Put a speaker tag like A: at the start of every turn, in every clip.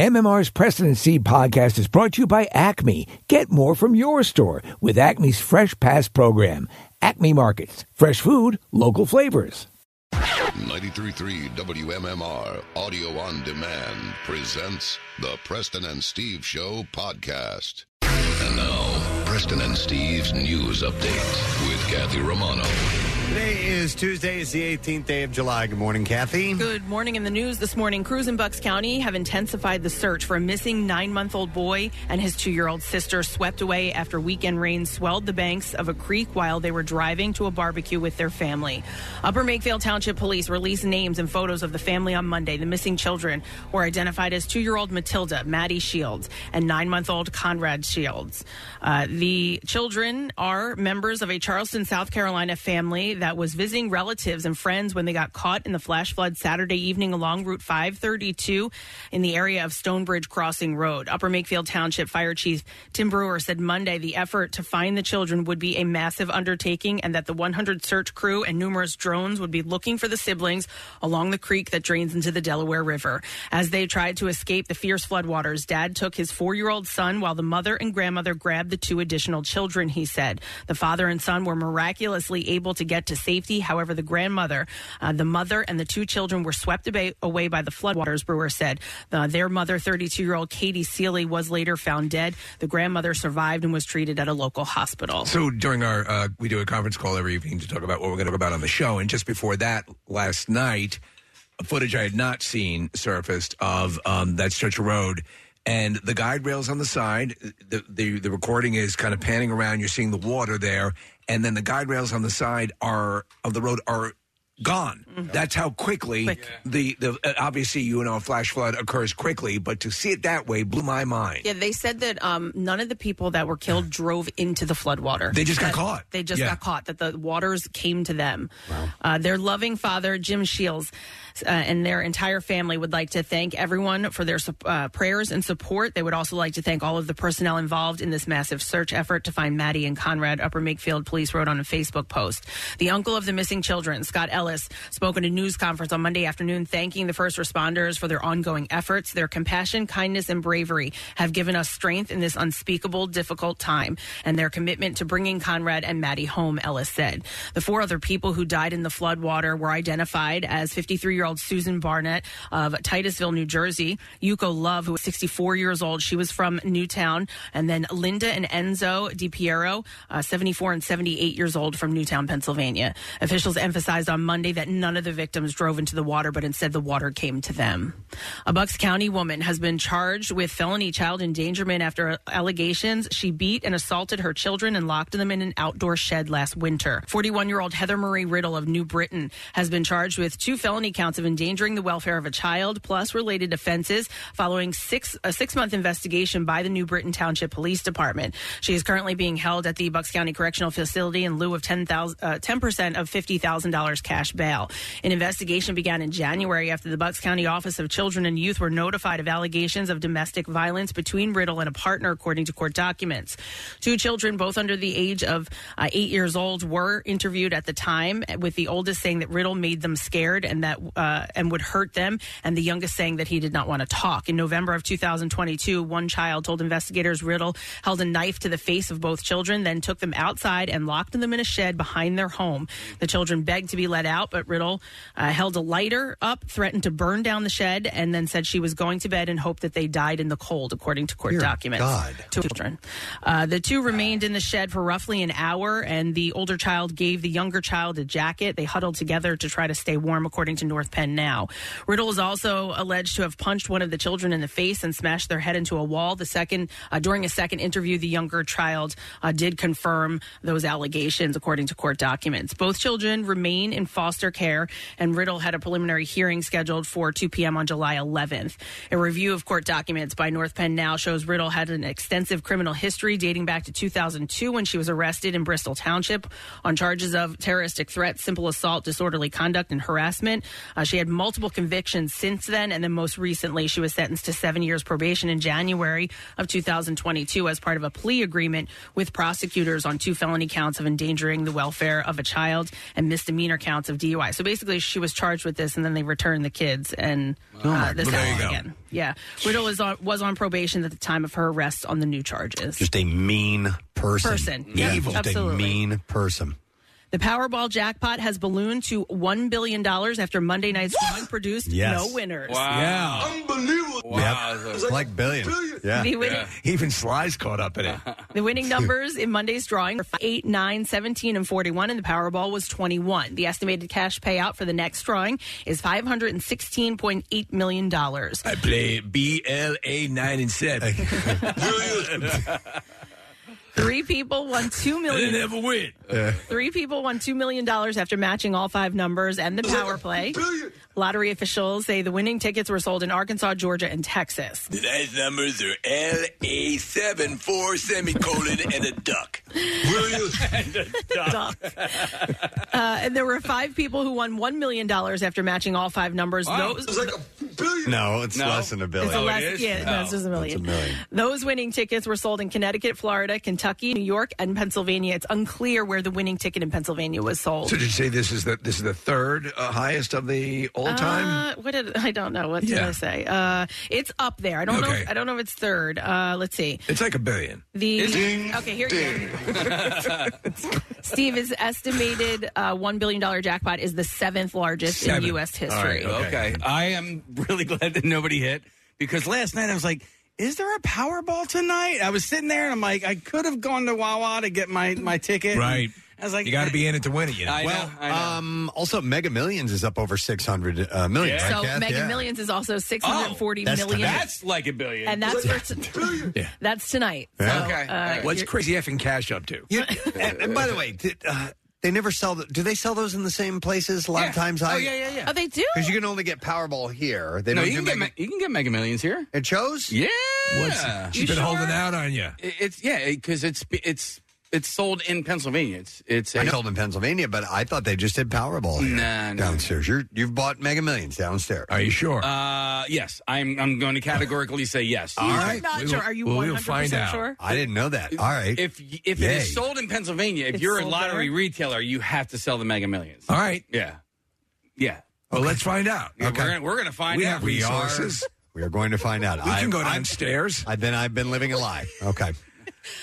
A: MMR's President Seed podcast is brought to you by Acme. Get more from your store with Acme's Fresh Pass program. Acme Markets, fresh food, local flavors.
B: 933 WMMR Audio on Demand presents the Preston and Steve Show podcast. And now, Preston and Steve's news update with Kathy Romano.
C: Today is Tuesday. It's the 18th day of July. Good morning, Kathy.
D: Good morning. In the news this morning, crews in Bucks County have intensified the search for a missing nine month old boy and his two year old sister swept away after weekend rain swelled the banks of a creek while they were driving to a barbecue with their family. Upper Makefield Township Police released names and photos of the family on Monday. The missing children were identified as two year old Matilda, Maddie Shields, and nine month old Conrad Shields. Uh, the children are members of a Charleston, South Carolina family that was visiting relatives and friends when they got caught in the flash flood Saturday evening along Route 532 in the area of Stonebridge Crossing Road. Upper Makefield Township Fire Chief Tim Brewer said Monday the effort to find the children would be a massive undertaking and that the 100 search crew and numerous drones would be looking for the siblings along the creek that drains into the Delaware River. As they tried to escape the fierce floodwaters, dad took his four year old son while the mother and grandmother grabbed the two additional children, he said. The father and son were miraculously able to get to safety. However, the grandmother, uh, the mother, and the two children were swept away, away by the floodwaters, Brewer said. Uh, their mother, 32 year old Katie Seely, was later found dead. The grandmother survived and was treated at a local hospital.
E: So during our, uh, we do a conference call every evening to talk about what we're going to talk about on the show. And just before that, last night, footage I had not seen surfaced of um, that stretch of road. And the guide rails on the side, the, the the recording is kind of panning around. You're seeing the water there, and then the guide rails on the side are of the road are gone. That's how quickly the the uh, obviously you know a flash flood occurs quickly. But to see it that way blew my mind.
D: Yeah, they said that um, none of the people that were killed drove into the floodwater.
E: They just got
D: That-
E: caught.
D: They just
E: Yeah.
D: got caught. That the waters came to them. Uh, their loving father, Jim Shields, uh, and their entire family would like to thank everyone for their sup- uh, prayers and support. They would also like to thank all of the personnel involved in this massive search effort to find Maddie and Conrad. Upper Makefield Police wrote on a Facebook post. The uncle of the missing children, Scott Ellis, spoke at a news conference on Monday afternoon, thanking the first responders for their ongoing efforts. Their compassion, kindness, and bravery have given us strength in this unspeakable, difficult time, and their commitment to bringing Conrad and Maddie home, Ellis said. The four other people who died in the floodwater were identified as 53 year old Susan Barnett of Titusville, New Jersey, Yuko Love, who was 64 years old. She was from Newtown, and then Linda and Enzo DiPiero, uh, 74 and 78 years old, from Newtown, Pennsylvania. Officials emphasized on Monday that none of the victims drove into the water, but instead the water came to them. A Bucks County woman has been charged with felony child endangerment after allegations she beat and assaulted her children and locked them in an outdoor shed last winter. 41 year old Heather Marie Riddle of New Britain has been charged with two felony counts of endangering the welfare of a child plus related offenses following six, a six month investigation by the New Britain Township Police Department. She is currently being held at the Bucks County Correctional Facility in lieu of 10,000 uh, 10% of $50,000 cash bail. An investigation began in January after the Bucks County Office of Children and Youth were notified of allegations of domestic violence between Riddle and a partner, according to court documents. Two children, both under the age of uh, eight years old, were interviewed at the time, with the oldest saying that Riddle made them scared and that uh, and would hurt them, and the youngest saying that he did not want to talk. In November of 2022, one child told investigators Riddle held a knife to the face of both children, then took them outside and locked them in a shed behind their home. The children begged to be let out, but Riddle uh, held a lighter up, threatened to burn down the shed, and then said she was going to bed and hoped that they died in the cold, according to court
F: Dear
D: documents.
F: God.
D: Two children. Uh, the two remained in the shed for roughly an hour, and the older child gave the younger child a jacket. They huddled together to try to stay warm, according to North Penn Now. Riddle is also alleged to have punched one of the children in the face and smashed their head into a wall. The second, uh, during a second interview, the younger child uh, did confirm those allegations, according to court documents. Both children remain in foster care, and Riddle had a preliminary hearing scheduled for 2 p.m. on July 11th. A review of court documents by North Penn Now shows Riddle had an extensive criminal history dating back to 2002 when she was arrested in Bristol Township on charges of terroristic threat, simple assault, disorderly conduct, and harassment. Uh, she had multiple convictions since then, and then most recently, she was sentenced to seven years probation in January of 2022 as part of a plea agreement with prosecutors on two felony counts of endangering the welfare of a child and misdemeanor counts of of DUI. So basically, she was charged with this, and then they returned the kids, and uh, this
E: Oh well, there you
D: happened
E: go.
D: again. Yeah, Riddle is on, was on probation at the time of her arrest on the new charges.
F: Just a mean person.
D: Person. Yeah,
F: Evil. Just a
D: absolutely.
F: mean person.
D: The Powerball jackpot has ballooned to one billion dollars after Monday night's non-produced
F: Yes.
D: no winners.
F: Yeah.
E: Unbelievable. Wow.
F: It's like billion. Yeah.
D: The, winning,
E: Even Sly's caught up in it.
D: the winning numbers in Monday's drawing are 8, 9, 17, and 41, and the Powerball was 21. The estimated cash payout for the next drawing is $516.8 million.
E: I play BLA 9 and 7.
D: Three people won $2
E: I
D: million.
E: didn't ever win.
D: Three people won $2 million after matching all five numbers and the power play. Lottery officials say the winning tickets were sold in Arkansas, Georgia, and Texas.
E: The last numbers are LA7, 4 semicolon, and a duck.
D: Duh. Uh, and there were five people who won $1 million after matching all five numbers. Those,
F: No, it's less than a billion.
D: It's
G: Oh,
D: a
E: it
D: less-
E: is?
D: Yeah, no, it's just a million.
F: It's a million.
D: Those winning tickets were sold in Connecticut, Florida, Kentucky, New York, and Pennsylvania. It's unclear where the winning ticket in Pennsylvania was sold.
E: So did you say this is the this is the third uh, highest of the all time?
D: Uh, what did I don't know? What did
E: Yeah.
D: I say? Uh, it's up there. I don't
E: Okay.
D: know. I don't know if it's third. Uh, let's see.
E: It's like a billion.
D: The okay, here you go. Steve is estimated uh, one billion dollar jackpot is the seventh largest
E: Seven.
D: in
G: Uh,
D: U.S. history.
G: Okay. I am really glad that nobody hit because last night I was like, is there a Powerball tonight? I was sitting there and I'm like, I could have gone to Wawa to get my, my ticket.
E: Right.
G: I was like,
E: You got to be in it to win it, you know.
G: I
F: Well,
G: know, I know.
F: um, also Mega Millions is up over 600 uh, million. right,
D: So
F: Kath?
D: Mega
F: Yeah. Oh,
D: Millions is also six hundred forty million,
F: that's
G: That's like a billion.
D: and that's for t- that's tonight. So,
G: Okay.
D: uh,
E: What's crazy effing cash up to?
F: You- and, and by the way, did, uh, they never sell. The, do they sell those in the same places? A lot of times, I
G: oh, yeah, yeah, yeah.
D: Oh, they do.
F: because you can only get Powerball here. They
G: no,
F: don't
G: you can,
F: do
G: get,
F: Mega.
G: ma- you can get Mega Millions here.
F: It shows.
G: Yeah.
E: She's been holding out on you.
G: It- It's, yeah, because it's, it's, it's sold in Pennsylvania. It's, it's,
F: I
G: a-
F: told in Pennsylvania, but I thought they just did Powerball here
G: Nah, nah.
F: downstairs. You're, you've bought Mega Millions downstairs.
E: Are you sure?
G: uh, yes, I'm, I'm going to categorically say yes.
F: All
D: I'm
F: right,
D: not
E: We will-
D: sure. Are you
E: we will
D: one hundred
E: find out.
D: percent sure?
F: I didn't know that. All right,
G: If y- if it
F: Yay.
G: is sold in Pennsylvania, if
D: It's
G: you're a
D: sold
G: lottery
D: there?
G: retailer, you have to sell the Mega Millions.
E: All right.
G: Yeah, yeah.
E: Well, let's find out.
G: Yeah, We're gonna we're gonna find
E: We
G: out.
E: have resources.
F: we are going to find out.
E: We
F: I,
E: can go downstairs.
F: I, then I've been living a lie. Okay.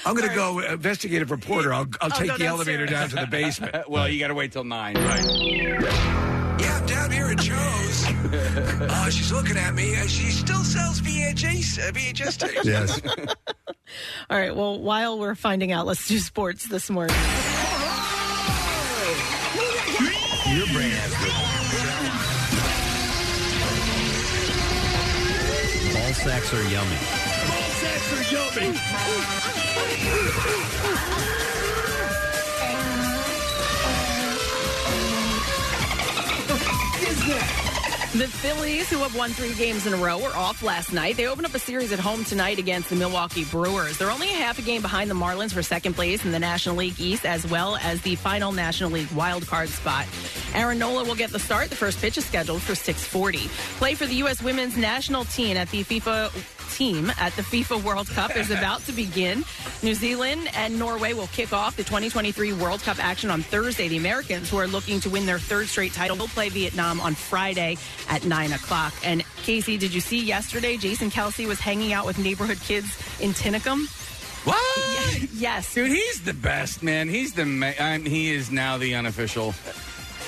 E: I'm going to go investigative reporter. I'll, I'll take
D: go
E: the elevator down to
D: downstairs.
E: the basement.
G: Uh, well, you got to wait till nine.
E: Yeah, down here at Joe's. Uh, she's looking at me. Uh, she still sells VHS, uh, VHS tapes.
F: Yes.
D: All right. Well, while we're finding out, let's do sports this morning.
F: Ball sacks are yummy.
D: The Phillies, who have won three games in a row, were off last night. They open up a series at home tonight against the Milwaukee Brewers. They're only a half a game behind the Marlins for second place in the National League East, as well as the final National League wild card spot. Aaron Nola will get the start. The first pitch is scheduled for 6:40. Play for the U.S. Women's National Team at the FIFA team at the FIFA World Cup is about to begin. New Zealand and Norway will kick off the 2023 World Cup action on Thursday. The Americans, who are looking to win their third straight title, will play Vietnam on Friday at 9 o'clock. And Casey, did you see yesterday Jason Kelsey was hanging out with neighborhood kids in Tinicum?
G: What?
D: Yes.
G: Dude, he's the best man. He's the ma- I'm, he is now the unofficial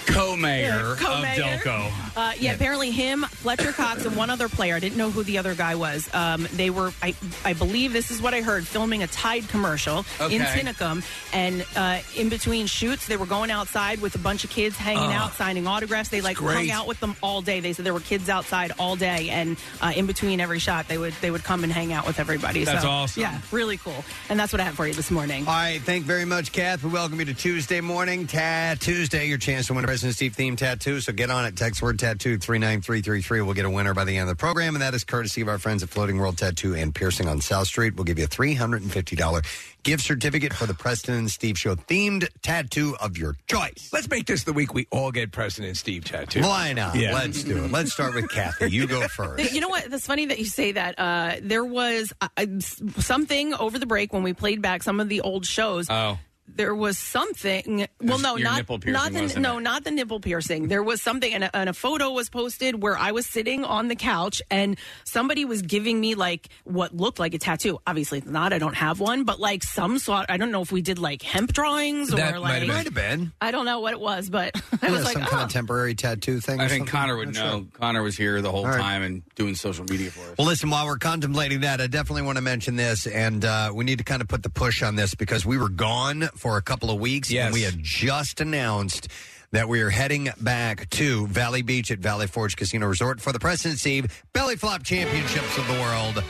G: co-mayor,
D: Co-mayor.
G: of Delco.
D: Uh, yeah, apparently him, Fletcher Cox, and one other player. I didn't know who the other guy was. Um, they were, I, I believe this is what I heard, filming a Tide commercial in
G: Okay.
D: Tinicum. And uh, in between shoots, they were going outside with a bunch of kids hanging
G: Oh.
D: out, signing autographs. They like
E: great.
D: hung out with them all day. They said there were kids outside all day, and uh, in between every shot, they would they would come and hang out with everybody.
G: That's
D: so,
G: awesome.
D: Yeah, really cool. And that's what I have for you this morning.
F: All right, thank you very much, Kath. We welcome you to Tuesday morning, Tat Tuesday. Your chance to win a President Steve themed tattoo. So get on it. Text word tattoo three nine three three three. We'll get a winner by the end of the program, and that is courtesy of our friends at Floating World Tattoo and Piercing on South Street. We'll give you a three hundred and fifty dollar gift certificate for the Preston and Steve Show themed tattoo of your choice.
E: Let's make this the week we all get President Steve tattoo.
F: Why not?
E: Yeah.
F: Let's do it. Let's start with Kathy. You go first.
D: You know what? That's funny that you say that. Uh, there was uh, uh, s- something over the break when we played back some of the old shows.
G: Oh.
D: there was something. Well, no,
G: your
D: not
G: nipple piercing,
D: not the
G: wasn't
D: no, not the nipple piercing. There was something, and a, and a photo was posted where I was sitting on the couch, and somebody was giving me like what looked like a tattoo. Obviously, it's not. I don't have one, but like some sort. I don't know if we did like hemp drawings or
F: That might
D: like
F: have been- Might have been.
D: I don't know what it was, but I
F: Yeah,
D: was like, oh.
F: some kind of temporary tattoo thing.
G: I
F: or
G: think
F: something.
G: Connor would
F: Not
G: know.
F: sure.
G: Connor was here the whole
F: All right.
G: time and doing social media for us.
F: Well, listen, while we're contemplating that, I definitely want to mention this, and uh, we need to kind of put the push on this because we were gone for a couple of weeks, and we had just announced that we are heading back to Valley Beach at Valley Forge Casino Resort for the President's Eve Belly Flop Championships of the World.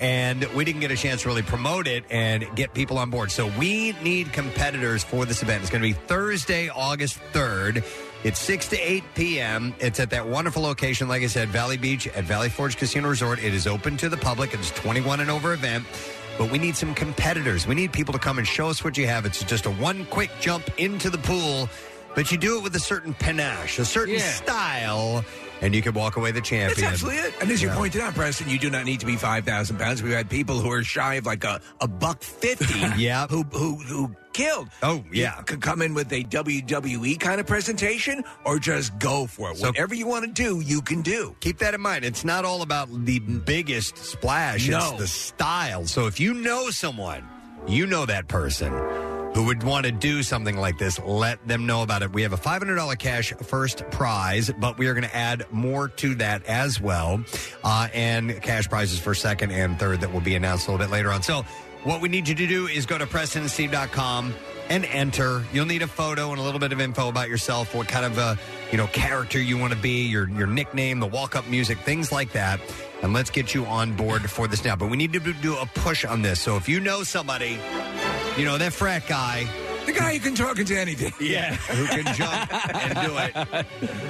F: And we didn't get a chance to really promote it and get people on board. So we need competitors for this event. It's going to be Thursday, August 3rd. It's 6 to 8 p.m. It's at that wonderful location, like I said, Valley Beach at Valley Forge Casino Resort. It is open to the public. It's 21 and over event. But we need some competitors. We need people to come and show us what you have. It's just a one quick jump into the pool, but you do it with a certain panache, a certain
E: Yeah.
F: style, and you can walk away the champion.
E: That's absolutely it. And as you
F: Yeah.
E: pointed out, Preston, you do not need to be five thousand pounds. We've had people who are shy of like a, a buck fifty.
F: yeah.
E: Who who who killed?
F: Oh yeah.
E: could come in with a WWE kind of presentation, or just go for it. Whatever you want to do, you can do.
F: Keep that in mind. It's not all about the biggest splash,
E: No.
F: it's the style. So if you know someone, you know that person who would want to do something like this, let them know about it. We have a $500 cash first prize, but we are going to add more to that as well. Uh, and cash prizes for second and third that will be announced a little bit later on. So what we need you to do is go to PrestonandSteve.com and enter. You'll need a photo and a little bit of info about yourself, what kind of uh, you know character you want to be, your your nickname, the walk-up music, things like that. And let's get you on board for this now. But we need to do a push on this. So if you know somebody, you know that frat guy,
E: the guy who can talk into anything,
F: yeah, who can jump and do it,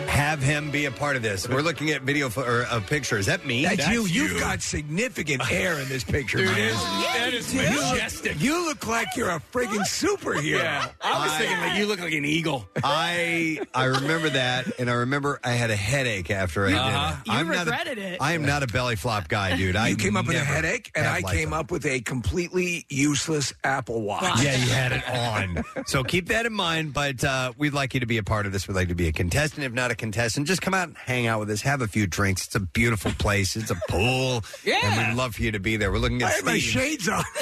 F: have him be a part of this. We're looking at video fo- or a picture. Is that me?
E: That's, you. You've got significant hair in this picture.
F: Dude,
E: man.
F: it is-
G: that is
E: You look-
G: majestic.
E: You look like you're a friggin' superhero.
G: Yeah, I was thinking like you look like an eagle.
F: I I remember that, and I remember I had a headache after I
G: Uh-huh.
F: did it.
D: You
F: not a-
D: regretted it.
F: I am not a belly flop guy, dude. I
E: you came up with a
F: never
E: headache, and
F: have
E: I
F: life
E: came up with a completely useless Apple Watch.
F: Yeah, you had it on. So keep that in mind. But uh, we'd like you to be a part of this. We'd like to be a contestant. If not a contestant, just come out and hang out with us. Have a few drinks. It's a beautiful place. It's a pool.
G: Yeah.
F: And we'd love for you to be there. We're looking
E: I
F: at
E: had my
F: Steve,
E: shades on.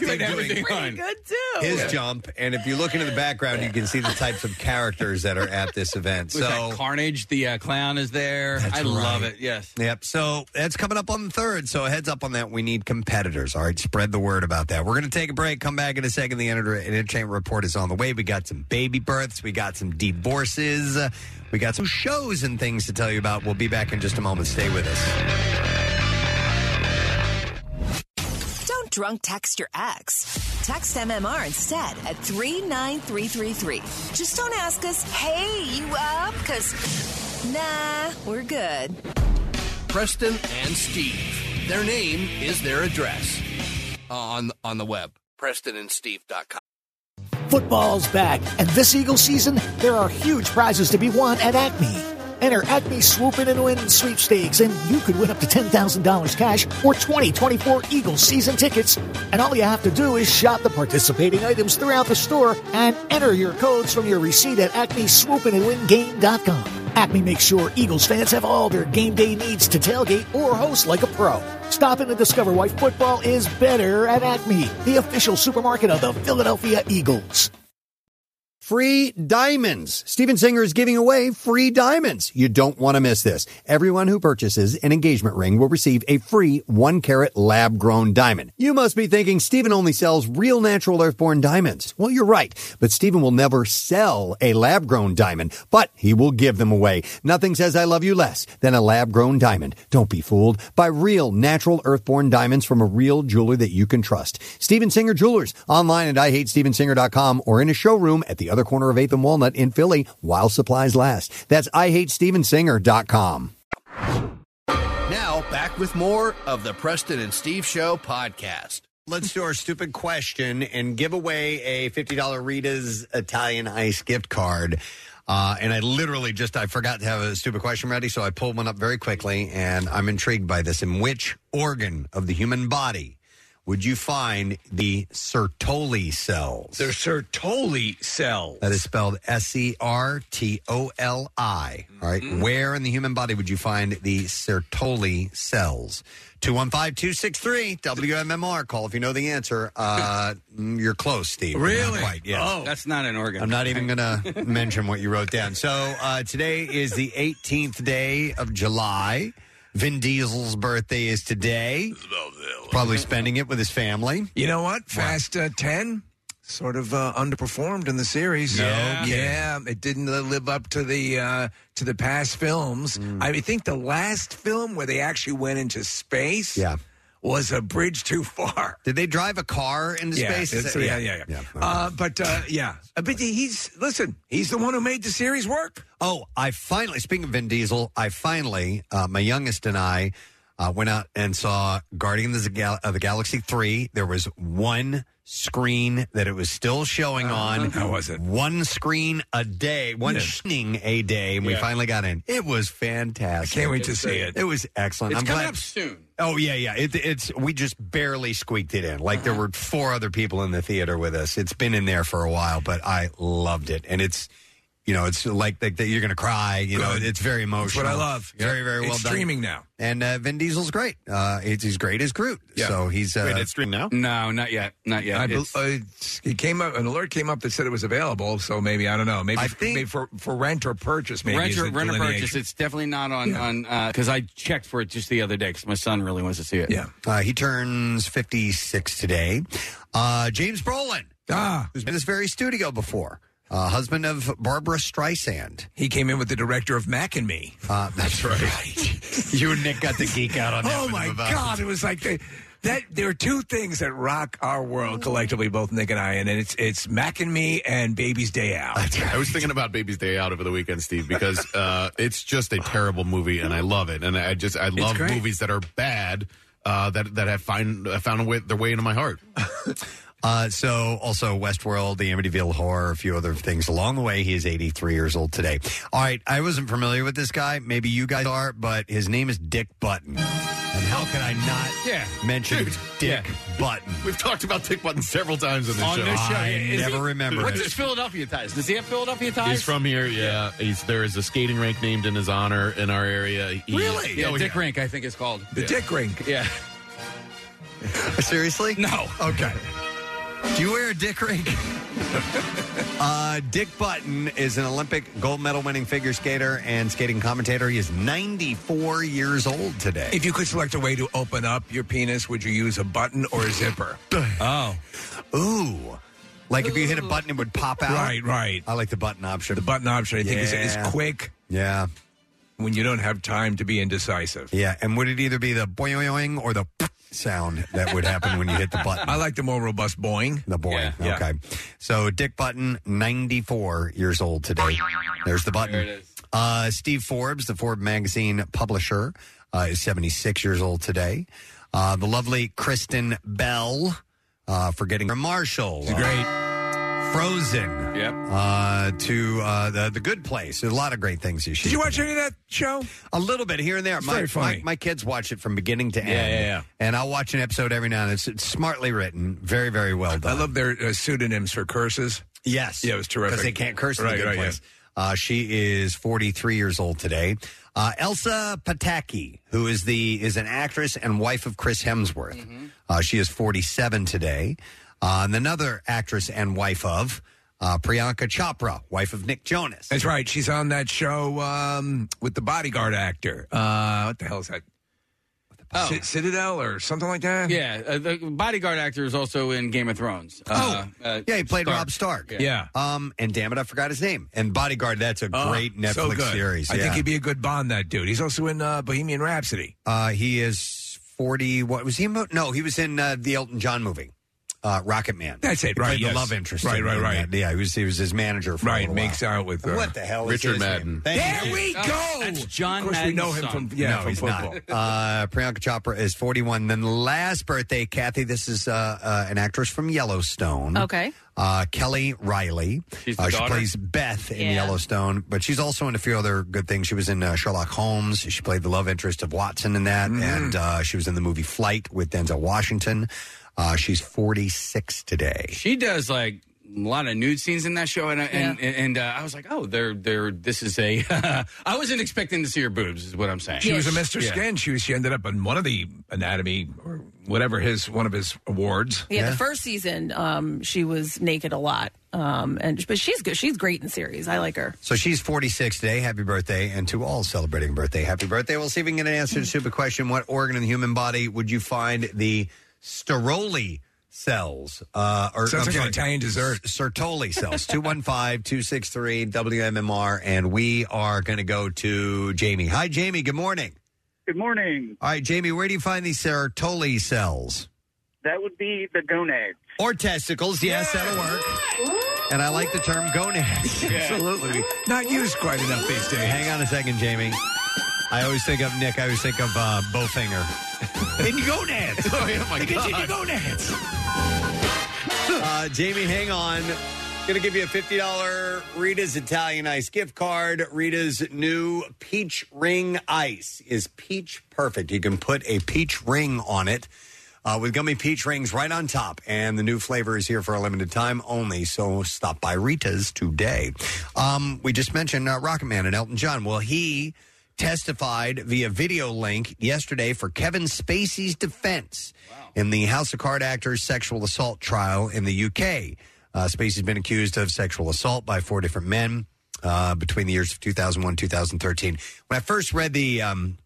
G: You had everything
D: pretty
G: on.
D: good too.
F: his jump. And if you look into the background, you can see the types of characters that are at this event.
G: With
F: So
G: that Carnage, the uh, clown is there. I love
F: right.
G: it. Yes.
F: Yep. So that's coming up on the third. So heads up on that. We need competitors. All right. Spread the word about that. We're going to take a break. Come back in a second. The enter- entertainment report is on the way. We got some baby births. We got some divorces. Uh, We got some shows and things to tell you about. We'll be back in just a moment. Stay with us.
H: Don't drunk text your ex. Text MMR instead at 39333. Just don't ask us, hey, you up? Because, nah, we're good.
I: Preston and Steve. Their name is their address on on the web. PrestonandSteve.com.
J: Football's back, and this Eagle season, there are huge prizes to be won at Acme. Enter Acme Swoop In and Win sweepstakes, and you could win up to $10,000 cash or 2024 Eagle season tickets. And all you have to do is shop the participating items throughout the store and enter your codes from your receipt at acmeswoopinandwingame.com. Acme makes sure Eagles fans have all their game day needs to tailgate or host like a pro. Stop in and discover why football is better at Acme, the official supermarket of the Philadelphia Eagles.
F: Free diamonds. Steven Singer is giving away free diamonds. You don't want to miss this. Everyone who purchases an engagement ring will receive a free one carat lab grown diamond. You must be thinking Steven only sells real natural earthborn diamonds. Well, you're right, but Steven will never sell a lab grown diamond, but he will give them away. Nothing says I love you less than a lab grown diamond. Don't be fooled by real natural earthborn diamonds from a real jeweler that you can trust. Steven Singer Jewelers online at IHateStevenSinger.com or in a showroom at the other corner of 8th and Walnut in Philly while supplies last. That's IHateStevenSinger.com.
I: Now back with more of the Preston and Steve Show podcast.
F: Let's do our stupid question and give away a $50 Rita's Italian Ice gift card. Uh, and I literally just, I forgot to have a stupid question ready, so I pulled one up very quickly, and I'm intrigued by this. In which organ of the human body would you find the Sertoli cells?
E: They're Sertoli cells.
F: That is spelled S E R T O L I. All right.
E: Mm-hmm.
F: Where in the human body would you find the Sertoli cells? 215 263 WMMR. Call if you know the answer. Uh, mm, you're close, Steve. You're not quite, yes.
G: Oh, that's not an organ.
F: I'm not even going to mention what you wrote down. So uh, today is the 18th day of July. Vin Diesel's birthday is today. Probably spending it with his family.
E: You know what? Fast uh, 10 sort of uh, underperformed in the series.
F: No
E: yeah.
F: kidding.
E: Yeah, it didn't li- live up to the uh, to the past films.
F: Mm.
E: I mean, think the last film where they actually went into space
F: Yeah.
E: was a bridge too far.
F: Did they drive a car into
E: yeah,
F: space? Is
E: it's-
F: it-
E: yeah, yeah, yeah.
F: yeah.
E: Uh, but uh, yeah, Uh, but he's listen. He's the one who made the series work.
F: Oh, I finally, speaking of Vin Diesel, I finally, uh, my youngest and I uh, went out and saw Guardians of the, Gal- of the Galaxy 3. There was one screen that it was still showing
E: Uh,
F: on. How was it? One screen a day, one
E: Yeah.
F: sheening a day, and we
E: Yeah.
F: finally got in. It was fantastic.
E: I can't wait to see it.
F: It was excellent.
E: It's
F: I'm
E: coming
F: glad-
E: up
G: soon.
F: Oh yeah, yeah. It, it's we just barely squeaked it in. Like
E: Uh-huh.
F: there were four other people in the theater with us. It's been in there for a while, but I loved it, and it's you know it's like like that you're gonna cry. You know,
E: Good.
F: it's very emotional.
E: That's what I love.
F: Very very
E: It's
F: well done.
E: streaming now.
F: And uh, Vin Diesel's great. Uh, it's, he's great as Groot. So he's uh,
G: No, not yet. Not yet.
E: I bel-
G: It's-
E: uh, it's- it came up. An alert came up that said it was available. So maybe I don't know. Maybe, maybe for, for rent or purchase. Maybe
G: rent
E: is
G: or,
E: the
G: rent or
E: delineation.
G: purchase. It's definitely not on on because I checked for it just the other day because my son really wants to see it.
E: Yeah.
F: Uh, he turns 56 today. Uh, James Brolin,
E: Ah.
F: who's been in this very studio before, uh, husband of Barbara Streisand.
E: He came in with the director of Mac and Me.
F: Uh, that's
E: right.
F: you and Nick got the geek out on that
E: Oh
F: one
E: my
F: about-
E: God! It was like they, that. There are two things that rock our world collectively, both Nick and I, and it's it's Mac and Me and Baby's Day Out.
K: I was thinking about Baby's Day Out over the weekend, Steve, because uh, it's just a terrible movie, and I love it. And I just I love
E: great.
K: movies that are bad uh, that that have find found a way, their way into my heart.
F: Uh, so, also Westworld, the Amityville Horror, a few other things along the way. He is 83 years old today. All right, I wasn't familiar with this guy. Maybe you guys are, but his name is Dick Button. And how can I not
K: Yeah.
F: mention
K: Dude.
F: Dick Button?
K: We've talked about Dick Button several times on this
F: On
K: show.
F: this
G: Oh,
F: show, I yeah. Is never he- remember
K: What's
F: it.
K: his-
G: Philadelphia ties. Does he have Philadelphia ties?
K: He's from here, yeah. He's there is a skating rink named in his honor in our area. He-
G: really? Yeah,
K: Oh,
G: Dick Rink, I think it's called.
K: The Dick
E: Rink.
G: Yeah.
F: Uh, Seriously?
G: No.
F: Okay. Do you wear a dick ring? uh, Dick Button is an Olympic gold medal winning figure skater and skating commentator. He is 94 years old today.
E: If you could select a way to open up your penis, would you use a button or a zipper?
G: oh.
F: Ooh. Like if you hit a button, it would pop out.
E: Right, right.
F: I like the button option.
E: The button option, I think, is, is
F: Yeah.
E: quick
F: Yeah.
E: when you don't have time to be indecisive.
F: Yeah. And would it either be the boing or the sound that would happen when you hit the button?
E: I like the more robust boing.
F: The boing. Okay. So Dick Button, 94 years old today. There's the button.
G: There it is.
F: Uh, Steve Forbes, the Forbes magazine publisher, uh, is 76 years old today. Uh, the lovely Kristen Bell uh, for getting her Marshall. uh,
E: great.
F: Frozen.
G: Yep.
F: Uh, to uh, the, the Good Place. There's a lot of great things you should.
E: Did you watch any of that show?
F: A little bit here and there.
E: It's
F: my,
E: very funny.
F: My, my kids watch it from beginning to end.
E: yeah, yeah.
F: And I'll watch an episode every now and then. It's, it's smartly written, very, very well done.
E: I love their uh, pseudonyms for curses.
F: Yes.
E: Yeah, it was terrific.
F: Because they can't curse in
E: Right,
F: the good
E: right,
F: place. Uh, she is 43 years old today. Uh, Elsa Pataki, who is the is an actress and wife of Chris Hemsworth. Uh, she is 47 today. Uh, and another actress and wife of uh, Priyanka Chopra, wife of Nick Jonas.
E: That's right. She's on that show um, with the bodyguard actor. Uh, what the hell is that?
G: Oh.
E: Ci- Citadel or something like that?
G: Yeah, uh, the bodyguard actor is also in Game of Thrones. Uh,
F: oh,
G: uh,
F: yeah, he played
G: Stark.
F: Rob Stark.
E: Yeah.
F: Um, and damn it, I forgot his name. And Bodyguard, that's a
E: Oh,
F: great Netflix
E: so good.
F: series.
E: I think
F: yeah.
E: he'd be a good Bond, that dude. He's also in uh, Bohemian Rhapsody.
F: Uh, he is 40. What was he? in Mo- No, he was in uh, the Elton John movie, uh, Rocket Man.
E: That's it,
F: He
E: right,
F: played
E: yes.
F: The love interest.
E: Right,
F: in-
E: right,
F: in
E: right.
F: that. Yeah, he was, he was his manager for a
E: Right,
F: little
E: makes
F: while.
E: out with uh,
F: What the hell is
K: Richard
F: his
K: Madden.
F: Name? Thank
E: There
F: you.
E: we
G: Oh,
E: go.
G: that's John
E: Of course, we
G: Madden's
E: know him
G: son.
E: from yeah,
F: no,
E: from
F: he's
E: football.
F: not. Uh, Priyanka Chopra is 41. Then the last birthday, Kathy, this is uh, uh, an actress from Yellowstone.
D: Okay.
F: Uh, Kelly Riley.
G: She's the
F: uh, she
G: daughter?
F: plays Beth in
D: Yeah.
F: Yellowstone, but she's also in a few other good things. She was in uh, Sherlock Holmes.
E: Mm-hmm.
F: She played the love interest of Watson in that, and uh, she was in the movie Flight with Denzel Washington. Uh, she's 46 today.
G: She does like a lot of nude scenes in that show, and and and uh, I was like, oh, they're they're this is a. I wasn't expecting to see her boobs, is what I'm saying.
E: She was a Mr. Skin. She was. She ended up in one of the anatomy or whatever his one of his awards.
D: Yeah, the first season, um, she was naked a lot, um, and but she's good. She's great in series. I like her.
F: So she's 46 today. Happy birthday. And to all celebrating birthday, happy birthday. We'll see if we can get an answer to the stupid question What organ in the human body would you find the steroli cells? Uh,
E: Sounds like an
F: sorry,
E: Italian dessert.
F: S- Sertoli cells. 215 263 WMMR. And we are going to go to Jamie. Hi, Jamie. Good morning.
L: Good morning.
F: All right, Jamie, where do you find these Sertoli cells?
L: That would be the gonads.
F: Or testicles. Yes, that'll work. And I like the term gonads. Absolutely.
E: Not used quite enough these days.
F: Hang on a second, Jamie. I always think of Nick. I always think of uh, Bowfinger.
E: In your gonads.
F: Oh, yeah, my
E: It gets in
F: God.
E: your gonads.
F: Uh, Jamie, hang on. Going to give you a $50 Rita's Italian Ice gift card. Rita's new peach ring ice is peach perfect. You can put a peach ring on it uh, with gummy peach rings right on top. And the new flavor is here for a limited time only. So stop by Rita's today. Um, we just mentioned uh, Rocket Man and Elton John. Well, he testified via video link yesterday for Kevin Spacey's defense in the House of Card actors sexual assault trial in the UK. Uh, Spacey's been accused of sexual assault by four different men uh, between the years of 2001 and 2013. When I first read the um,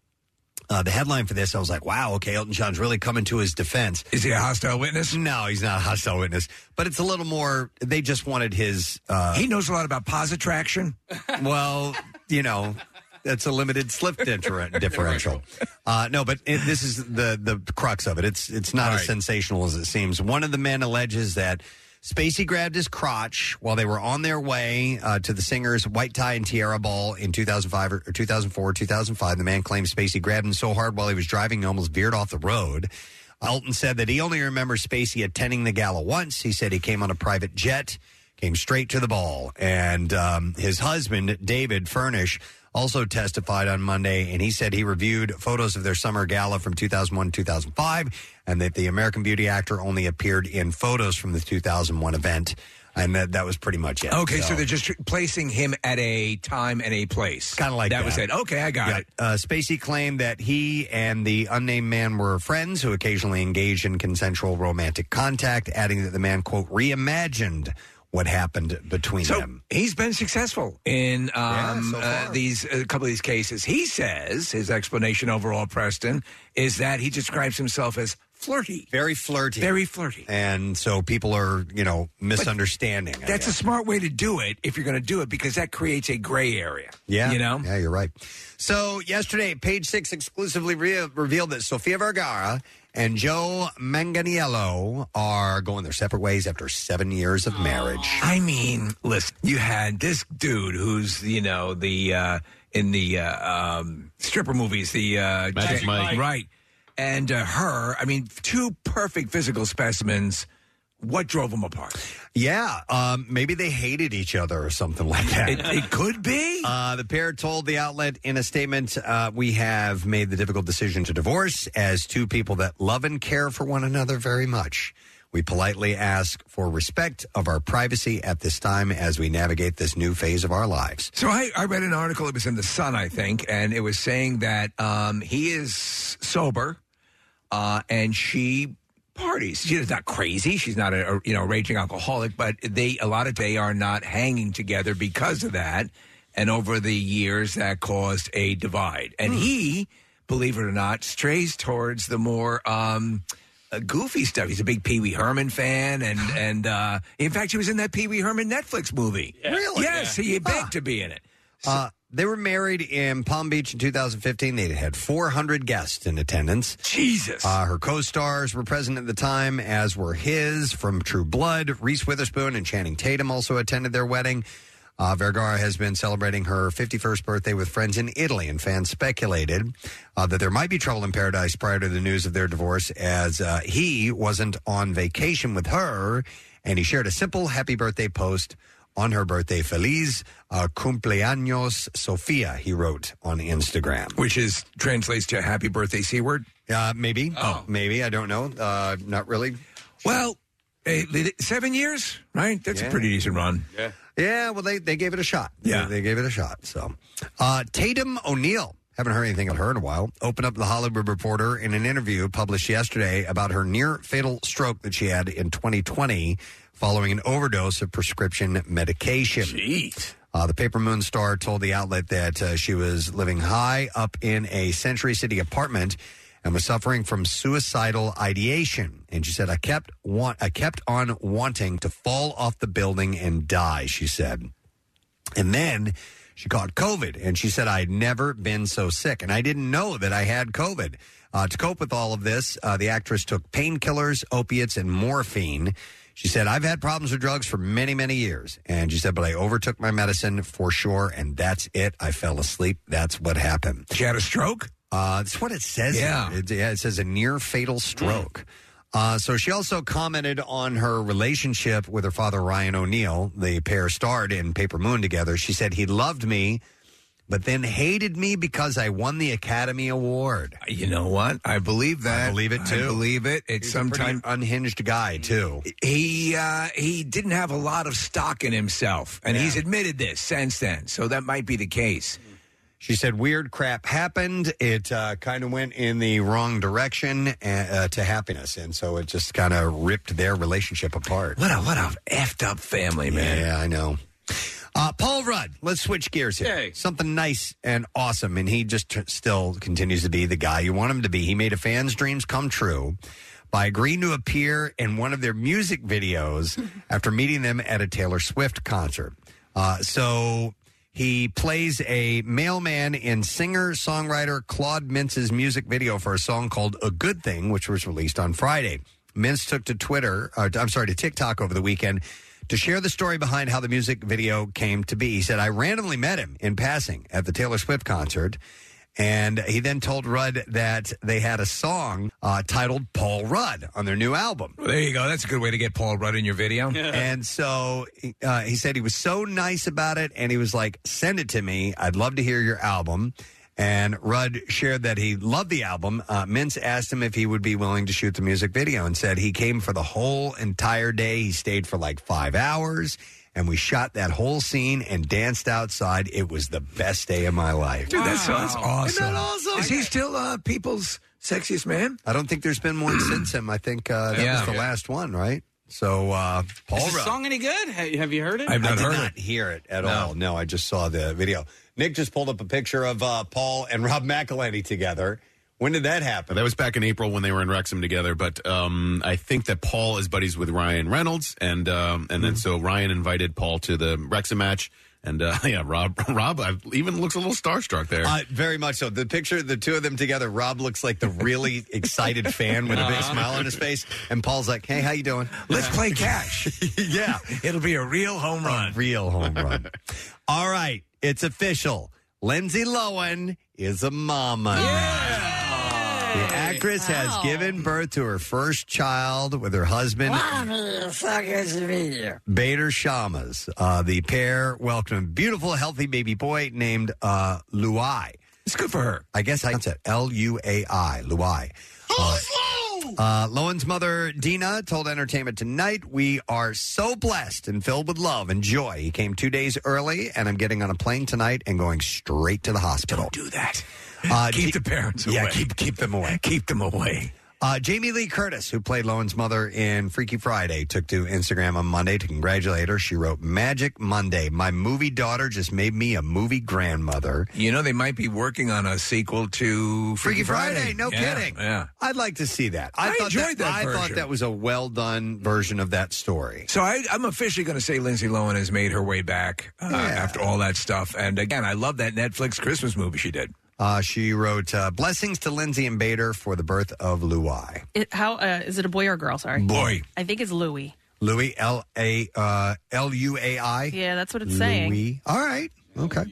F: uh, the headline for this, I was like, wow, okay, Elton John's really coming to his defense.
E: Is he a hostile witness?
F: No, he's not a hostile witness. But it's a little more, they just wanted his. Uh,
E: he knows a lot about positraction.
F: well, you know, that's a limited slip differ- differential. Uh, no, but it, this is the the crux of it. It's it's not as sensational as it seems. One of the men alleges that Spacey grabbed his crotch while they were on their way uh, to the singer's White Tie and Tiara Ball in 2005 or 2004, 2005. The man claims Spacey grabbed him so hard while he was driving, he almost veered off the road. Elton said that he only remembers Spacey attending the gala once. He said he came on a private jet came straight to the ball. And um, his husband, David Furnish, also testified on Monday, and he said he reviewed photos of their summer gala from 2001 2005, and that the American Beauty actor only appeared in photos from the 2001 event, and that that was pretty much it.
E: Okay, so, they're just placing him at a time and a place. Kind of
F: like
E: that. was it. Okay, I got
F: Yeah.
E: it.
F: Uh, Spacey claimed that he and the unnamed man were friends who occasionally engaged in consensual romantic contact, adding that the man, quote, reimagined what happened between
E: So
F: them.
E: he's been successful in um, uh, these a couple of these cases. He says his explanation overall, Preston, is that he describes himself as flirty,
F: very flirty,
E: very flirty.
F: and so people are you know misunderstanding. I
E: That's a
F: guess.
E: smart way to do it if you're going to do it because that creates a gray area.
F: yeah,
E: you know.
F: yeah, you're right. So yesterday, Page Six exclusively re- revealed that Sofia Vergara and Joe Manganiello are going their separate ways after seven years of marriage.
E: I mean, listen, you had this dude who's, you know, the uh in the uh, um stripper movies, the uh
K: Magic Mike.
E: right. And uh, her, I mean, two perfect physical specimens. What drove them apart?
F: Yeah, um, maybe they hated each other or something like that.
E: It, it could be.
F: Uh, the pair told the outlet in a statement, uh, "We have made the difficult decision to divorce as two people that love and care for one another very much. We politely ask for respect of our privacy at this time as we navigate this new phase of our lives."
E: So I, I read an article. It was in the Sun, I think, and it was saying that um, he is sober, uh, and she parties. She's not crazy. She's not a, a, you know raging alcoholic, but they a lot of they are not hanging together because of that. And over the years, that caused a divide. And
F: Hmm.
E: he, believe it or not, strays towards the more. Um, uh, goofy stuff. He's a big Pee Wee Herman fan, and and uh, in fact, he was in that Pee Wee Herman Netflix movie.
F: Really?
E: Yes,
F: Yeah.
E: he begged to be in it.
F: Uh, they were married in Palm Beach in 2015. They had 400 guests in attendance.
E: Jesus.
F: Uh, her co stars were present at the time, as were his from True Blood. Reese Witherspoon and Channing Tatum also attended their wedding. Uh, Vergara has been celebrating her 51st birthday with friends in Italy, and fans speculated uh, that there might be trouble in paradise prior to the news of their divorce, as uh, he wasn't on vacation with her, and he shared a simple happy birthday post on her birthday. Feliz uh, cumpleaños, Sofia, he wrote on Instagram.
E: Which is translates to happy birthday C word?
F: Oh, Uh, maybe. Oh. Maybe. I don't know. Uh, not really.
E: Well, eh, they did- seven years, right? That's
F: Yeah.
E: a pretty decent run.
F: Yeah. Yeah, well, they, they gave it a shot.
E: Yeah.
F: They, they gave it a shot. So, uh, Tatum O'Neill, haven't heard anything of her in a while, opened up the Hollywood Reporter in an interview published yesterday about her near fatal stroke that she had in 2020 following an overdose of prescription medication. Uh, the Paper Moon star told the outlet that uh, she was living high up in a Century City apartment and was suffering from suicidal ideation. And she said, "I kept want, I kept on wanting to fall off the building and die." She said, and then she caught COVID, and she said, "I'd never been so sick, and I didn't know that I had COVID." Uh, to cope with all of this, uh, the actress took painkillers, opiates, and morphine. She said, I've had problems with drugs for many, many years. And she said, but I overtook my medicine for sure, and that's it. I fell asleep. That's what happened.
E: She had a stroke?
F: Uh, that's what it says.
E: Yeah.
F: here. It, yeah, it says a near fatal stroke. Uh, so she also commented on her relationship with her father, Ryan O'Neill. The pair starred in Paper Moon together. She said, He loved me, but then hated me because I won the Academy Award.
E: Uh, You know what? I believe that.
F: I believe it
E: I
F: too.
E: believe it. It's
F: He's a pretty
E: sometime-
F: unhinged guy too.
E: He uh, he didn't have a lot of stock in himself, and he's admitted this since then. So that might be the case.
F: She said, "Weird crap happened. It uh, kind of went in the wrong direction uh, uh, to happiness, and so it just kind of ripped their relationship apart."
E: What a what a effed up family, man.
F: Yeah, I know. Uh, Paul Rudd. Let's switch gears here. Something nice and awesome, and he just t- still continues to be the guy you want him to be. He made a fan's dreams come true by agreeing to appear in one of their music videos after meeting them at a Taylor Swift concert. Uh, so he plays a mailman in singer songwriter Claude Mintz's music video for a song called A Good Thing, which was released on Friday. Mintz took to Twitter, or, I'm sorry, to TikTok over the weekend to share the story behind how the music video came to be. He said, I randomly met him in passing at the Taylor Swift concert. And he then told Rudd that they had a song uh, titled Paul Rudd on their new album.
E: Well, there you go. That's a good way to get Paul Rudd in your video.
F: And so uh, he said he was so nice about it, and he was like, "Send it to me. I'd love to hear your album." And Rudd shared that he loved the album. Uh, Mintz asked him if he would be willing to shoot the music video, and said he came for the whole entire day. He stayed for like five hours, and we shot that whole scene and danced outside. It was the best day of my life.
E: Dude, that's, that's awesome.
F: Isn't that awesome?
E: Is he still uh, people's sexiest man?
F: I don't think there's been one since him. I think uh, that
E: Yeah.
F: was the last one, right? So uh, Paul
G: Is the
F: Rudd.
G: song any good? Ha- Have you heard it?
F: I did not hear it at all. No, I just saw the video. Nick just pulled up a picture of uh, Paul and Rob McElhenney together. When did that happen?
K: That was back in April when they were in Wrexham together. But um, I think that Paul is buddies with Ryan Reynolds, and um, and then so Ryan invited Paul to the Wrexham match, and uh, yeah, Rob Rob I even looks a little starstruck there.
F: Uh, very much so. The picture, the two of them together. Rob looks like the really excited fan with a big
E: Uh-huh.
F: smile on his face, and Paul's like, "Hey, how you doing?
E: Let's play cash.
F: yeah,
E: it'll be a real home run.
F: real home run. All right, it's official. Lindsay Lohan is a mama. The actress has given birth to her first child with her husband, Bader Shamas. Uh, the pair welcomed a beautiful, healthy baby boy named uh, Luai.
E: It's good for her.
F: I guess I said L U A I, Luai. Uh, uh, Lowen's mother, Dina, told Entertainment Tonight, We are so blessed and filled with love and joy. He came two days early, and I'm getting on a plane tonight and going straight to the hospital.
E: Do that.
F: Uh,
E: keep
F: G-
E: the parents away.
F: yeah, keep, keep them away.
E: keep them away.
F: Uh, Jamie Lee Curtis, who played Lowen's mother in Freaky Friday, took to Instagram on Monday to congratulate her. She wrote, Magic Monday. My movie daughter just made me a movie grandmother.
E: You know, they might be working on a sequel to
F: Freaky
E: Freaky,
F: Friday, no
E: Yeah,
F: kidding.
E: Yeah.
F: I'd like to see that.
E: I enjoyed that
F: I thought
E: version.
F: that was a well done version of that story.
E: So I, I'm officially going to say Lindsay Lohan has made her way back uh, after all that stuff. And again, I love that Netflix Christmas movie she did.
F: Uh, she wrote, uh, Blessings to Lindsay and Bader for the birth of Louis.
D: It, how uh, is it a boy or a girl? Sorry,
F: Boy.
D: I think it's Louis.
F: Louis, L A uh, L U A I.
D: Yeah, that's what it's saying.
F: Louis. All right. Okay.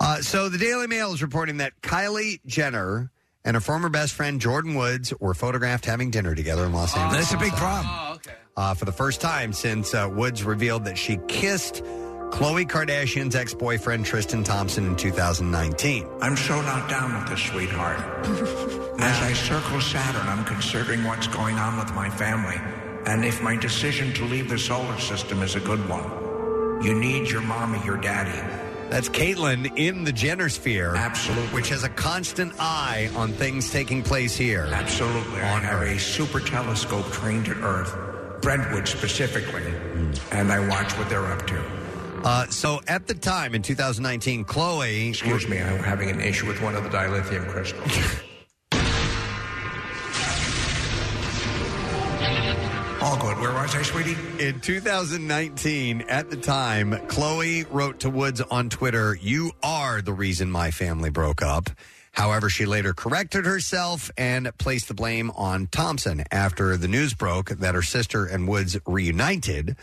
F: Uh, so the Daily Mail is reporting that Kylie Jenner and her former best friend Jordan Woods were photographed having dinner together in Los Angeles.
E: That's a big problem.
F: Uh, for the first time since uh, Woods revealed that she kissed Khloe Kardashian's ex boyfriend Tristan Thompson in 2019.
E: I'm so not down with this, sweetheart.
M: As I circle Saturn, I'm considering what's going on with my family and if my decision to leave the solar system is a good one. You need your mommy, your daddy.
F: That's Caitlin in the Jenner sphere. Absolutely. Which has a constant eye on things taking place here.
M: Absolutely. On a super telescope trained at Earth, Brentwood specifically, and I watch what they're up to.
F: Hmm. Uh, so at the time in 2019, Chloe.
M: Excuse me, I'm having an issue with one of the dilithium crystals. All good. Where was I, sweetie?
F: In 2019, at the time, Chloe wrote to Woods on Twitter, You are the reason my family broke up. However, she later corrected herself and placed the blame on Thompson after the news broke that her sister and Woods reunited.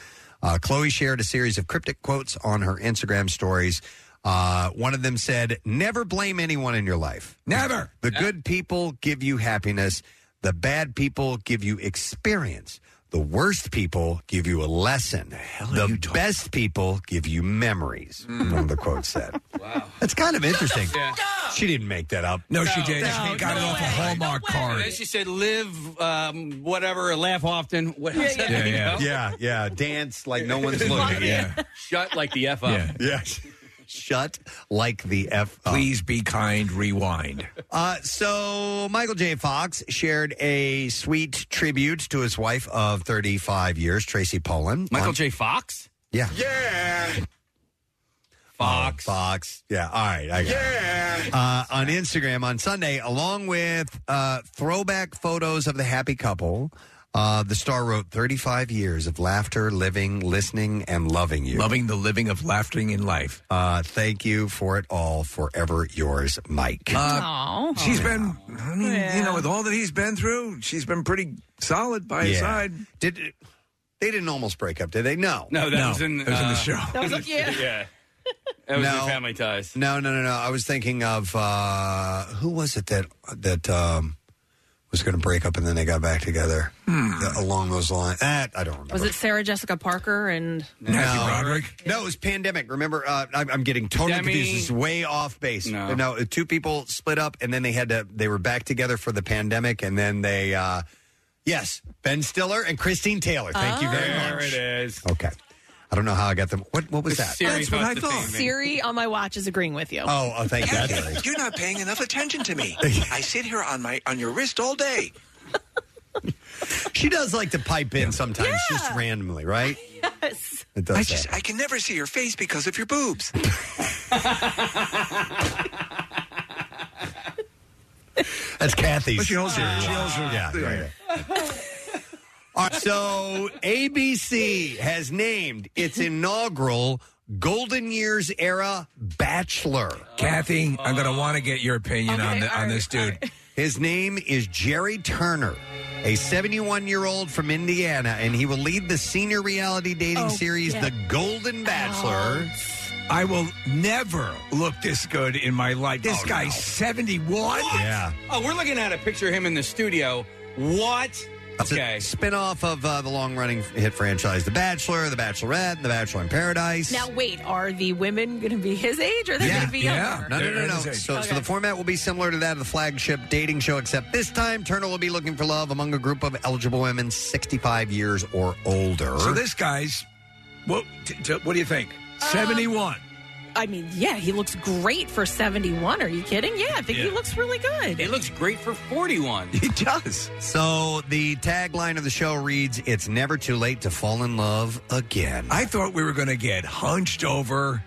F: Uh, Chloe shared a series of cryptic quotes on her Instagram stories. Uh, one of them said, Never blame anyone in your life.
E: Never.
F: The good people give you happiness, the bad people give you experience. The worst people give you a lesson. The, best people give you memories. One of the quotes said. Wow. That's kind of interesting. She didn't make that up.
E: No, she didn't.
G: no,
E: she got
G: no
E: it off a Hallmark
G: And
E: card.
G: then she said, "Live, um, whatever, laugh often." What
F: Yeah,
G: else did
F: yeah.
G: I know?
F: Yeah, yeah. Dance like no one's looking. Yeah.
G: Shut like the f up.
F: Yes. Shut like the F up.
E: Please be kind, rewind.
F: Uh, so Michael J. Fox shared a sweet tribute to his wife of 35 years, Tracy Poland.
G: Michael
F: on-
G: J. Fox.
F: Yeah.
G: Yeah.
F: Fox. Fox. Yeah. All right. I got it. Uh, on Instagram on Sunday, along with uh, throwback photos of the happy couple. Uh, the star wrote 35 years of laughter, living, listening, and loving you.
E: Loving the living of laughing in life.
F: Uh, thank you for it all. Forever yours, Mike.
E: Uh, she's been, I mean, you know, with all that he's been through, she's been pretty solid by his
F: Yeah.
E: side.
F: Did they didn't almost break up? Did they? No.
G: No, that was in. uh,
F: that was in the show.
G: That was yeah. yeah. That was
F: No.
G: in Family Ties.
F: No, no, no, no. I was thinking of uh, who was it that that um, was going to break up and then they got back together
G: Hmm.
F: Th- along those lines. That I don't remember.
D: Was it Sarah Jessica Parker and
F: no. No, it was pandemic. Remember, uh, I'm, I'm getting totally
D: Demi.
F: confused. This is way off base.
G: No.
F: no, two people split up and then they had to. They were back together for the pandemic and then they. Uh, yes, Ben Stiller and Christine Taylor. Thank you very
G: There
F: much.
G: it is.
F: Okay, I don't know how I got them. What what was that?
D: Siri on my watch is agreeing with you.
F: Oh, oh, thank you. Siri.
M: You're not paying enough attention to me. I sit here on my on your wrist all day.
F: She does like to pipe in sometimes, just randomly, right?
M: Yes.
F: It does
M: I
F: that.
M: just I can never see your face because of your boobs.
F: That's Kathy's.
M: But she holds her-
F: Uh,
M: she holds her-
F: Yeah, yeah, yeah. All right, so ABC has named its
E: Mm-hmm.
F: inaugural Golden Years era Bachelor.
E: Kathy, I'm going to want to get your opinion on, the, on this dude.
F: His name is Jerry Turner, a 71 year old from Indiana, and he will lead the senior reality dating series, The Golden Bachelor.
E: Oh, I will never look this good in my life.
F: Oh,
E: This guy's 71?
F: Yeah.
G: Oh, we're looking at a picture of him in the studio. What?
F: It's a spin-off of uh, the long-running hit franchise The Bachelor, The Bachelorette, and The Bachelor in Paradise.
D: Now, wait, are the women going to be his age or are they going to be younger?
F: No, no, no, no. So, so the format will be similar to that of the flagship dating show, except this time Turner will be looking for love among a group of eligible women 65 years or older.
E: So this guy's, what, t- t- what do you think?
F: Um,
E: 71.
D: I mean, yeah, he looks great for 71. Are you kidding? Yeah, I think he
F: Yeah.
D: looks really good.
G: It looks great for 41.
E: He does.
F: So the tagline of the show reads, "It's never too late to fall in love again."
E: I thought we were going to get hunched over,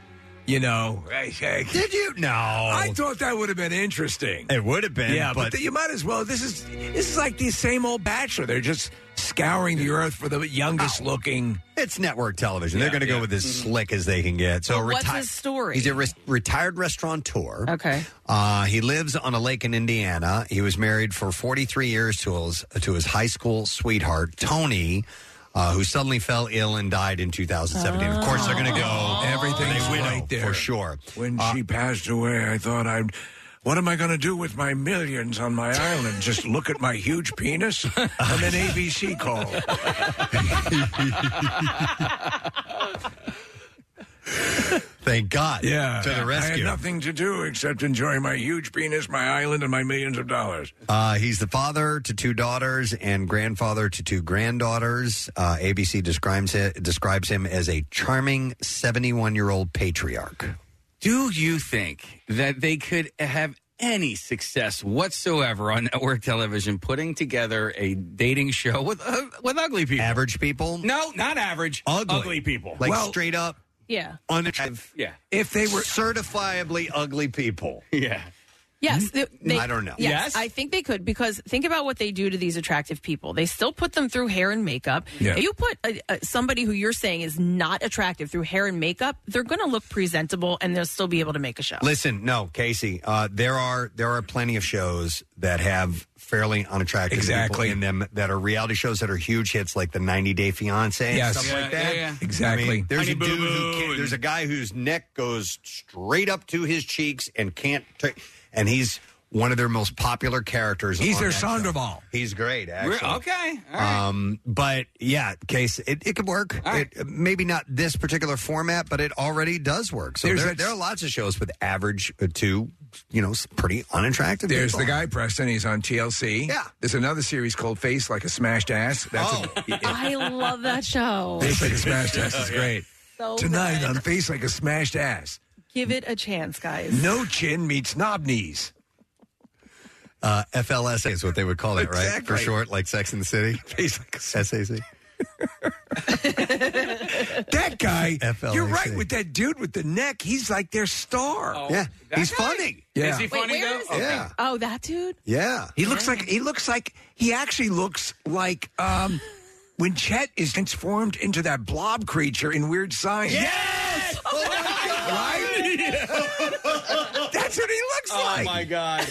E: you know. Did
F: you? No.
E: I thought that would have been interesting.
F: It would have been,
E: Yeah, but,
F: but-
E: you might as well. This is this is like the same old Bachelor. They're just scouring the earth for the youngest looking.
F: It's network television.
E: Yeah,
F: They're going to
E: Uh, yeah.
F: go with as
E: Mhm.
F: slick as they can get. So
E: But what's
F: reti-
E: his story?
F: He's a res- retired restaurateur.
D: Okay.
F: Uh, he lives on a lake in Indiana. He was married for 43 years to his to his high school sweetheart Tony. Uh, who suddenly fell ill and died in 2017. Of course, they're going to go.
E: Everything's
F: Oh. they widow,
E: right there.
F: for sure.
E: When
F: Uh,
E: she passed away, I thought I'd. What am I going to do with my millions on my island? Just look at my huge penis? And then ABC called.
F: Thank God.
E: Yeah.
F: To the
E: I had
F: rescue.
E: nothing to do except enjoy my huge penis, my island, and my millions of dollars.
F: Uh, he's the father to two daughters and grandfather to two granddaughters. Uh, ABC describes him, describes him as a charming 71 year old patriarch.
G: Do you think that they could have any success whatsoever on network television putting together a dating show with uh, with ugly people?
F: Average people?
G: No, not average. Ugly, people.
F: Like straight up,
D: Yeah.
F: unattractive.
G: Yeah.
E: If they were
F: certifiably ugly people.
G: Yeah.
D: Yes. They, they-
F: Hmm? I don't know.
D: Yes,
F: Yes?
D: I think they could because think about what they do to these attractive people. They still put them through hair and makeup.
N: Yeah.
D: If you put a, a, somebody who you're saying is not attractive through hair and makeup, they're going to look presentable and they'll still be able to make a show.
F: Listen, no, Casey. Uh, there are there are plenty of shows that have fairly unattractive
E: Exactly.
F: people in them that are reality shows that are huge hits, like the 90 Day Fiance and
E: Yes.
F: stuff
E: Yeah,
F: like that.
E: yeah, yeah.
F: I
E: Exactly.
F: mean, there's
E: Honey
F: a dude who
E: Boo Boo
F: can't, there's a guy whose neck goes straight up to his cheeks and can't, ta- and he's one of their most popular characters.
E: He's
F: on
E: their
F: that show.
E: Sandoval.
F: He's great,
E: We're-
F: actually.
E: okay,
F: Um, but yeah, case it, it could work. It, maybe not this particular format, but it already does work. So
E: There's
F: there,
E: that-
F: there are lots of shows with average uh, to, you know, s- pretty unattractive.
E: There's
F: people.
E: the guy Preston. He's on TLC. Yeah. There's another series called Face Like a Smashed Ass. That's oh.
D: I love that show.
E: Face Like a Smashed Ass is great.
F: Oh,
D: So
E: Tonight
D: good.
E: on Face Like a Smashed Ass,
D: give it a chance, guys.
E: no chin meets knob knees.
F: Uh, FLSA is what they would call it, right? For
E: Exactly.
F: short, like Sex in the City. SAC.
E: That guy,
F: FLAC.
E: you're right with that dude with the neck. He's like their star.
F: yeah,
E: that
F: he's
E: guy?
F: funny.
E: Yeah.
G: Oh, Is he
D: Wait,
G: funny
D: where
G: though?
D: is it?
E: Yeah.
D: Oh, that dude.
F: Yeah.
E: He looks like he looks like he actually looks like um when Chet is transformed into that blob creature in Weird Science.
M: Yes! Oh my god!
E: That's what he looks
G: Oh
E: like.
G: my god!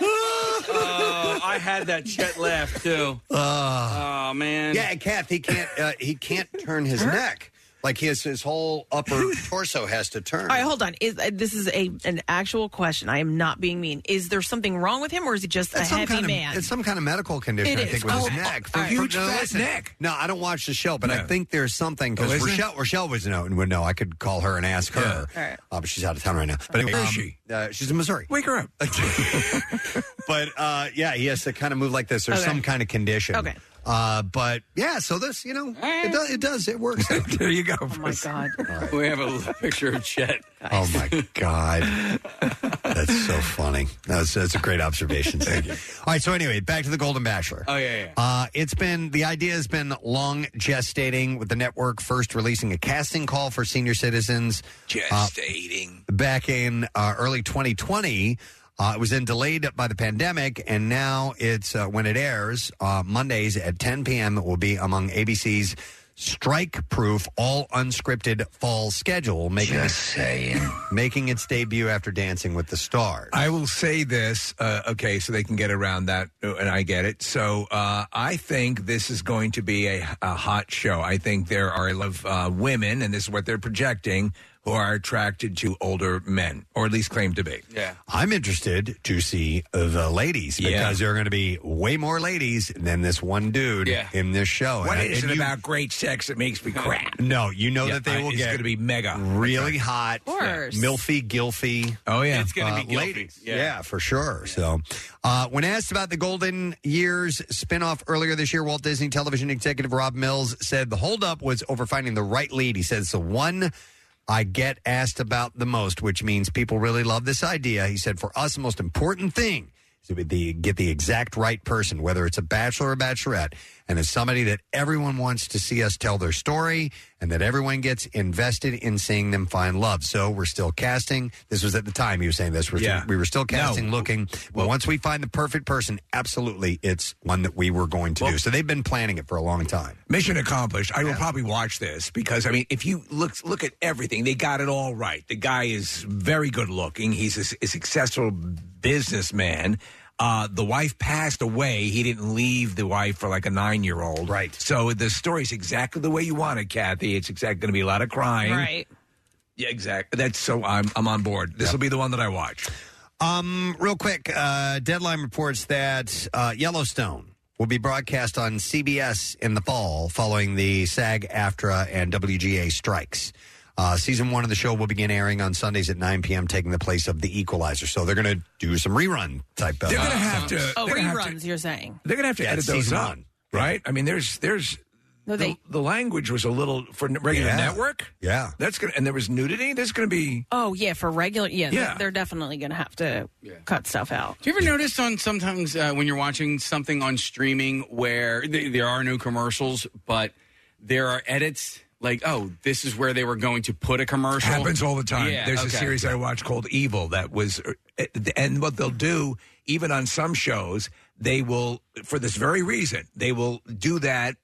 G: Oh, I had that Chet laugh too. oh man!
F: Ah. Yeah, and Kath, he can't uh, he can't turn his neck. Like his his whole upper torso has to turn.
D: All right, hold on. Is uh, this is a an actual question? I am not being mean. Is there something wrong with him, or is he just
F: It's
D: a
F: some
D: heavy
F: kind of
D: man?
F: it's some kind of medical condition.
D: It
F: I
D: is.
F: think with
D: Oh,
F: his neck,
D: all right. Huge
F: no,
D: fat
F: listen.
D: neck.
F: No, I don't watch the show, but I
E: No.
F: think there's something because
E: Oh, isn't it?
F: Rochelle Rochelle was no, no, I could call her and ask her,
E: Yeah. All right.
F: uh, but she's out of town right now. But
E: Where
F: anyway,
E: is
F: um,
E: she?
F: Uh, she's in Missouri.
E: Wake her up.
F: but uh, yeah, he has to kind of move like this. There's
E: Okay.
F: some kind of condition.
E: Okay.
F: Uh, but yeah, so this, you know, it does, it does, it works.
E: there you go.
D: Oh my god!
G: We have a picture of Chet.
F: Oh my God, that's so funny. That's that's a great observation. Thank you. All right, so anyway, back to the Golden Bachelor.
G: Oh yeah, yeah.
F: Uh, it's been the idea has been long gestating with the network first releasing a casting call for senior citizens uh,
E: Gestating.
F: back in uh, early 2020. Uh, it was then delayed by the pandemic, and now it's uh, when it airs uh, Mondays at 10 p.m. It will be among ABC's strike-proof, all unscripted fall schedule, making it, making its debut after Dancing with the Stars.
E: I will say this, uh, okay, so they can get around that, uh, and I get it. So uh, I think this is going to be a, a hot show. I think there are a lot of uh, women, and this is what they're projecting, who are attracted to older men, or at least claim to be.
G: Yeah.
F: I'm interested to see the ladies because
E: Yeah.
F: there are going to be way more ladies than this one dude
E: Yeah.
F: in this show.
E: What
F: And I-
E: is
F: and
E: it
F: you-
E: about great sex that makes me crap?
F: No, you know
E: Yeah,
F: that they
E: I-
F: will
E: it's
F: get
E: gonna be mega,
F: really hot,
E: Of course.
F: milfy, gilfy.
E: Oh yeah,
F: It's
E: gonna be gilfy.
F: ladies.
E: Yeah.
F: Yeah. for sure. So, uh, when asked about the Golden Years spinoff earlier this year, Walt Disney Television executive Rob Mills said the holdup was over finding the right lead. He says the one. I get asked about the most, which means people really love this idea. He said, for us, the most important thing is to be the, get the exact right person, whether it's a bachelor or bachelorette, and it's somebody that everyone wants to see us tell their story and that everyone gets invested in seeing them find love. So we're still casting. This was at the time he was saying this. We're
E: Yeah.
F: we were still
E: No.
F: casting, looking. But once we find the perfect person, absolutely, it's one that we were going to do. So they've been planning it for a long time.
E: Mission accomplished. I will probably watch this because I mean, if you look look at everything, they got it all right. The guy is very good looking. He's a, s- a successful businessman. Uh, the wife passed away. He didn't leave the wife for like a nine year old. Right. So the story's exactly the way you want it, Kathy. It's exactly going to be a lot of crying.
D: Right.
E: Yeah, exactly. That's so I'm I'm on board. This will be the one that I watch.
F: Um, real quick, uh, Deadline reports that uh, Yellowstone will be broadcast on CBS in the fall following the SAG, AFTRA, and WGA strikes. Uh, season one of the show will begin airing on Sundays at 9 p.m., taking the place of The Equalizer. So they're going to do some rerun type. uh,
E: They're gonna have to-
D: Oh,
E: they're gonna have to-
D: reruns, you're saying?
E: They're gonna have to
F: Yeah,
E: edit
F: it's
E: those
F: season
E: up,
F: one.
E: right? I mean, there's there's
D: No, they.
E: the, the language was a little for n- regular
F: Yeah.
E: network.
F: Yeah,
E: that's gonna and there was nudity. There's gonna be
D: Oh yeah, for regular. Yeah,
E: Yeah.
D: They're, they're definitely going to have to cut stuff out.
G: Do you ever notice on sometimes uh, when you're watching something on streaming where th- there are no commercials, but there are edits like, oh, this is where they were going to put a commercial?
E: happens all the time.
G: Yeah,
E: There's a
G: okay.
E: series I watch called Evil that was, uh, eh, and what they'll do, even on some shows, they will, for this very reason, they will do that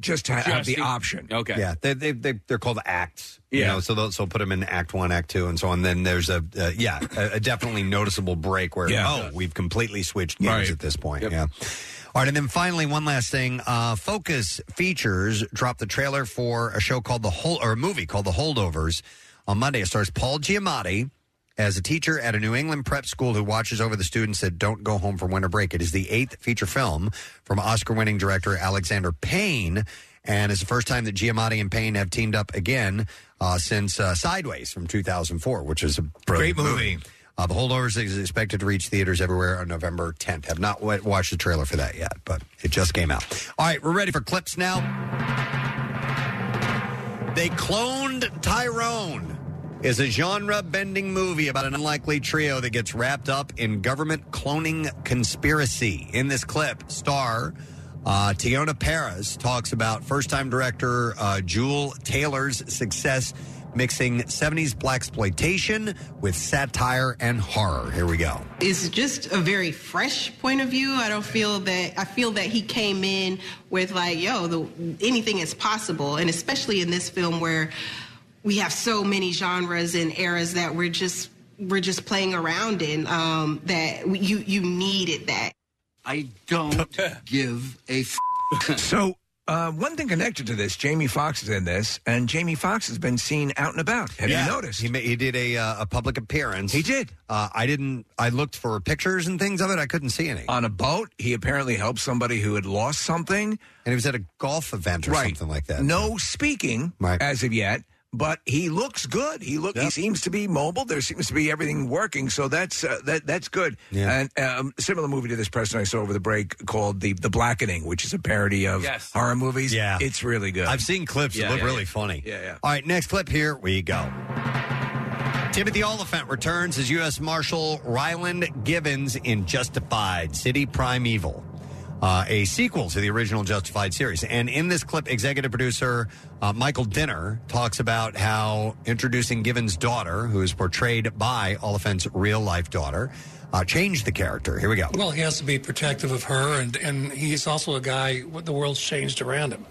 E: just to have
F: Just
E: the
F: the-
E: option.
F: Yeah, they, they, they, they're called acts. You
E: Yeah.
F: know, so they'll, so put them in Act One, Act Two, and so on. Then there's a uh, yeah, a, a definitely noticeable break where
C: Yeah.
F: oh, we've completely switched games
C: Right.
F: at this point. Yeah. All right, and then finally, one last thing. Uh, Focus Features dropped the trailer for a show called the whole or a movie called The Holdovers on Monday. It stars Paul Giamatti as a teacher at a New England prep school who watches over the students that don't go home for winter break. It is the eighth feature film from Oscar-winning director Alexander Payne, and it's the first time that Giamatti and Payne have teamed up again uh, since uh, Sideways from 2004, which is a brilliant
E: Great
F: movie. Uh, the Holdovers is expected to reach theaters everywhere on November 10th. Have not w- watched the trailer for that yet, but it just came out. All right, we're ready for clips now. They cloned Tyrone is a genre bending movie about an unlikely trio that gets wrapped up in government cloning conspiracy. In this clip, star uh, Tiona Paris talks about first time director uh, Jewel Taylor's success mixing 70s black exploitation with satire and horror. Here we go.
N: is just a very fresh point of view. I don't feel that I feel that he came in with like, yo, the, anything is possible, and especially in this film where we have so many genres and eras that we're just we're just playing around in. Um, that we- you you needed that.
E: I don't give a. F- so uh, one thing connected to this, Jamie Foxx is in this, and Jamie Foxx has been seen out and about. Have
F: Yeah.
E: you noticed?
F: He, ma- he did a, uh, a public appearance.
E: He did.
F: Uh, I didn't. I looked for pictures and things of it. I couldn't see any.
E: On a boat, he apparently helped somebody who had lost something, and
F: he was at a golf event or something like that.
E: No speaking
F: Right.
E: as of yet, but he looks good. He look. He seems to be mobile. There seems to be everything working. So that's uh, that. That's good.
F: Yeah.
E: And um, similar movie to this person I saw over the break called the the Blackening, which is a parody of
F: Yes.
E: horror movies.
F: Yeah.
E: it's really good.
F: I've seen clips. that
E: Yeah,
F: look
E: yeah,
F: really
E: yeah.
F: funny.
E: Yeah, yeah.
F: All right, next clip. Here we go. Timothy Oliphant returns as U.S. Marshal Ryland Givens in Justified City Primeval, uh, a sequel to the original Justified series. And in this clip, executive producer uh, Michael Dinner talks about how introducing Givens' daughter, who is portrayed by Oliphant's real life daughter, uh, changed the character. Here we go.
O: Well, he has to be protective of her, and, and he's also a guy. The world's changed around him,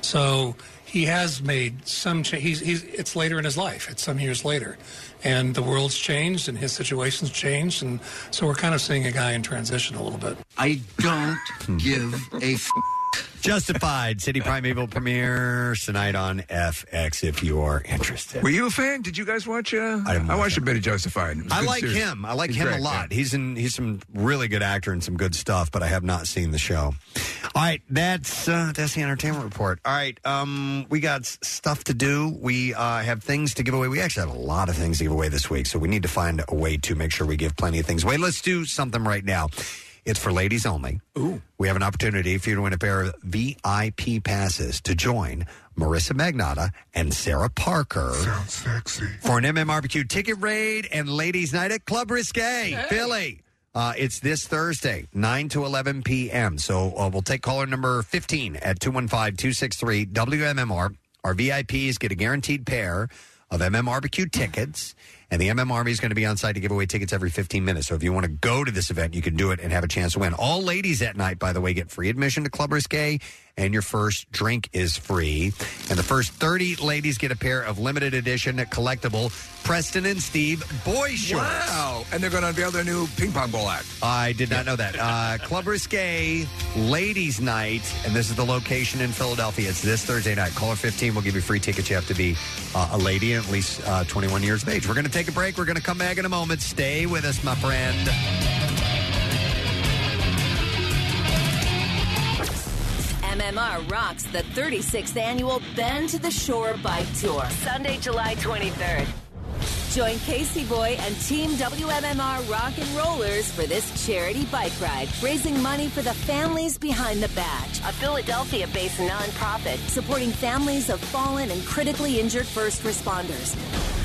O: so he has made some. Cha- he's, he's it's later in his life. It's some years later, and the world's changed, and his situation's changed, and so we're kind of seeing a guy in transition a little bit. I don't give a. F-
F: Justified City Primeval premieres tonight on FX if you are interested.
E: Were you a fan? Did you guys watch? Uh,
F: I am
E: I,
F: not a
E: watched a bit of Justified. It was a
F: I
E: good
F: like
E: series.
F: him. I like
E: He's
F: him
E: great,
F: a lot.
E: yeah.
F: He's in he's some really good actor and some good stuff, but I have not seen the show. All right, that's uh, that's the entertainment report. All right, um, we got s- stuff to do. We uh, have things to give away. We actually have a lot of things to give away this week, so we need to find a way to make sure we give plenty of things away. Let's do something right now. It's for ladies only. Ooh. We have an opportunity for you to win a pair of VIP passes to join Marissa Magnata and Sarah Parker for an MMRBQ ticket raid and ladies' night at Club Risque, Philly. Uh, it's this Thursday, 9 to 11 p.m. So uh, we'll take caller number 15 at 215 263 WMMR. Our VIPs get a guaranteed pair of MMRBQ tickets, and the MM Army is going to be on site to give away tickets every 15 minutes. So if you want to go to this event, you can do it and have a chance to win. All ladies that night, by the way, get free admission to Club Risque, and your first drink is free. And the first 30 ladies get a pair of limited edition collectible Preston and Steve boy shorts.
E: Wow! And they're going to unveil their new ping pong ball act.
F: I did not know that. Uh, Club Risque, Ladies Night, and this is the location in Philadelphia. It's this Thursday night. Caller 15 will give you free tickets. You have to be uh, a lady and at least uh, 21 years of age. We're going to take a break. We're going to come back in a moment. Stay with us, my friend.
H: MMR rocks the 36th annual Bend to the Shore Bike Tour, Sunday, July 23rd. Join Casey Boy and Team WMMR Rock and Rollers for this charity bike ride, raising money for the families behind the badge, a Philadelphia based nonprofit supporting families of fallen and critically injured first responders.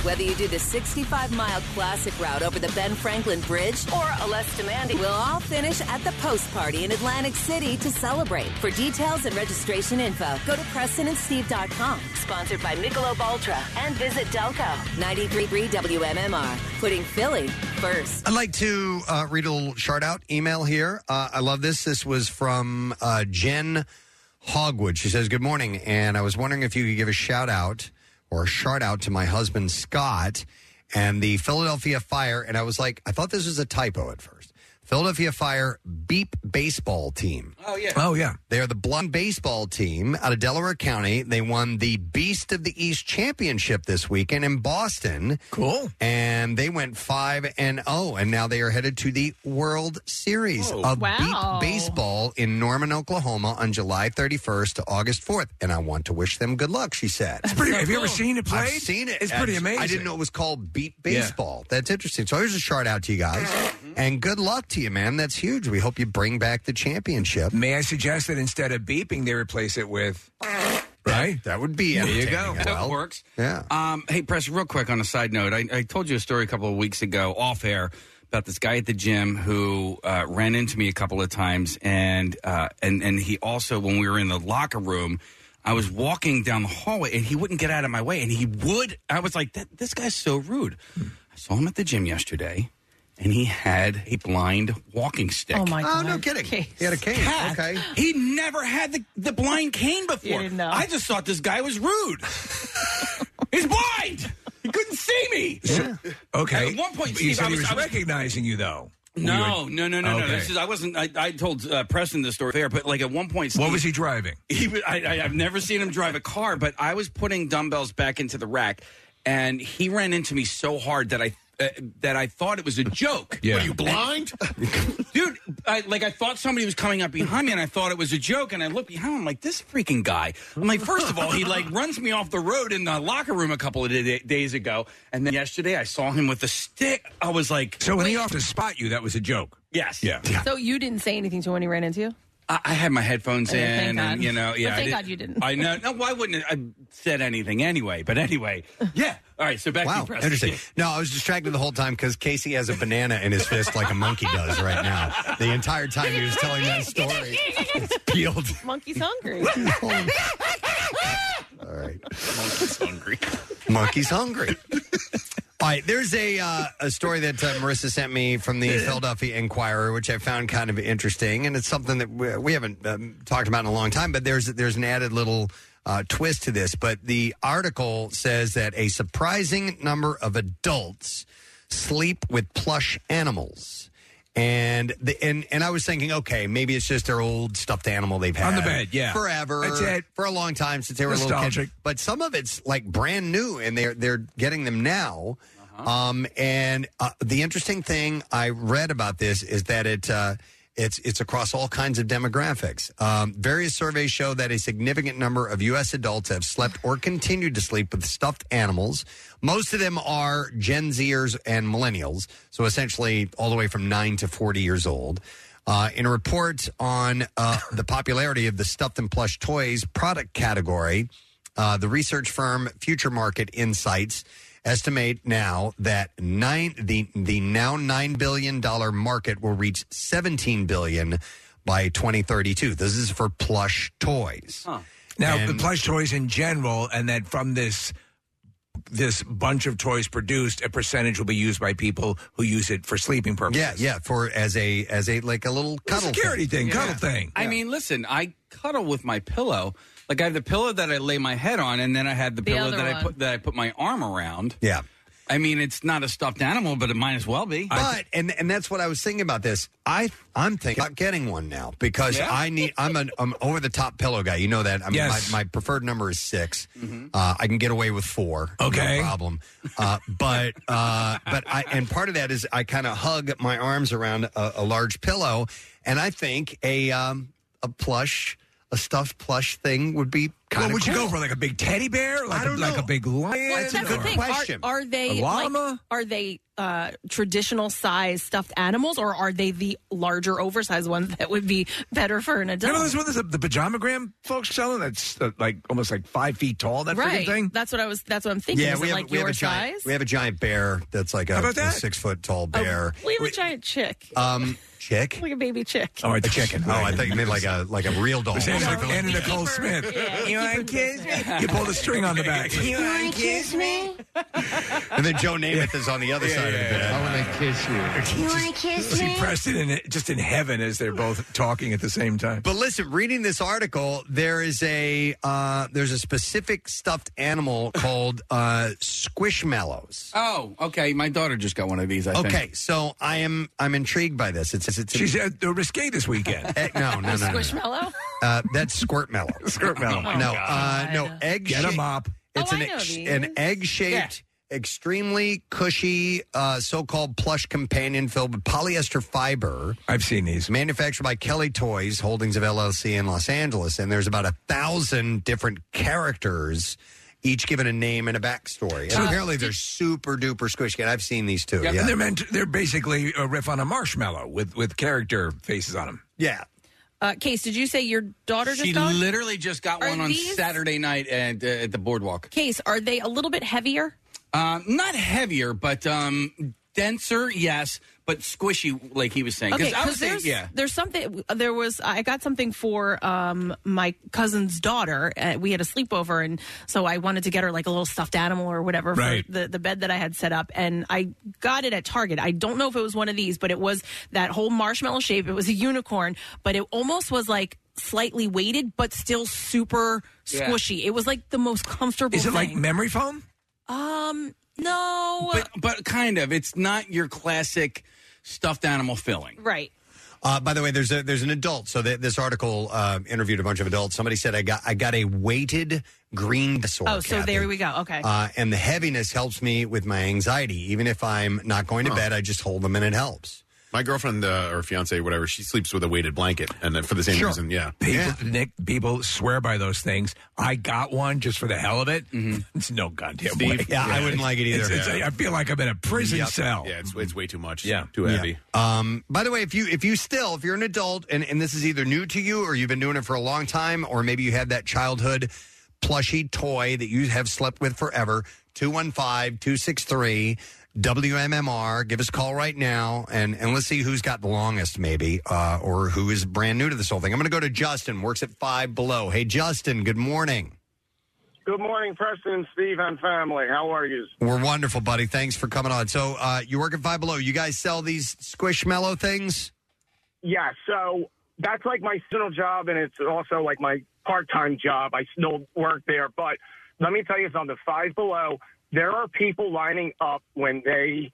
H: Whether you do the 65 mile classic route over the Ben Franklin Bridge or a less demanding, we'll all finish at the post party in Atlantic City to celebrate. For details and registration info, go to PrestonandSteve.com. Sponsored by Michelob Ultra and visit Delco. 93.3 WMMR, putting Philly first.
F: I'd like to uh, read a little chart out email here. Uh, I love this. This was from uh, Jen Hogwood. She says, Good morning. And I was wondering if you could give a shout out or a shout out to my husband, Scott, and the Philadelphia Fire. And I was like, I thought this was a typo at first. Philadelphia Fire Beep Baseball Team.
E: Oh, yeah. Oh, yeah.
F: They are the blonde baseball team out of Delaware County. They won the Beast of the East Championship this weekend in Boston. Cool. And they went 5 and 0 and now they are headed to the World Series
E: Oh.
F: of
P: Wow.
F: Beat Baseball in Norman, Oklahoma on July 31st to August 4th and I want to wish them good luck, she said. It's
E: pretty- have you ever seen it
F: I've
E: played?
F: seen it.
E: It's pretty
F: I just- I
E: amazing.
F: didn't know it was called Beat Baseball. That's interesting. So here's a shout out to you guys. And good luck to you, man. That's huge. We hope you bring back the championship.
E: May I suggest that instead of beeping, they replace it with
F: right? That, would be
E: There you
F: entertaining
E: go.
F: as well.
E: That
G: works.
F: Yeah.
G: Um, hey, Press, real quick on a side note, I, I told you a story a couple of weeks ago off air about this guy at the gym who uh, ran into me a couple of times, and uh, and and he also when we were in the locker room. I was walking down the hallway and he wouldn't get out of my way. And he would. I was like, that, this guy's so rude. I saw him at the gym yesterday and he had a blind walking stick.
F: Oh, my Oh, no God. kidding. He had a cane.
G: Pat,
F: Okay.
G: He never had the, the blind cane before.
F: didn't know.
G: I just thought this guy was rude. He's blind. He couldn't see me.
E: Okay.
G: At one point,
E: But you
G: Steve,
E: said
G: I was,
E: he was
G: I was-
E: recognizing you, though.
G: No, no, no, no, no.
E: Okay.
G: This is I wasn't. I, I told uh, Preston this story there, but like at one point,
E: What
G: Steve-
E: was he driving?
G: He, was- I, I, I've never seen him drive a car, but I was putting dumbbells back into the rack, and he ran into me so hard that I. Uh, that I thought it was a joke.
K: Yeah. Were you
G: blind, dude? I, like I thought somebody was coming up behind me, and I thought it was a joke. And I looked behind. I'm like, this freaking guy. I'm like, first of all, he like runs me off the road in the locker room a couple of da- days ago, and then yesterday I saw him with a stick. I was like,
E: So when he offered to spot you, that was a joke.
G: Yes.
E: Yeah.
D: So you didn't say anything to when he ran into you?
G: I, I had my headphones
D: Okay, thank
G: in,
D: God.
G: and you know,
D: But
G: yeah. I
D: thank
G: did-
D: God you didn't.
G: I know. No, why wouldn't I I said anything anyway? But anyway, yeah. All right. So back to
F: Wow,
G: you, Preston.
F: interesting. No, I was distracted the whole time because Casey has a banana in his fist like a monkey does right now. The entire time he was telling that story, it's peeled.
D: Monkey's hungry.
F: All right.
G: Monkey's hungry.
F: Monkey's hungry. All right, there's a uh, a story that uh, Marissa sent me from the Philadelphia Inquirer, which I found kind of interesting, and it's something that we, we haven't um, talked about in a long time. But there's there's an added little uh, twist to this. But the article says that a surprising number of adults sleep with plush animals, and the, and and I was thinking, okay, maybe it's just their old stuffed animal they've had
E: On the bed, yeah. uh,
F: forever,
E: That's it.
F: for a long time since they were a little
E: Nostalgic.
F: kid but some of it's like brand new and they're they're getting them now um and uh, the interesting thing i read about this is that it uh it's it's across all kinds of demographics. Um, various surveys show that a significant number of U.S. adults have slept or continued to sleep with stuffed animals. Most of them are Gen Zers and millennials, so essentially all the way from nine to forty years old. Uh, in a report on uh, the popularity of the stuffed and plush toys product category, uh, the research firm Future Market Insights estimate now that nine the the now nine billion dollar market will reach seventeen billion by 2032. This is for plush toys.
E: Now the
F: And-
E: plush toys in general, and that from this this bunch of toys produced, a percentage will be used by people who use it for sleeping
F: Yeah,
E: purposes.
F: yeah, for as a as a like a little cuddle
E: security thing,
G: Yeah.
E: cuddle thing.
G: I mean, listen, I cuddle with my pillow. Like I have the pillow that I lay my head on, and then I have the,
F: The
G: pillow
F: other
G: that I
F: one.
G: put that I put my arm around.
F: Yeah.
G: I mean, it's not a stuffed animal, but it might as well be.
F: But and and that's what I was thinking about this. I I'm thinking about getting one now because
G: Yeah?
F: I need. I'm an I'm over the top pillow guy. You know that. I mean,
E: Yes. Mm-hmm.
F: my, my preferred number is 6 Uh, I can get away with four.
E: Okay.
F: no problem. Uh, but uh, but I and part of that is I kind of hug my arms around a, a large pillow, and I think a um, a plush. a stuffed plush thing would be kind
E: What
F: of
E: would you go for? Like a big teddy bear? Like,
F: I don't
E: a, like
F: know.
E: a big lion?
F: Well,
D: That's the
E: or-
D: thing. Are, are they
E: A
D: like,
E: llama?
D: are they uh, traditional size stuffed animals, or are they the larger, oversized ones that would be better for an adult?
E: Remember this one? This the pajamagram folks selling. That's uh, like almost like five feet tall. That freaking
D: right.
E: thing.
D: That's what I was. That's what I'm thinking. Is it like your
F: a
D: size? Oh,
F: giant, we have a giant bear that's like a,
D: How about that?
F: a six foot tall bear.
D: we have a giant chick,
F: Um, chick.
D: like a baby chick.
F: Oh, a chicken. Oh, I thought you meant like a like a real doll.
E: Sounds like Anna Nicole Smith.
D: You
E: want kids? You pull the string on the back.
M: want to kiss me?
F: And then Joe Namath is on the other side of the bed.
E: I want to kiss you.
M: You wanna kiss
E: See
M: me?
E: Preston in it, just in heaven as they're both talking at the same time.
F: But listen, reading this article, there is a uh, there's a specific stuffed animal called uh, squishmallows.
G: Oh, okay. My daughter just got one of these. I think.
F: Okay, so I am I'm intrigued by this. It's it's
G: She's
E: at the risque this weekend.
F: Eh, no, no, no, no, no.
D: Squishmallow.
F: Uh, that's squirtmallow.
E: Squirtmallow.
D: Oh,
F: no,
D: God.
F: uh, no egg.
E: Get 'em up.
F: It's
D: Oh,
F: an
D: I know
F: ex-
D: these.
F: an egg shaped. Extremely cushy, uh, so-called plush companion filled with polyester fiber.
E: I've seen these
F: manufactured by Kelly Toys Holdings of LLC in Los Angeles, and there's about a thousand different characters, each given a name and a backstory. And
M: Uh,
E: So-
F: apparently, they're super duper squishy. And I've seen these too. Yeah,
E: And they're meant. to- they're basically a riff on a marshmallow with with character faces on them.
F: Yeah.
D: Uh, Case, did you say your daughter
G: She
D: just got? one?
G: literally just got
D: Are
G: one on
D: these-
G: Saturday night at, uh, at the boardwalk.
D: Case, are they a little bit heavier?
G: Um, not heavier, but um, denser, yes, but squishy, like he was saying.
D: Okay,
G: I was
D: because there's
G: yeah.
D: there's something there was I got something for um my cousin's daughter. Uh, we had a sleepover, and so I wanted to get her like a little stuffed animal or whatever
P: Right.
D: for the the bed that I had set up, and I got it at Target. I don't know if it was one of these, but it was that whole marshmallow shape. It was a unicorn, but it almost was like slightly weighted, but still super
E: Yeah.
D: squishy. It was like the most comfortable.
E: Is it like
D: thing.
E: memory foam?
D: Um, no,
G: But, but kind of. It's not your classic stuffed animal filling.
D: right.
F: Uh, by the way, there's a there's an adult. So th this article uh, interviewed a bunch of adults. Somebody said I got I got a weighted green dinosaur.
D: Oh, so
F: Kathy.
D: there we go. Okay.
F: Uh, and the heaviness helps me with my anxiety. Even if I'm not going to bed, I just hold them and it helps.
K: My girlfriend uh, or fiance, whatever, she sleeps with a weighted blanket, and then for the same
E: Sure.
K: reason, yeah.
E: People, Nick, people swear by those things. I got one just for the hell of it. It's no goddamn
K: Mm-hmm. Steve?
E: way.
K: Yeah, I wouldn't like it either.
E: It's- it's- I feel like I'm in a prison
K: Yep.
E: cell.
K: Yeah, it's, it's way too much.
E: Yeah.
K: too
E: Yeah.
K: heavy.
F: Um, by the way, if you if you still if you're an adult and, and this is either new to you or you've been doing it for a long time or maybe you had that childhood plushy toy that you have slept with forever 215-263 WMMR give us a call right now and and let's see who's got the longest maybe uh, or who is brand new to this whole thing. I'm going to go to Justin works at 5 below. Hey Justin, good morning.
L: Good morning, Preston and Steve and family. How are you?
F: We're wonderful, buddy. Thanks for coming on. So, uh, you work at Five Below. You guys sell these squishmallow things?
L: Yeah, so that's like my seasonal job, and it's also like my part time job. I still work there. But let me tell you something Five Below, there are people lining up when they.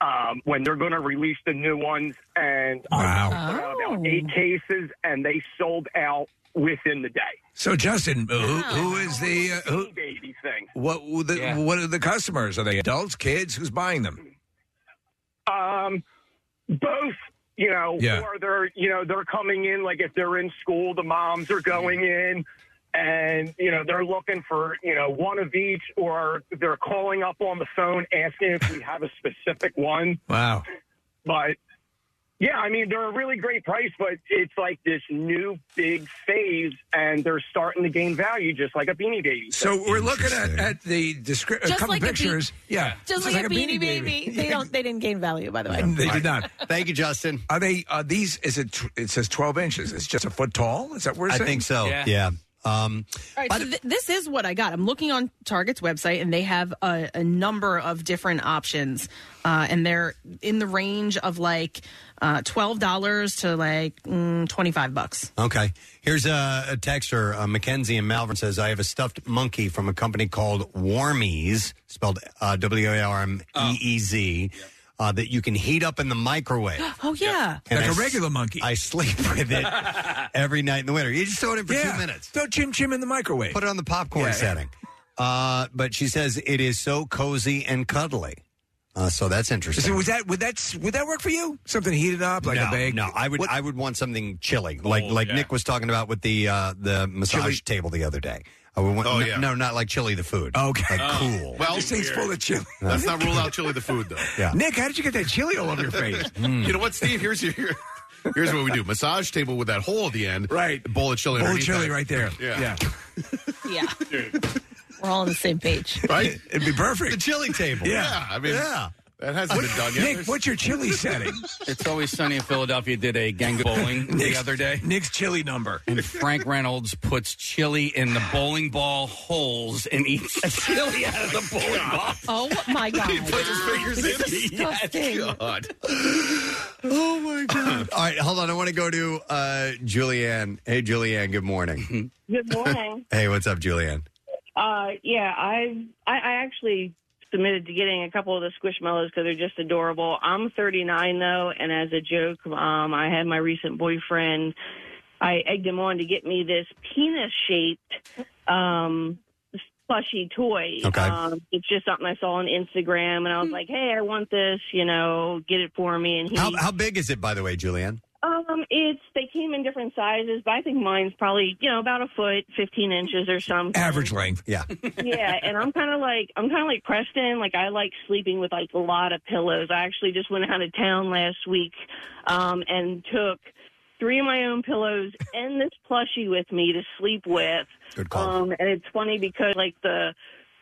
L: Um, when they're going to release the new ones, and I put out about eight
E: Oh.
L: cases, and they sold out within the day.
E: So, Justin, who, who is the uh, who?
L: Baby thing.
E: What who the,
L: Yeah.
E: what are the customers? Are they adults, kids? Who's buying them?
L: Um, both, you know,
E: Yeah.
L: or they're, you know, they're coming in like if they're in school, the moms are going in and, you know, they're looking for, you know, one of each or they're calling up on the phone asking if we have a specific one.
E: Wow.
L: But yeah, I mean, they're a really great price, but it's like this new big phase and they're starting to gain value just like a beanie baby.
E: So we're looking at, at the descri- a
L: Just
E: couple
L: like a
E: pictures. yeah,
D: Just like, a beanie, baby. They don't. They didn't gain value, by the way.
E: They did not.
F: Thank you, Justin.
E: Are they? Are these? Is it? tw- It says twelve inches. It's just a foot tall. Is that what we're
F: I
E: saying?
F: think so. Yeah. Um,
D: All right, so th- this is what I got. I'm looking on Target's website, and they have a, a number of different options, uh, and they're in the range of like uh, twelve dollars to like mm, twenty five bucks.
F: Okay. Here's a, a texter, uh, Mackenzie and Malvern says, I have a stuffed monkey from a company called Warmies, spelled uh, W A R M E E Z, uh, that you can heat up in the microwave.
D: Oh yeah,
F: a
E: Like a regular monkey.
F: I sleep with it every night in the winter. You just throw it in for
E: Yeah.
F: two minutes.
E: Throw chim chim in the microwave.
F: Put it on the popcorn
E: Yeah.
F: setting. Uh, but she says it is so cozy and cuddly. Uh, so that's interesting.
E: So was that would that would that work for you? Something heated up like
F: no,
E: a bag?
F: No, I would I would want something chilly, like
E: Oh,
F: like
E: yeah.
F: Nick was talking about with the uh, the massage table the other day. I would want,
K: Oh,
F: no,
K: yeah.
F: no, not like chili the food. Okay, like
K: Oh.
F: cool. Uh,
K: Well, Let's not rule out chili the food, though.
F: Yeah.
E: Nick, how did you get that chili all over your face?
K: You know what, Steve? Here's your. Here's what we do: massage table with that hole at the end, right? Bowl of chili,
E: Bowl of
K: underneath
E: chili
K: that.
E: right there.
K: Yeah,
D: Yeah. We're all on the same page.
K: right. It'd
E: be perfect. The
F: chili table.
K: Yeah, I mean,
E: Yeah.
K: that hasn't been done yet.
E: Nick, what's your chili setting?
G: It's always sunny in Philadelphia. Did a gang of bowling the
E: Nick's-
G: other day.
E: Nick's chili number.
G: And Frank Reynolds puts chili in the bowling ball holes and eats chili out of the bowling ball.
D: Oh my god!
G: He puts his fingers in.
D: Disgusting.
K: God.
F: Oh my god! All right, hold on. I want to go to uh, Julianne. Hey, Julianne. Good morning.
P: Good morning.
F: hey, what's up, Julianne?
P: uh, yeah, I've, I I actually submitted to getting a couple of the Squishmallows because they're just adorable. I'm 39 though, and as a joke, um, I had my recent boyfriend. I egged him on to get me this penis-shaped um, plushy toy.
Q: Okay.
P: Um, it's just something I saw on Instagram, and I was like, "Hey, I want this. You know, get it for me." And he
F: How how big is it, by the way, Julianne?
P: Um, it's they came in different sizes, but I think mine's probably you know about a foot, fifteen inches or something.
E: Average length.
F: Yeah.
P: yeah, and I'm kind of like I'm kind of like Preston. Like I like sleeping with like a lot of pillows. I actually just went out of town last week, um, and took three of my own pillows and this plushie with me to sleep with.
F: Good
P: call. Um, and it's funny because like the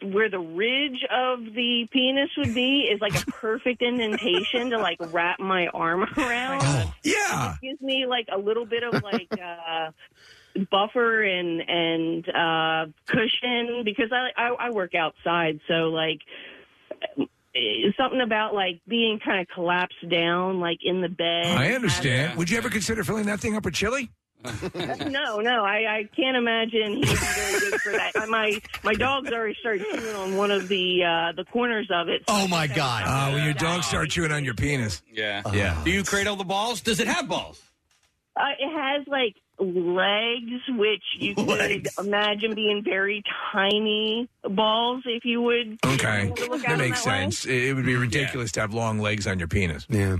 P: where the ridge of the penis would be is like a perfect indentation to like wrap my arm around.
E: yeah.
P: It gives me like a little bit of like uh buffer and and uh cushion because I, I I work outside so like eh, something about like being kind of collapsed down like in the bed.
E: I understand. Would you ever consider filling that thing up with chili?
P: No, no, I, I can't imagine he'd be very good for that. Uh, My my dog's already started chewing on one of the uh, the corners of it.
F: Oh my god!
E: Uh, when your dogs start chewing on your penis. Ah.
G: Yeah.
E: Yeah.
G: Do you cradle the balls? Does it have balls?
P: Uh, it has like legs, which you could imagine being very tiny balls if you would.
E: Okay.
P: look at
E: That
P: it
E: makes
P: that way?
E: sense. It it would be ridiculous to have long legs on your penis.
F: Yeah.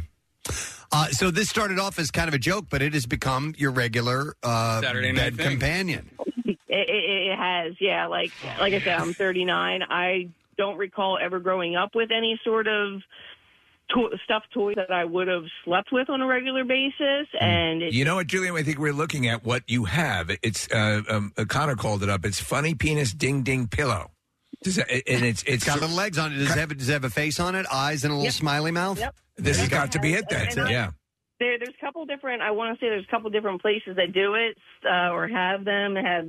F: Uh, so this started off as kind of a joke, but it has become your regular uh,
G: Saturday
F: bed
G: night thing.
F: companion.
P: It, it, it has, yeah. Like like I said, I'm 39. I don't recall ever growing up with any sort of. To- stuffed toy that I would have slept with on a regular basis, and it
E: Mm. You know what, Julian? I think we're looking at what you have. It's uh, um, uh, Connor called it up. It's funny penis ding ding pillow. Does that- and it's it's
F: It's got little legs on it. Does it have, does it have a face on it? Eyes and a little
P: Yep.
F: smiley mouth.
P: Yep.
E: This has got to be it then.
P: And I-
E: Yeah.
P: There, there's a couple different. I want to say there's a couple different places that do it uh, or have them have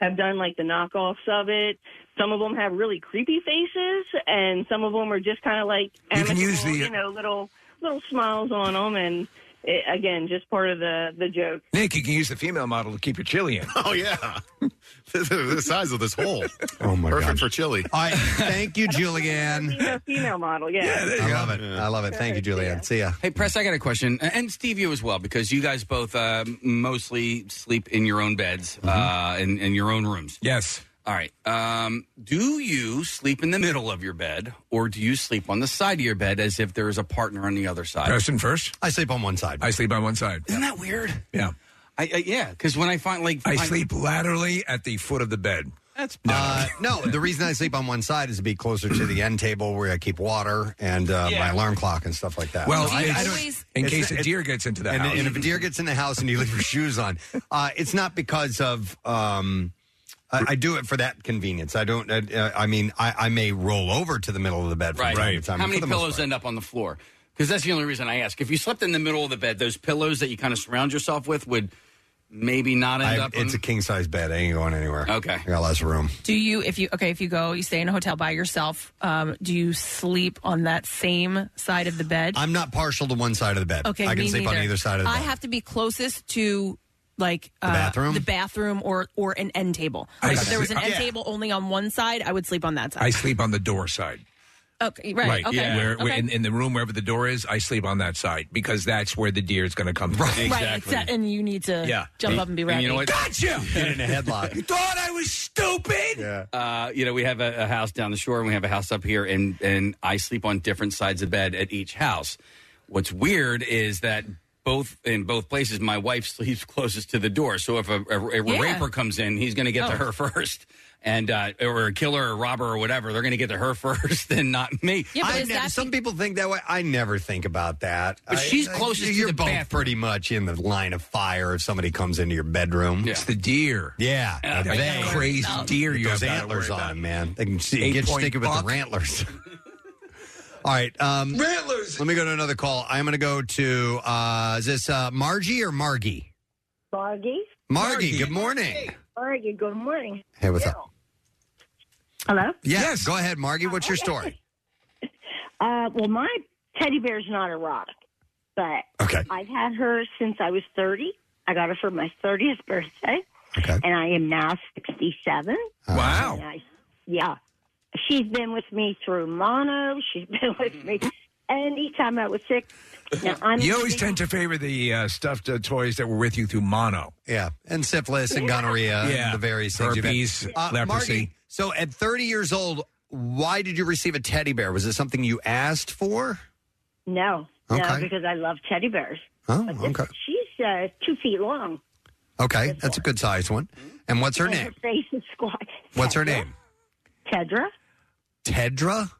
P: have done like the knockoffs of it. Some of them have really creepy faces, and some of them are just kind of like
E: You can
P: amicable,
E: use the-
P: you know little little smiles on them, and it, again, just part of the the joke.
E: Nick, you can use the female model to keep your chili in.
K: Oh yeah, the size of this hole.
F: Oh my
K: perfect for chili.
F: All right. Thank you, Julianne.
P: Female, female model, yeah.
F: I love it. I love it. Thank you, Julianne. See ya.
G: Hey, Press, I got a question, A- and Steve, you as well, because you guys both uh, mostly sleep in your own beds uh, in, in your own rooms.
E: Mm-hmm. Yes.
G: All right. Um, do you sleep in the middle of your bed, or do you sleep on the side of your bed as if there is a partner on the other side?
E: Preston first.
F: I sleep on one side.
E: I sleep on one side.
G: Isn't that weird?
E: Yeah.
G: I, I yeah, because when I find like
E: I
G: find-
E: sleep laterally at the foot of the bed.
G: That's
F: Uh, no, the reason I sleep on one side is to be closer to the end table where I keep water and uh, my alarm clock and stuff like that.
E: Well,
F: No, I-
E: it's-
F: I don't-
E: in
F: it's
E: case
F: not-
E: a deer gets into the
F: and,
E: house.
F: and if a deer gets in the house and you leave your shoes on, uh, it's not because of. Um, I, I do it for that convenience. I don't. I, uh, I mean, I, I may roll over to the middle of the bed. From
G: Right.
F: Time to time,
G: How
F: but
G: many
F: for the most
G: pillows end up on the floor? Because that's the only reason I ask. If you slept in the middle of the bed, those pillows that you kind of surround yourself with would maybe not end
F: I-
G: up.
F: it's a
G: on...
F: king size bed. I ain't going anywhere.
G: Okay.
F: I got less room.
D: Do you, if you, okay, if you go, you stay in a hotel by yourself, um, do you sleep on that same side of the bed?
F: I'm not partial to one side of the bed.
D: okay,
F: I can
D: me
F: sleep
D: neither.
F: on either side of the
D: I
F: bed.
D: have to be closest to like uh,
F: bathroom?
D: the bathroom or, or an end table.
E: I
D: Like if there was
E: see-
D: an end
E: yeah.
D: table only on one side, I would sleep on that side.
E: I sleep on the door side.
D: Okay, right. Okay.
E: Yeah. Where, where-
D: okay.
E: in, in the room, wherever the door is, I sleep on that side because that's where the deer is going to come. Right.
D: Right, exa- and you need to
E: Yeah.
D: jump
E: And-
D: up and be
E: and
D: ready.
E: you know what? Gotcha!
G: Get in a headlock.
E: You thought I was stupid?
G: Uh, you know, we have a, a house down the shore and we have a house up here, and, and I sleep on different sides of bed at each house. What's weird is that both in both places, my wife sleeps closest to the door. So if a, a, a
Q: Yeah.
G: raper comes in, he's going to get to
Q: Oh.
G: her first. And uh, or a killer or robber or whatever, they're going to get to her first and not me.
F: I never- some people think that way. I never think about that.
G: But
F: I-
G: she's
F: I-
G: closest to
F: You're
G: the
F: both
G: bathroom.
F: pretty much in the line of fire if somebody comes into your bedroom.
E: It's the deer.
F: Yeah,
E: Yeah,
F: They-
E: that crazy deer
F: Get
E: you
F: those
E: have gotta
F: antlers
E: worry
F: on
E: about.
F: them, man. They can see,
E: Eight
F: get
E: point
F: sticky with the
E: buck.
F: rantlers. All right, um, rantlers. Let me go to another call. I'm going to go to uh, is this uh, Margie or Margie?
R: Margie.
F: Margie. Good morning.
R: Margie, good morning.
F: Hey, what's up?
R: Hello.
F: yes. Go ahead, Margie. What's your story?
R: Uh, well, my teddy bear's not erotic, but
F: okay.
R: I've had her since I was 30. I got her for my 30th birthday, and I am now 67.
F: Uh-huh.
E: Wow.
R: And I, yeah. She's been with me through mono. She's been with me anytime I was sick. Now, I'm
E: you always tend to favor the uh, stuffed uh, toys that were with you through mono.
F: Yeah, and syphilis and gonorrhea and
E: yeah.
F: the various things you've had.
E: herpes,
F: Uh,
E: leprosy.
F: Margie, so at 30 years old, why did you receive a teddy bear? Was it something you asked for?
R: No, no,
F: Okay.
R: because I love teddy bears.
F: Oh, okay.
R: She's uh, two feet long.
F: Okay, that's a good sized one. And what's her
R: and
F: name?
R: Her face is squat.
F: What's her name?
R: Tedra.
F: Tedra?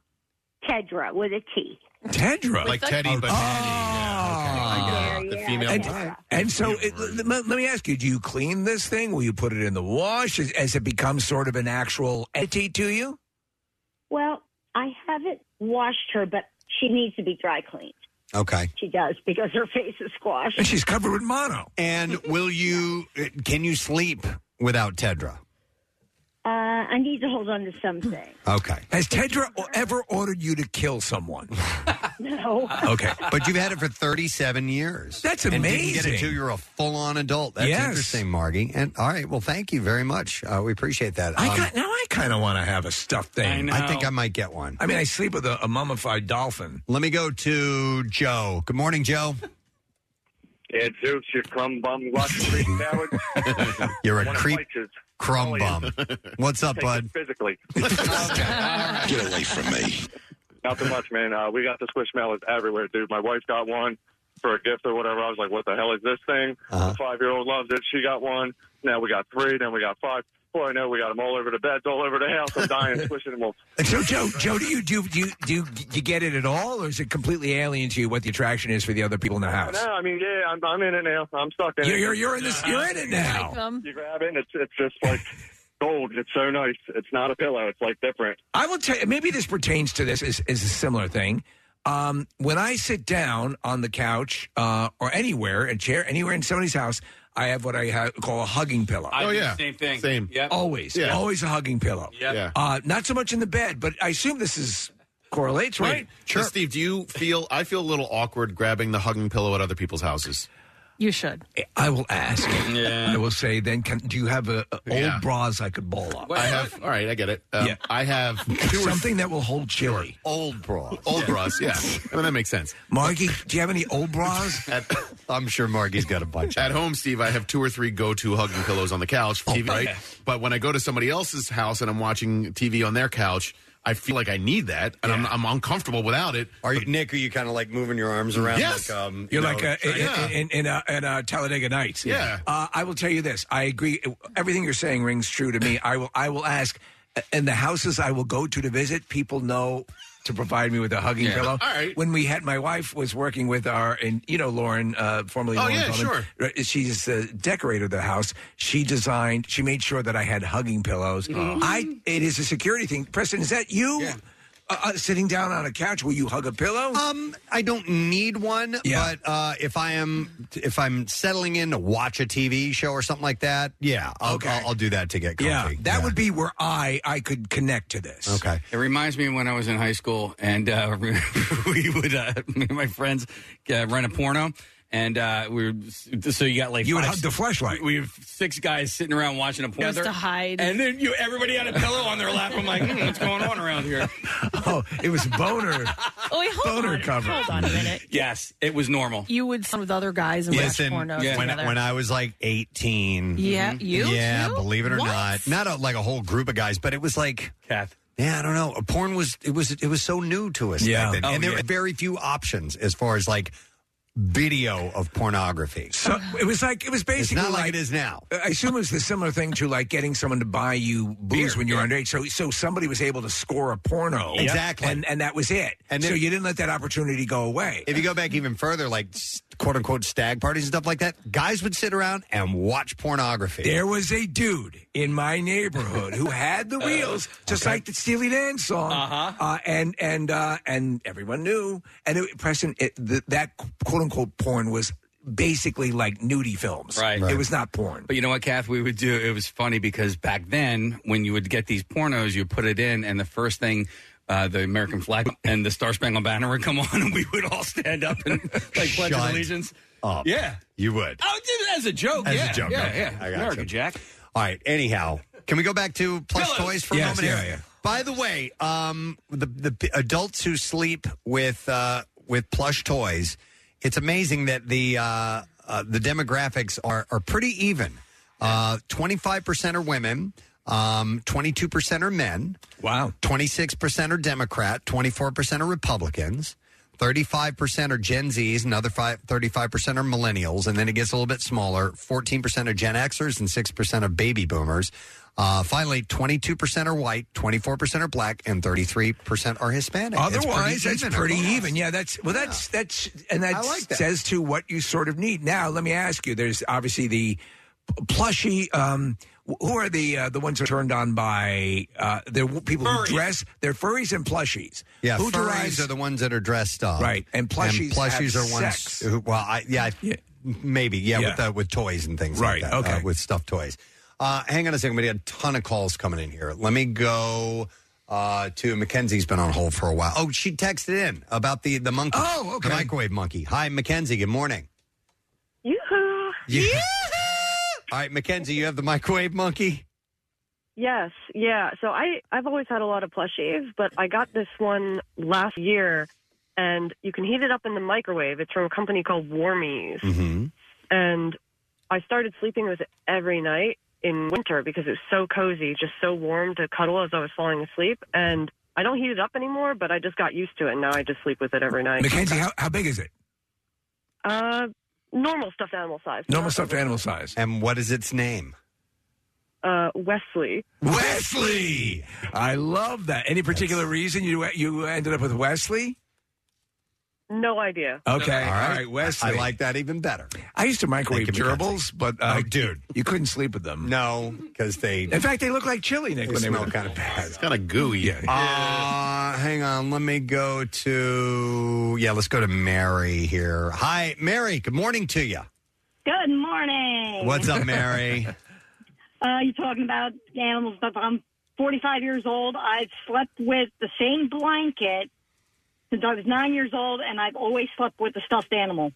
R: Tedra with a T.
E: Tedra,
R: Like With a- Teddy, but
E: oh.
R: Teddy,
E: Yeah,
R: okay.
E: the
R: female
E: And,
R: one.
E: and so, it, let, let me ask you: Do you clean this thing? Will you put it in the wash? As, as it becomes sort of an actual entity to you?
R: Well, I haven't washed her, but she needs to be dry cleaned.
F: Okay.
R: She does because her face is squashed.
E: And she's covered with mono.
F: And will you, uh, can you sleep without Tedra?
R: Uh, I need to hold on to something.
F: Okay.
E: Has Tedra o- ever ordered you to kill someone?
R: no.
E: Okay.
F: But you've had it for 37 years.
E: That's
F: And didn't get
E: amazing.
F: it till you're a full on adult. That's
E: Yes.
F: interesting, Margie. And all right, well, thank you very much. Uh, we appreciate that.
E: I
F: Um,
E: got, now I kind of want to have a stuffed thing.
F: I think I might get one.
E: I mean, I sleep with a, a mummified dolphin.
F: Let me go to Joe. Good morning, Joe.
S: Yeah, Zeus, you crumb bum, watch Creek Howard.
F: You're a
S: Wanna
F: creep
S: fight you.
F: crumb bum. What's up,
S: Take
F: bud?
S: it Physically. Get away from me. Nothing much, man. Uh, we got the squishmallows everywhere, dude. My wife got one for a gift or whatever. I was like, what the hell is this thing?
F: Uh-huh.
S: The five year old loves it. She got one. Now we got three. Then we got five. Boy, I know we got them all over the beds, all over the house. I'm dying, squishing them all.
E: So, Joe, Joe, do you do you- do you, do you, you get it at all, or is it completely alien to you what the attraction is for the other people in the house?
S: No, I mean, yeah, I'm, I'm in it now. I'm stuck in
E: You're-
S: it.
E: you're- you're in this- you're in it now.
S: You grab it, and it's, it's just like gold. It's so nice. It's not a pillow. It's like different.
E: I will tell you, maybe this pertains to this, is, is a similar thing. Um, when I sit down on the couch uh, or anywhere, a chair, anywhere in somebody's house, I have what I ha- call a hugging pillow.
G: I do the same thing. Same. Yep.
E: Always.
G: Yeah.
E: Always a hugging pillow.
G: Yep. Yeah.
E: Uh, not so much in the bed, but I assume this is correlates, right?
K: Sure. Steve, do you feel? I feel a little awkward grabbing the hugging pillow at other people's houses.
D: You should.
E: I will ask.
K: Yeah.
E: I will say, then, can, do you have a, a old
K: Yeah.
E: bras I could ball up?
K: I have. All right, I get it. Um,
E: Yeah.
K: I have
E: something that will hold chili.
F: Old bras.
K: Old bras. Yeah. I mean that makes sense.
E: Margie, do you have any old bras?
F: I'm sure Margie's got a bunch.
K: At home, Steve, I have two or three go-to hugging pillows on the couch, TV, Oh, right? But when I go to somebody else's house and I'm watching TV on their couch, I feel like I need that, and I'm, I'm uncomfortable without it.
F: Are you, Nick? Are you kind of like moving your arms around?
K: Yes.
F: Like, um,
E: You're
F: you
E: like
F: know,
E: uh, in,
F: trying- Yeah.
E: in, in, uh, in uh, Talladega Nights.
F: Yeah.
E: Uh, I will tell you this. I agree. Everything you're saying rings true to me. I will. I will ask. And the houses I will go to to visit, people know to provide me with a hugging
K: Yeah.
E: pillow.
K: All right.
E: When we had my wife was working with our and you know Lauren, uh, formerly
K: Oh,
E: Lauren
K: yeah,
E: Feldman,
K: sure.
E: right, She's the decorator of the house. She designed. She made sure that I had hugging pillows.
K: Mhm.
F: Mm-hmm.
E: I. It is a security thing. Preston, is that you? Uh, uh, sitting down on a couch, will you hug a pillow?
F: Um, I don't need one,
E: Yeah.
F: but uh, if I am if I'm settling in to watch a TV show or something like that, yeah, I'll, I'll, I'll do that to get comfy.
E: Yeah, that would be where I I could connect to this.
F: Okay.
G: It reminds me of when I was in high school, and uh, we would, uh, me and my friends, uh, rent a porno. And uh, we were so you got like
E: You would
G: five-
E: hug the flashlight.
G: We have six guys sitting around watching a porn.
D: Just to hide.
G: And then you, everybody had a pillow on their lap. I'm like, hmm, what's going on around here?
E: Oh, it was boner.
D: Oh, wait, hold
E: boner
D: on.
E: cover.
D: Hold on a minute.
G: Yes, it was normal.
D: You would sit with other guys and
F: Listen,
D: watch pornos
F: when,
D: together.
F: when I was like 18.
D: Yeah, you
F: Yeah,
D: too?
F: believe it or
D: What?
F: not. Not a, like a whole group of guys, but it was like.
G: Kath.
F: Yeah, I don't know. Porn was it was it was so new to us
E: Yeah.
F: back then,
E: Oh,
F: and there
E: yeah.
F: were very few options as far as like video of pornography.
E: So it was like it was basically
F: not like it is now.
E: I assume it was the similar thing to like getting someone to buy you booze when you're underage. So so somebody was able to score a porno
F: Exactly.
E: and and that was it.
F: And
E: And
F: then-
E: so you didn't let that opportunity go away.
F: If you go back even further, like s- quote unquote stag parties and stuff like that, guys would sit around and watch pornography.
E: There was a dude in my neighborhood who had
G: Uh,
E: the wheels, just like the Steely Dan song, uh-huh. and and uh, and everyone knew. And it, Preston, it, th- that quote unquote porn was basically like nudie films.
G: Right.
E: It
G: Right.
E: was not porn.
G: But you know what, Kath? We would do. It was funny because back then, when you would get these pornos, you put it in, and the first thing. Uh, the American flag and the Star Spangled Banner would come on, and we would all stand up and like pledge
F: Shut
G: allegiance.
F: up.
G: Yeah,
F: you would.
G: Oh, dude, as a joke.
F: As a
G: yeah,
F: joke,
G: Yeah,
F: okay.
G: yeah.
F: I gotcha.
G: America, Jack.
F: All right. Anyhow, can we go back to plush toys for
G: Yes,
F: a moment?
G: yeah,
F: here?
G: yeah.
F: By the way, um, the the p- adults who sleep with uh, with plush toys, it's amazing that the uh, uh, the demographics are are pretty even. Twenty five percent are women. Um, 22% are men.
E: Wow.
F: 26% are Democrat. 24% are Republicans. 35% are Gen Zs, another five, 35% are millennials, and then it gets a little bit smaller. 14% are Gen Xers and 6% are baby boomers. Uh, finally, 22% are white, 24% are black, and 33% are Hispanic. It's pretty
E: Otherwise, that's
F: even
E: pretty
F: across.
E: even. Yeah, that's well, that's that's and
F: I
E: that
F: like that.
E: says to what you sort of need. Now, let me ask you: There's obviously the p- plushy. Um, wh- who are the uh, the ones who are turned on by uh, they're w- people who dress? They're furries and plushies.
F: Yeah,
E: who
F: furries are the ones that are dressed up,
E: Right, and plushies
F: plushies
E: have
F: are ones.
E: sex.
F: Who, well, I, yeah, I- maybe, yeah,
E: Yeah.
F: with uh, with toys and things,
E: Right,
F: Like that,
E: okay.
F: uh, with stuffed toys. Uh, hang on a second, we had a ton of calls coming in here. Let me go uh, to Mackenzie's been on hold for a while. Oh, she texted in about the the monkey,
E: Oh, okay.
F: the microwave monkey. Hi, Mackenzie. Good morning.
Q: Yoo-hoo.
F: Yeah. All right, Mackenzie, you have the microwave monkey.
Q: Yes, yeah. So I I've always had a lot of plushies, but I got this one last year, and you can heat it up in the microwave. It's from a company called Warmies,
F: Mm-hmm.
Q: and I started sleeping with it every night in winter because it was so cozy, just so warm to cuddle as I was falling asleep, and. I don't heat it up anymore, but I just got used to it. and Now I just sleep with it every night.
E: Mackenzie, how, how big is it?
Q: Uh, normal stuffed animal size.
E: Normal stuffed animal size.
F: And what is its name?
Q: Uh, Wesley.
E: Wesley. I love that. Any particular reason you you ended up with Wesley?
Q: No idea.
E: Okay, all right,
F: I
E: Wesley.
F: like that even better.
E: I used to microwave
F: Thank you,
E: gerbils, but uh,
F: dude,
E: you couldn't sleep with them.
F: No, because they.
E: In fact, they look like chili, Nick,
F: They
E: when they
F: smell
E: were
F: kind of bad. It's
K: kind of gooey.
F: Uh, hang on. Let me go to. Yeah, let's go to Mary here. Hi, Mary. Good morning to you.
T: Good morning.
F: What's up, Mary?
T: Uh, you talking about animals, but I'm 45 years old. I've slept with the same blanket since I was nine years old, and I've always slept with a stuffed animal.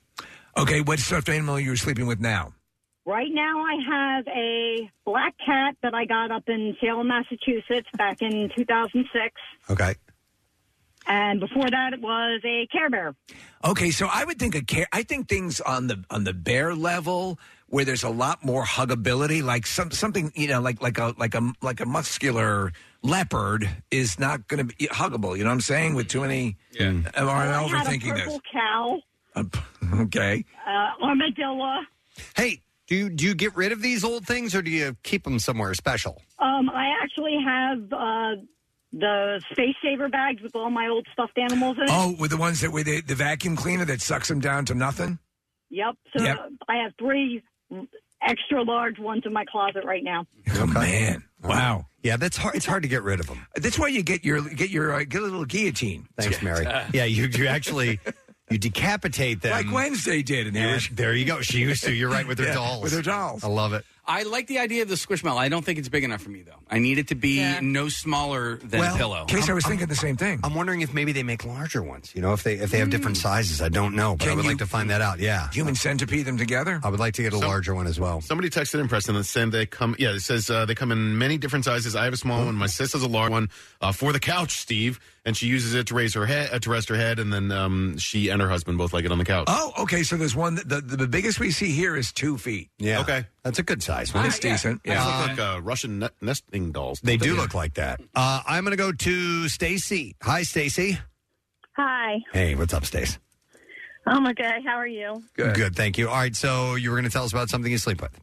E: Okay, what stuffed animal are you sleeping with now?
T: Right now, I have a black cat that I got up in Salem, Massachusetts back in 2006.
F: Okay.
T: And before that, it was a Care Bear.
E: Okay, so I would think a care. I think things on the on the bear level where there's a lot more huggability, like some something you know, like like a like a like a muscular leopard is not going to be huggable. You know what I'm saying? With too many. Yeah. Am I
T: Oh, I had a
E: overthinking
T: purple cow,
E: this? Okay.
T: uh, armadillo.
F: Hey, do you, do you get rid of these old things or do you keep them somewhere special?
T: Um, I actually have uh, the space saver bags with all my old stuffed animals in it.
E: Oh, with the ones that with the, the vacuum cleaner that sucks them down to nothing.
T: Yep. So
E: Yep.
T: I have three extra large ones in my closet right now.
E: Oh man! Wow.
F: Yeah, that's hard. It's hard to get rid of them.
E: That's why you get your get your uh, get a little guillotine.
F: Thanks, Mary. yeah, you, you actually you decapitate them
E: Like Wednesday did in the
F: And
E: Irish-
F: There you go. She used to. You're right with her
E: Yeah,
F: dolls.
E: with her dolls.
F: I love it.
G: I like the idea of the squishmallow. I don't think it's big enough for me though. I need it to be no smaller than
F: Well,
G: a pillow.
F: Case, I was
G: thinking
E: the same thing.
F: I'm wondering if maybe they make larger ones. You know, if they if they have different sizes, I don't know, but I
K: Can
F: would
K: you-
F: like to find that out. Yeah,
E: human centipede them together.
F: I would like to get a larger one as well.
K: Somebody texted in Preston and said they come. Yeah, it says uh, they come in many different sizes. I have a small one. My sister's a large one uh, for the couch, Steve, and she uses it to raise her head, uh, to rest her head, and then um, she and her husband both like it on the couch.
E: Oh, okay. So there's one. That, the, the biggest we see here is two feet.
F: Yeah.
K: Okay.
F: That's a good size.
E: It's decent. Yeah.
K: Those look like uh, Russian ne- nesting dolls.
F: They do look like that. Uh, I'm going to go to Stacy. Hi, Stacy.
U: Hi.
F: Hey, what's up, Stace?
U: Oh my god, how are you?
F: Good. thank you. All right, so you were going to tell us about something you sleep with.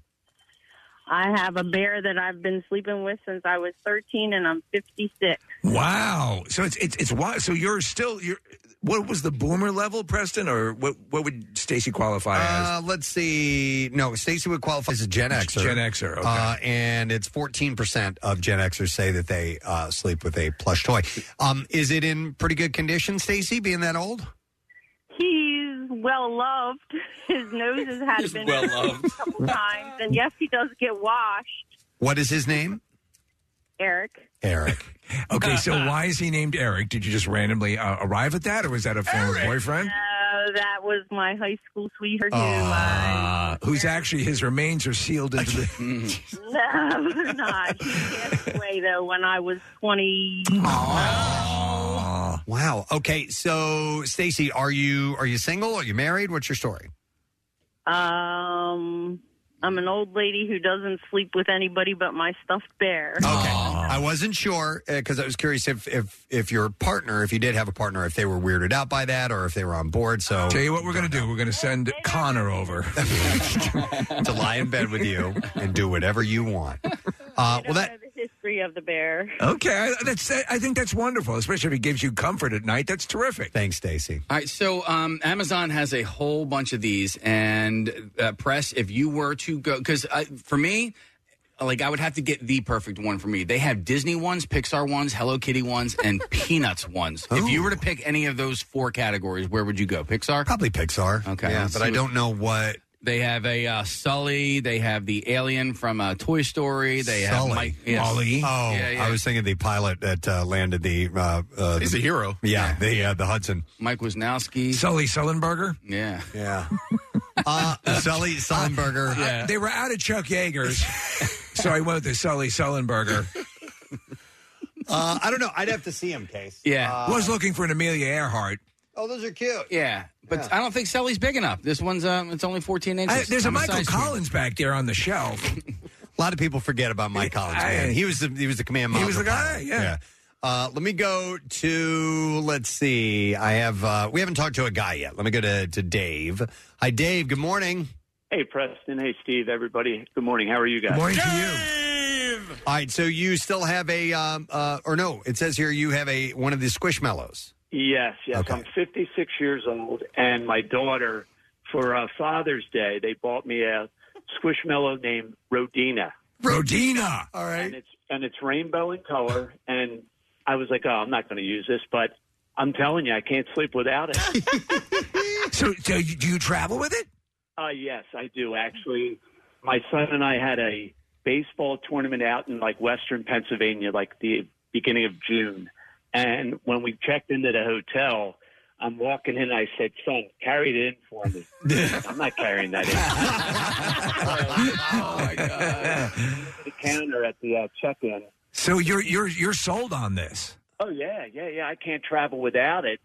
U: I have a bear that I've been sleeping with since I was 13 and I'm 56.
E: Wow. So it's it's it's why. So you're still you're. What was the boomer level, Preston, or what? What would Stacy qualify as?
F: Uh, let's see. No, Stacy would qualify as a Gen Xer.
E: Gen Xer, okay.
F: Uh, and it's 14% of Gen Xers say that they uh, sleep with a plush toy. Um, is it in pretty good condition, Stacy, being that old?
U: He's well loved. His nose has had
F: He's
U: been
F: well
U: loved a couple times and yes, he does get washed,
F: What is his name?
U: Eric.
F: Eric.
E: okay. So why is he named Eric? Did you just randomly uh, arrive at that, or was that a former boyfriend?
U: Uh, that was my high school sweetheart who
E: Uh, who's actually his remains are sealed into the.
F: Mm.
U: No, they're not. He passed away though when I was 20.
F: Wow. Okay, so Stacy, are you are you single? Are you married? What's your story?
U: Um, I'm an old lady who doesn't sleep with anybody but my stuffed bear.
E: Oh,
F: I wasn't sure because I was curious if, if if your partner, if you did have a partner, if they were weirded out by that or if they were on board. So
E: Tell you what, we're going to do. We're going to send Connor over.
F: to lie in bed with you and do whatever you want. Uh, well, that
U: The history of the bear.
E: okay, I- that's. I think that's wonderful, especially if it gives you comfort at night. That's terrific.
F: Thanks, Stacy.
G: All right, so um, Amazon has a whole bunch of these, and uh, press if you were to go because for me, like I would have to get the perfect one for me. They have Disney ones, Pixar ones, Hello Kitty ones, and Peanuts ones.
E: Oh.
G: If
F: Oh.
G: you were to pick any of those four categories, where would you go? Pixar,
F: probably Pixar.
G: Okay,
F: Yeah,
G: let's
F: but
G: see
F: I
G: what-
F: don't know what.
G: They have a uh, Sully. They have the alien from uh, Toy Story. They have
F: Sully.
G: Mike. yes.
F: Oh,
G: Yeah, yeah.
F: I was thinking the pilot that uh, landed the. Uh, uh,
G: He's
F: the,
G: a hero.
F: Yeah, the uh, the Hudson.
G: Mike Wisnowski.
E: Sully Sullenberger.
G: Yeah.
F: Yeah. uh, Sully Sullenberger.
E: Uh, they were out of Chuck Yeager's, so I went with the Sully Sullenberger.
F: Uh, I don't know. I'd have to see him, Case.
G: Yeah.
V: Uh,
E: was looking for an Amelia Earhart.
F: Oh, those are cute.
G: Yeah, but I don't think Sully's big enough. This one's um, it's only 14 inches.
E: I- there's a
G: I'm
E: Michael
G: size
E: Collins back there on the shelf.
F: A lot of people forget about Mike Collins. man. He was the, he was the command
E: He
F: module.
E: was the guy, yeah.
F: Uh, let me go to let's see. I have uh, we haven't talked to a guy yet. Let me go to to Dave. Hi, Dave. Good morning.
V: Hey, Preston. Hey, Steve. Everybody. Good morning. How are you guys?
F: Morning to you. All right. So you still have a um, uh, or no? It says here you have a one of the squishmallows.
V: Yes, yes. I'm 56 years old, and my daughter, for uh, Father's Day, they bought me a squishmallow named Rodina.
E: Rodina.
F: All right.
V: And it's and it's rainbow in color, and I was like, oh, I'm not going to use this, but I'm telling you, I can't sleep without it.
E: so, so you- do you travel with it?
V: Uh, yes, I do actually. My son and I had a baseball tournament out in like Western Pennsylvania, like the beginning of June. And when we checked into the hotel, I'm walking in. I said, "Son, carry it in for me." I'm not carrying that in. oh my god! The counter at the uh, check-in.
E: So you're you're you're sold on this.
V: Oh yeah, yeah, yeah. I can't travel without it.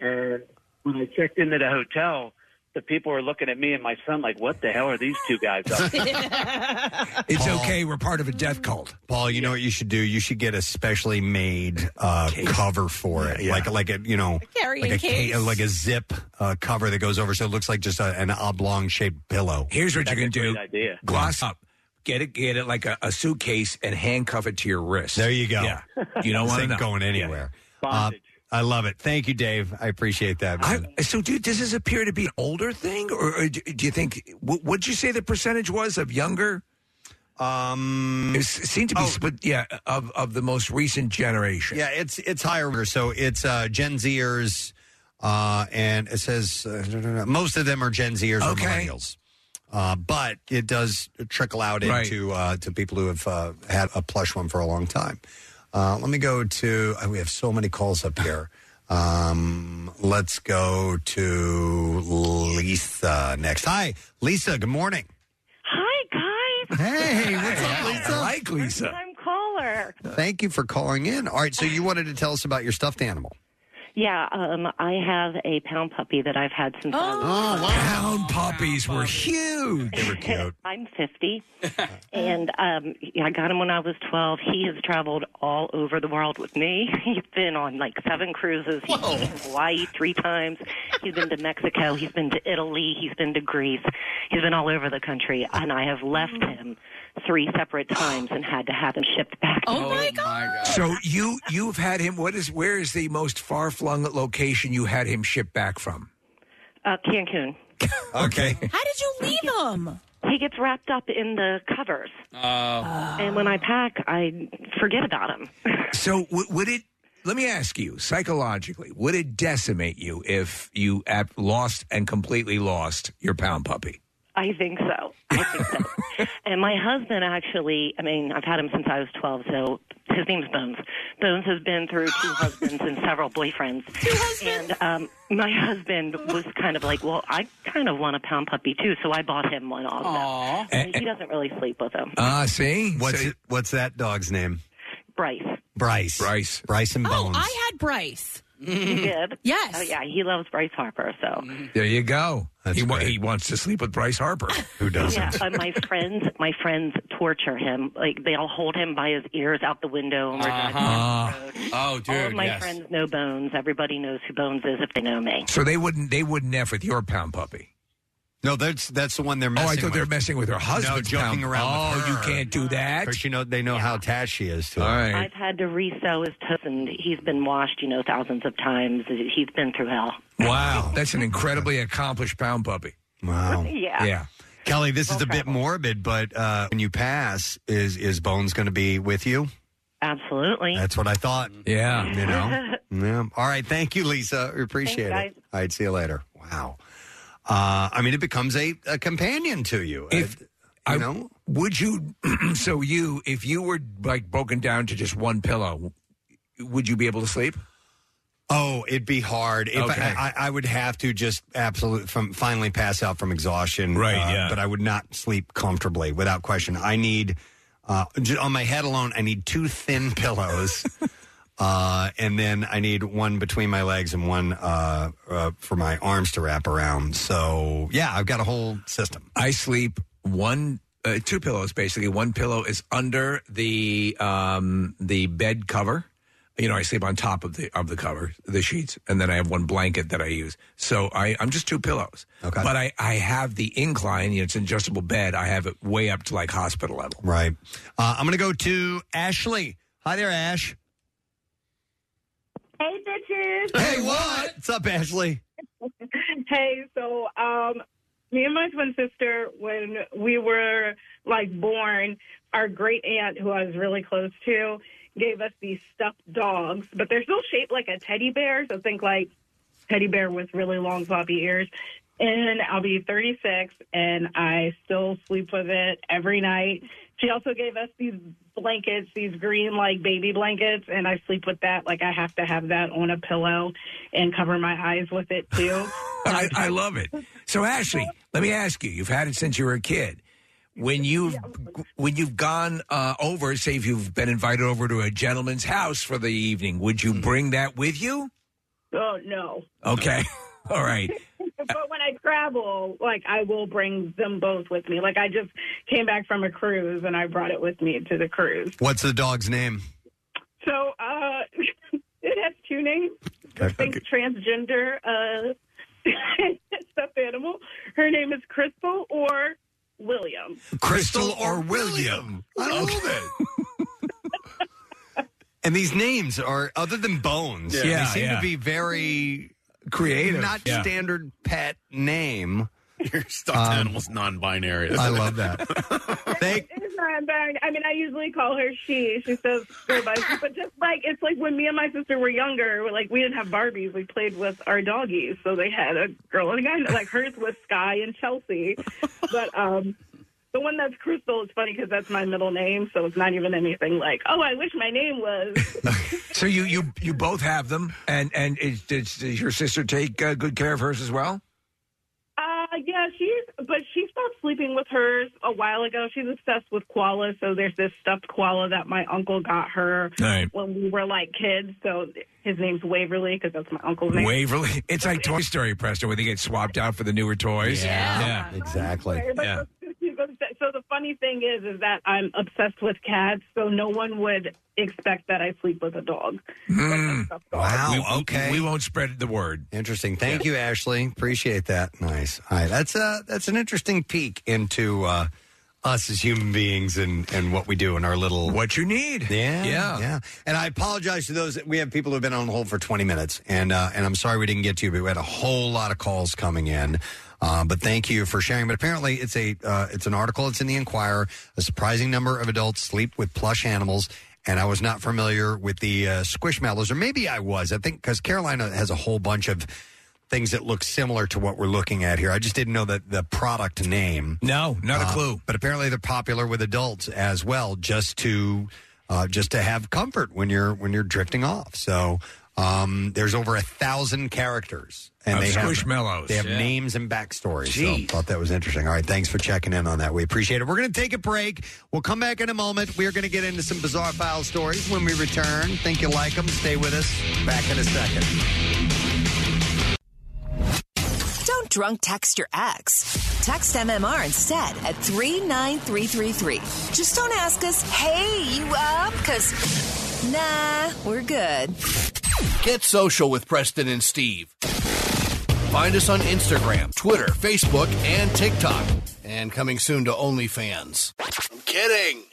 V: And when I checked into the hotel, the people were looking at me and my son like, "What the hell are these two guys up?" to?"
E: It's okay. We're part of a death cult.
F: Paul, you know what you should do? You should get a specially made uh, cover for it, like like a you know
D: carrying
F: like a ca-
D: case.
F: like a zip uh, cover that goes over, so it looks like just a, an oblong shaped pillow.
E: Here's what you can do.
V: idea.
E: Gloss up. Get it. Get it like a, a suitcase and handcuff it to your wrist.
F: There you go.
E: Yeah. You don't
F: This
E: want
F: ain't going anywhere. Uh, I love it. Thank you, Dave. I appreciate that. man.
E: so, dude, does this appear to be an older thing, or, or do do you think? What would you say the percentage was of younger?
F: Um,
E: it was- seemed to be split. Oh, Yeah, of of the most recent generation.
F: Yeah, it's it's higher. So it's uh, Gen Zers, uh, and it says uh, most of them are Gen Zers or millennials. Uh, but it does trickle out
E: Right.
F: into uh, to people who have uh, had a plush one for a long time. Uh, let me go to. oh, we have so many calls up here. Um, let's go to Lisa next. Hi, Lisa. Good morning.
A: Hi, guys.
F: Hey, what's up, Lisa? I like Lisa.
A: First-time caller.
F: Thank you for calling in. All right, so you wanted to tell us about your stuffed animal.
A: Yeah, um, I have a pound puppy that I've had since. I was
F: Oh,
E: Pound puppies were huge. They were cute.
A: I'm 50, and um, yeah, I got him when I was 12. He has traveled all over the world with me. He's been on like seven cruises. He's been to Hawaii three times. He's been to Mexico. He's been to Italy. He's been to Greece. He's been all over the country, and I have left him three separate times and had to have him shipped back. to me.
E: So you you've had him. What is where is the most far flung location you had him shipped back from?
A: Uh, Cancun.
E: Okay.
A: How did you leave him? He gets wrapped up in the covers. And when I pack, I forget about him.
E: So w- would it? Let me ask you psychologically: Would it decimate you if you ap- lost and completely lost your pound puppy?
A: I think so. I think so. and my husband actually, I mean, I've had him since I was 12, so his name's Bones. Bones has been through two husbands and several boyfriends. Two husbands? And um, my husband was kind of like, well, I kind of want a pound puppy too, so I bought him one also. And he doesn't really sleep with him.
E: Ah, see,
F: what's what's that dog's name?
A: Bryce.
F: Bryce. Bryce. Bryce and Bones.
A: Oh, I
D: had Bryce.
A: You did?
D: Yes.
A: Oh, yeah. He loves Bryce Harper, so.
E: There you go. He, wa- he wants to sleep with Bryce Harper. Who
A: Yeah, uh, my friends, my friends torture him. Like they'll hold him by his ears out the window. And we're driving
E: Uh-huh.
A: down the road.
G: Oh,
A: All of my friends know Bones. Everybody knows who Bones is if they know me.
E: So they wouldn't they wouldn't f with your pound puppy.
F: No, that's that's the one they're
E: Oh, I
F: messing
E: thought they were
F: with.
E: messing with her
F: No,
E: husband's
F: joking
E: pound-
F: around. with
E: Oh, you
F: her.
E: can't do that.
F: Because you know they know how attached she is to. All
A: I've had to resew his toes, and he's been washed, you know, thousands of times. He's been through hell.
E: Wow, that's an incredibly accomplished pound puppy.
F: Wow.
A: Yeah.
E: Yeah.
F: Kelly, this is a bit morbid, but uh, when you pass, is is Bones going to be with you?
A: Absolutely.
F: That's what I thought.
E: Yeah.
F: You know. yeah. All right. Thank you, Lisa. We appreciate
A: Thanks,
F: it. All right. See you later. Wow. Uh, I mean, it becomes a, a companion to you. If
E: I know, would you? so you, if you were like broken down to just one pillow, would you be able to sleep?
F: Oh, it'd be hard. If
E: Okay.
F: I, I, I would have to just absolutely from finally pass out from exhaustion,
E: Right,
F: uh,
E: yeah.
F: But I would not sleep comfortably, without question. I need uh, ju- on my head alone. I need two thin pillows, uh, and then I need one between my legs and one uh, uh, for my arms to wrap around. So yeah, I've got a whole system.
E: I sleep one, uh, two pillows basically. One pillow is under the um, the bed cover. You know, I sleep on top of the of the cover, the sheets, and then I have one blanket that I use. So I, I'm just two pillows. Okay. But I, I have the incline. You know, it's an adjustable bed. I have it way up to like hospital level.
F: Right. Uh, I'm going to go to Ashley. Hi there, Ash.
B: Hey, bitches.
F: Hey, what? What's up, Ashley?
B: hey, so um, me and my twin sister, when we were like born, our great aunt, who I was really close to, gave us these stuffed dogs, but they're still shaped like a teddy bear. So think like teddy bear with really long floppy ears. And I'll be 36, and I still sleep with it every night. She also gave us these blankets, these green like baby blankets, and I sleep with that. Like I have to have that on a pillow and cover my eyes with it too.
E: I, I love it. So Ashley, let me ask you: You've had it since you were a kid. When you've when you've gone uh, over, say if you've been invited over to a gentleman's house for the evening, would you bring that with you?
B: oh no.
E: Okay, all right.
B: but when I travel, like I will bring them both with me. Like I just came back from a cruise and I brought it with me to the cruise.
F: What's the dog's name?
B: So uh it has two names. I think transgender uh stuffed animal. Her name is Crystal or William.
F: Crystal or William. I love it. and these names are, other than Bones,
E: Yeah. Yeah,
F: they seem
E: yeah.
F: to be very
E: Creative.
F: Not
K: Yeah.
F: standard pet name.
K: Your stuffed animal's non-binary.
F: I Um, love that. Thank,
B: Isn't that Byrne. I mean, I usually call her she. She says go by she. But just like, it's like when me and my sister were younger, like, we didn't have Barbies. We played with our doggies. So they had a girl and a guy. Like, hers was Sky and Chelsea. But, um, the one that's Crystal is funny because that's my middle name, so it's not even anything like, oh, I wish my name was.
E: So you you you both have them, and and is, does, does your sister take uh, good care of hers as well?
B: Uh, yeah, she's, but she stopped sleeping with hers a while ago. She's obsessed with koalas, so there's this stuffed koala that my uncle got her
E: Right.
B: when we were like kids. So his name's Waverly because that's my uncle's name.
E: Waverly, it's like Toy Story, Preston, where they get swapped out for the newer toys.
B: Yeah.
E: exactly.
B: But-
E: Yeah.
B: she's obsessed- So the funny thing is, is that I'm obsessed with cats, so no one would expect that I sleep with a dog.
F: Hmm. Wow.
E: We- we-
F: okay.
E: we won't spread the word.
F: Interesting. Thank you, Ashley. Appreciate that. Nice. All right. That's uh that's an interesting peek into uh, us as human beings and and what we do in our little
E: what you need.
F: Yeah.
E: Yeah.
F: Yeah. And I apologize to those. We have people who've been on hold for 20 minutes, and uh, and I'm sorry we didn't get to you, but we had a whole lot of calls coming in. Uh, but thank you for sharing. But apparently, it's a uh, it's an article. It's in the Enquirer. A surprising number of adults sleep with plush animals, and I was not familiar with the uh, squishmallows, or maybe I was. I think because Carolina has a whole bunch of things that look similar to what we're looking at here. I just didn't know that the product name.
E: No, not a
F: Uh,
E: clue.
F: But apparently they're popular with adults as well, just to uh, just to have comfort when you're when you're drifting off. So um, there's over a thousand characters,
E: Of
F: they have
E: Squishmallows.
F: They have
E: Yeah.
F: names and backstories. So
E: Gee.
F: thought that was interesting. All right, thanks for checking in on that. We appreciate it. We're going to take a break. We'll come back in a moment. We're going to get into some bizarre file stories when we return. Think you like them? Stay with us. Back in a second.
H: Don't drunk text your ex. Text MMR instead at 39333. Just don't ask us, hey, you up? Because, nah, we're good.
I: Get social with Preston and Steve. Find us on Instagram, Twitter, Facebook, and TikTok. And coming soon to OnlyFans. I'm kidding.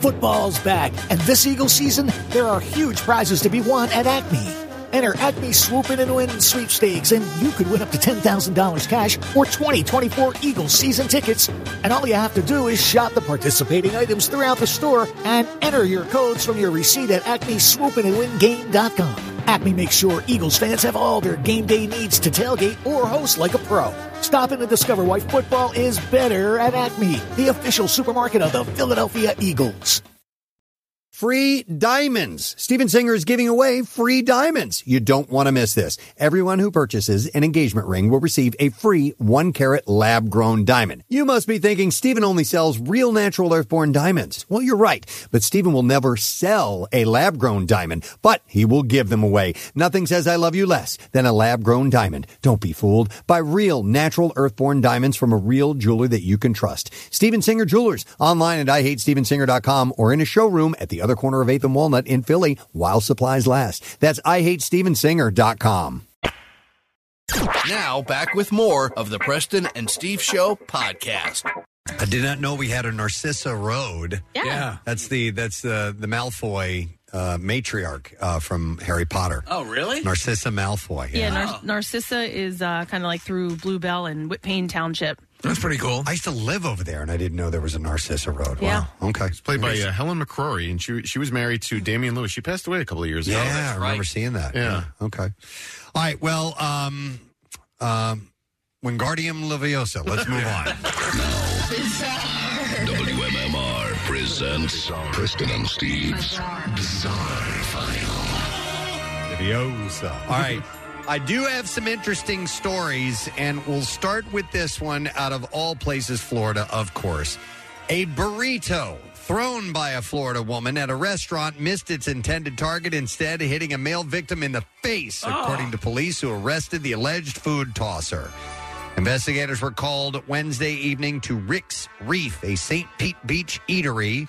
J: Football's back, and this Eagle season, there are huge prizes to be won at Acme. Enter Acme Swoop In and Win sweepstakes, and you could win up to $10,000 cash or 2024 Eagles season tickets. And all you have to do is shop the participating items throughout the store and enter your codes from your receipt at acmeswoopinandwingame.com. Acme makes sure Eagles fans have all their game day needs to tailgate or host like a pro. Stop in to discover why football is better at Acme, the official supermarket of the Philadelphia Eagles.
F: Free diamonds. Steven Singer is giving away free diamonds. You don't want to miss this. Everyone who purchases an engagement ring will receive a free one carat lab grown diamond. You must be thinking Steven only sells real natural earthborn diamonds. Well, you're right, but Steven will never sell a lab grown diamond, but he will give them away. Nothing says I love you less than a lab grown diamond. Don't be fooled by real natural earthborn diamonds from a real jeweler that you can trust. Steven Singer Jewelers online at IHateStevenSinger.com or in a showroom at the other corner of 8th and Walnut in Philly while supplies last. That's IHateStevenSinger.com.
I: Now, back with more of the Preston and Steve Show podcast.
F: I did not know we had a Narcissa Road.
I: Yeah. Yeah.
F: That's the that's the the Malfoy uh, matriarch uh, from Harry Potter.
D: Oh, really?
F: Narcissa Malfoy.
D: Yeah, Nar- Narcissa is uh, kind of like through Bluebell and Whitpain Township.
E: That's pretty cool.
F: I used to live over there, and I didn't know there was a Narcissa Road.
D: Yeah.
F: Wow. Okay. It's
K: played by
F: Interesting.
K: uh, Helen McCrory, and she she was married to Damian Lewis. She passed away a couple of years ago.
F: Yeah, I remember seeing that.
K: Yeah.
F: Okay. All right. Well, um, um, Wingardium Leviosa. Let's move on.
W: WMMR presents Preston and Steve's Bizarre File.
F: Leviosa. All right. I do have some interesting stories, and we'll start with this one out of all places, Florida, of course. A burrito thrown by a Florida woman at a restaurant missed its intended target, instead, hitting a male victim in the face, according to police who arrested the alleged food tosser. Investigators were called Wednesday evening to Rick's Reef, a St. Pete Beach eatery,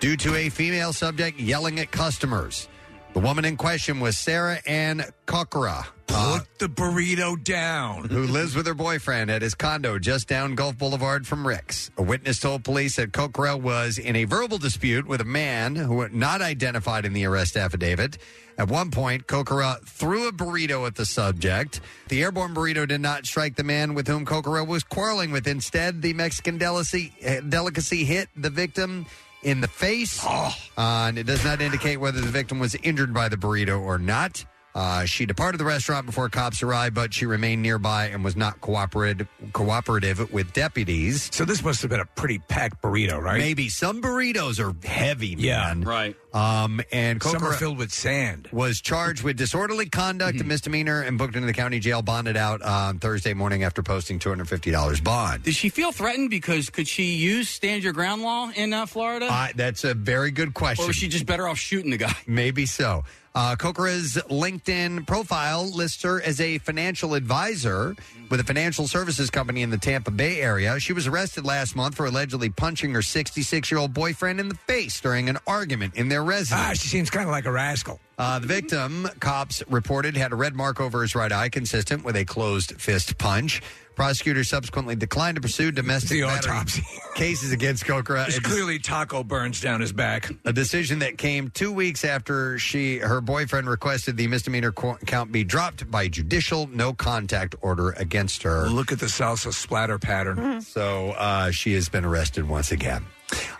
F: due to a female subject yelling at customers. The woman in question was Sarah Ann Cockra. Put the burrito down. Who lives with her boyfriend at his condo just down Gulf Boulevard from Rick's. A witness told police that Cockra was in a verbal dispute with a man who not identified in the arrest affidavit. At one point, Cockra threw a burrito at the subject. The airborne burrito did not strike the man with whom Cockra was quarreling with. Instead, the Mexican delicacy, eh, delicacy hit the victim in the face. Uh, and it does not indicate whether the victim was injured by the burrito or not. Uh, she departed the restaurant before cops arrived, but she remained nearby and was not cooperative cooperative with deputies. So this must have been a pretty packed burrito,
E: right?
F: Maybe some burritos are heavy, man.
E: Yeah, right.
F: Um, and
E: Some are
F: Kokora
E: filled with sand.
F: was charged with disorderly conduct, a misdemeanor, and booked into the county jail, bonded out on Thursday morning after posting two hundred fifty dollars bond.
G: Did she feel threatened because could she use stand your ground law in uh, Florida?
F: Uh, that's a very good question.
G: Or was she just better off shooting the guy?
F: Maybe so. Uh, Kokura's LinkedIn profile lists her as a financial advisor with a financial services company in the Tampa Bay area. She was arrested last month for allegedly punching her 66 year old boyfriend in the face during an argument in their residence. Ah, she seems kind of like a rascal. Uh, the victim, cops reported, had a red mark over his right eye consistent with a closed fist punch. Prosecutors subsequently declined to pursue domestic
E: The
F: battery
E: autopsy.
F: cases against Kokura.
E: It's clearly Taco burns down his back.
F: A decision that came two weeks after she her boyfriend requested the misdemeanor co- count be dropped by judicial no contact order against her. Look at the salsa splatter pattern. So uh, she has been arrested once again.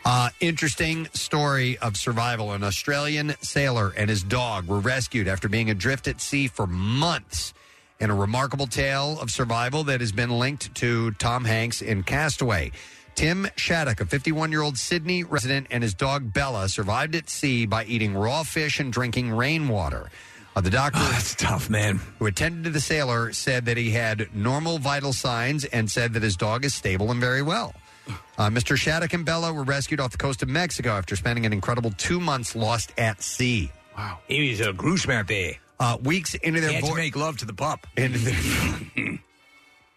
F: Uh, interesting story of survival. An Australian sailor and his dog were rescued after being adrift at sea for months. In a remarkable tale of survival that has been linked to Tom Hanks in Castaway. Tim Shattuck, a 51 year old Sydney resident, and his dog Bella survived at sea by eating raw fish and drinking rainwater. Uh, the doctor, that's tough, man, who attended to the sailor, said that he had normal vital signs and said that his dog is stable and very well. Uh, Mr. Shattuck and Bella were rescued off the coast of Mexico after spending an incredible two months lost at sea. Wow.
E: He was a goose map there.
F: Uh, weeks into their
E: He had to
F: voy-
E: make love to the pup.
F: Into their-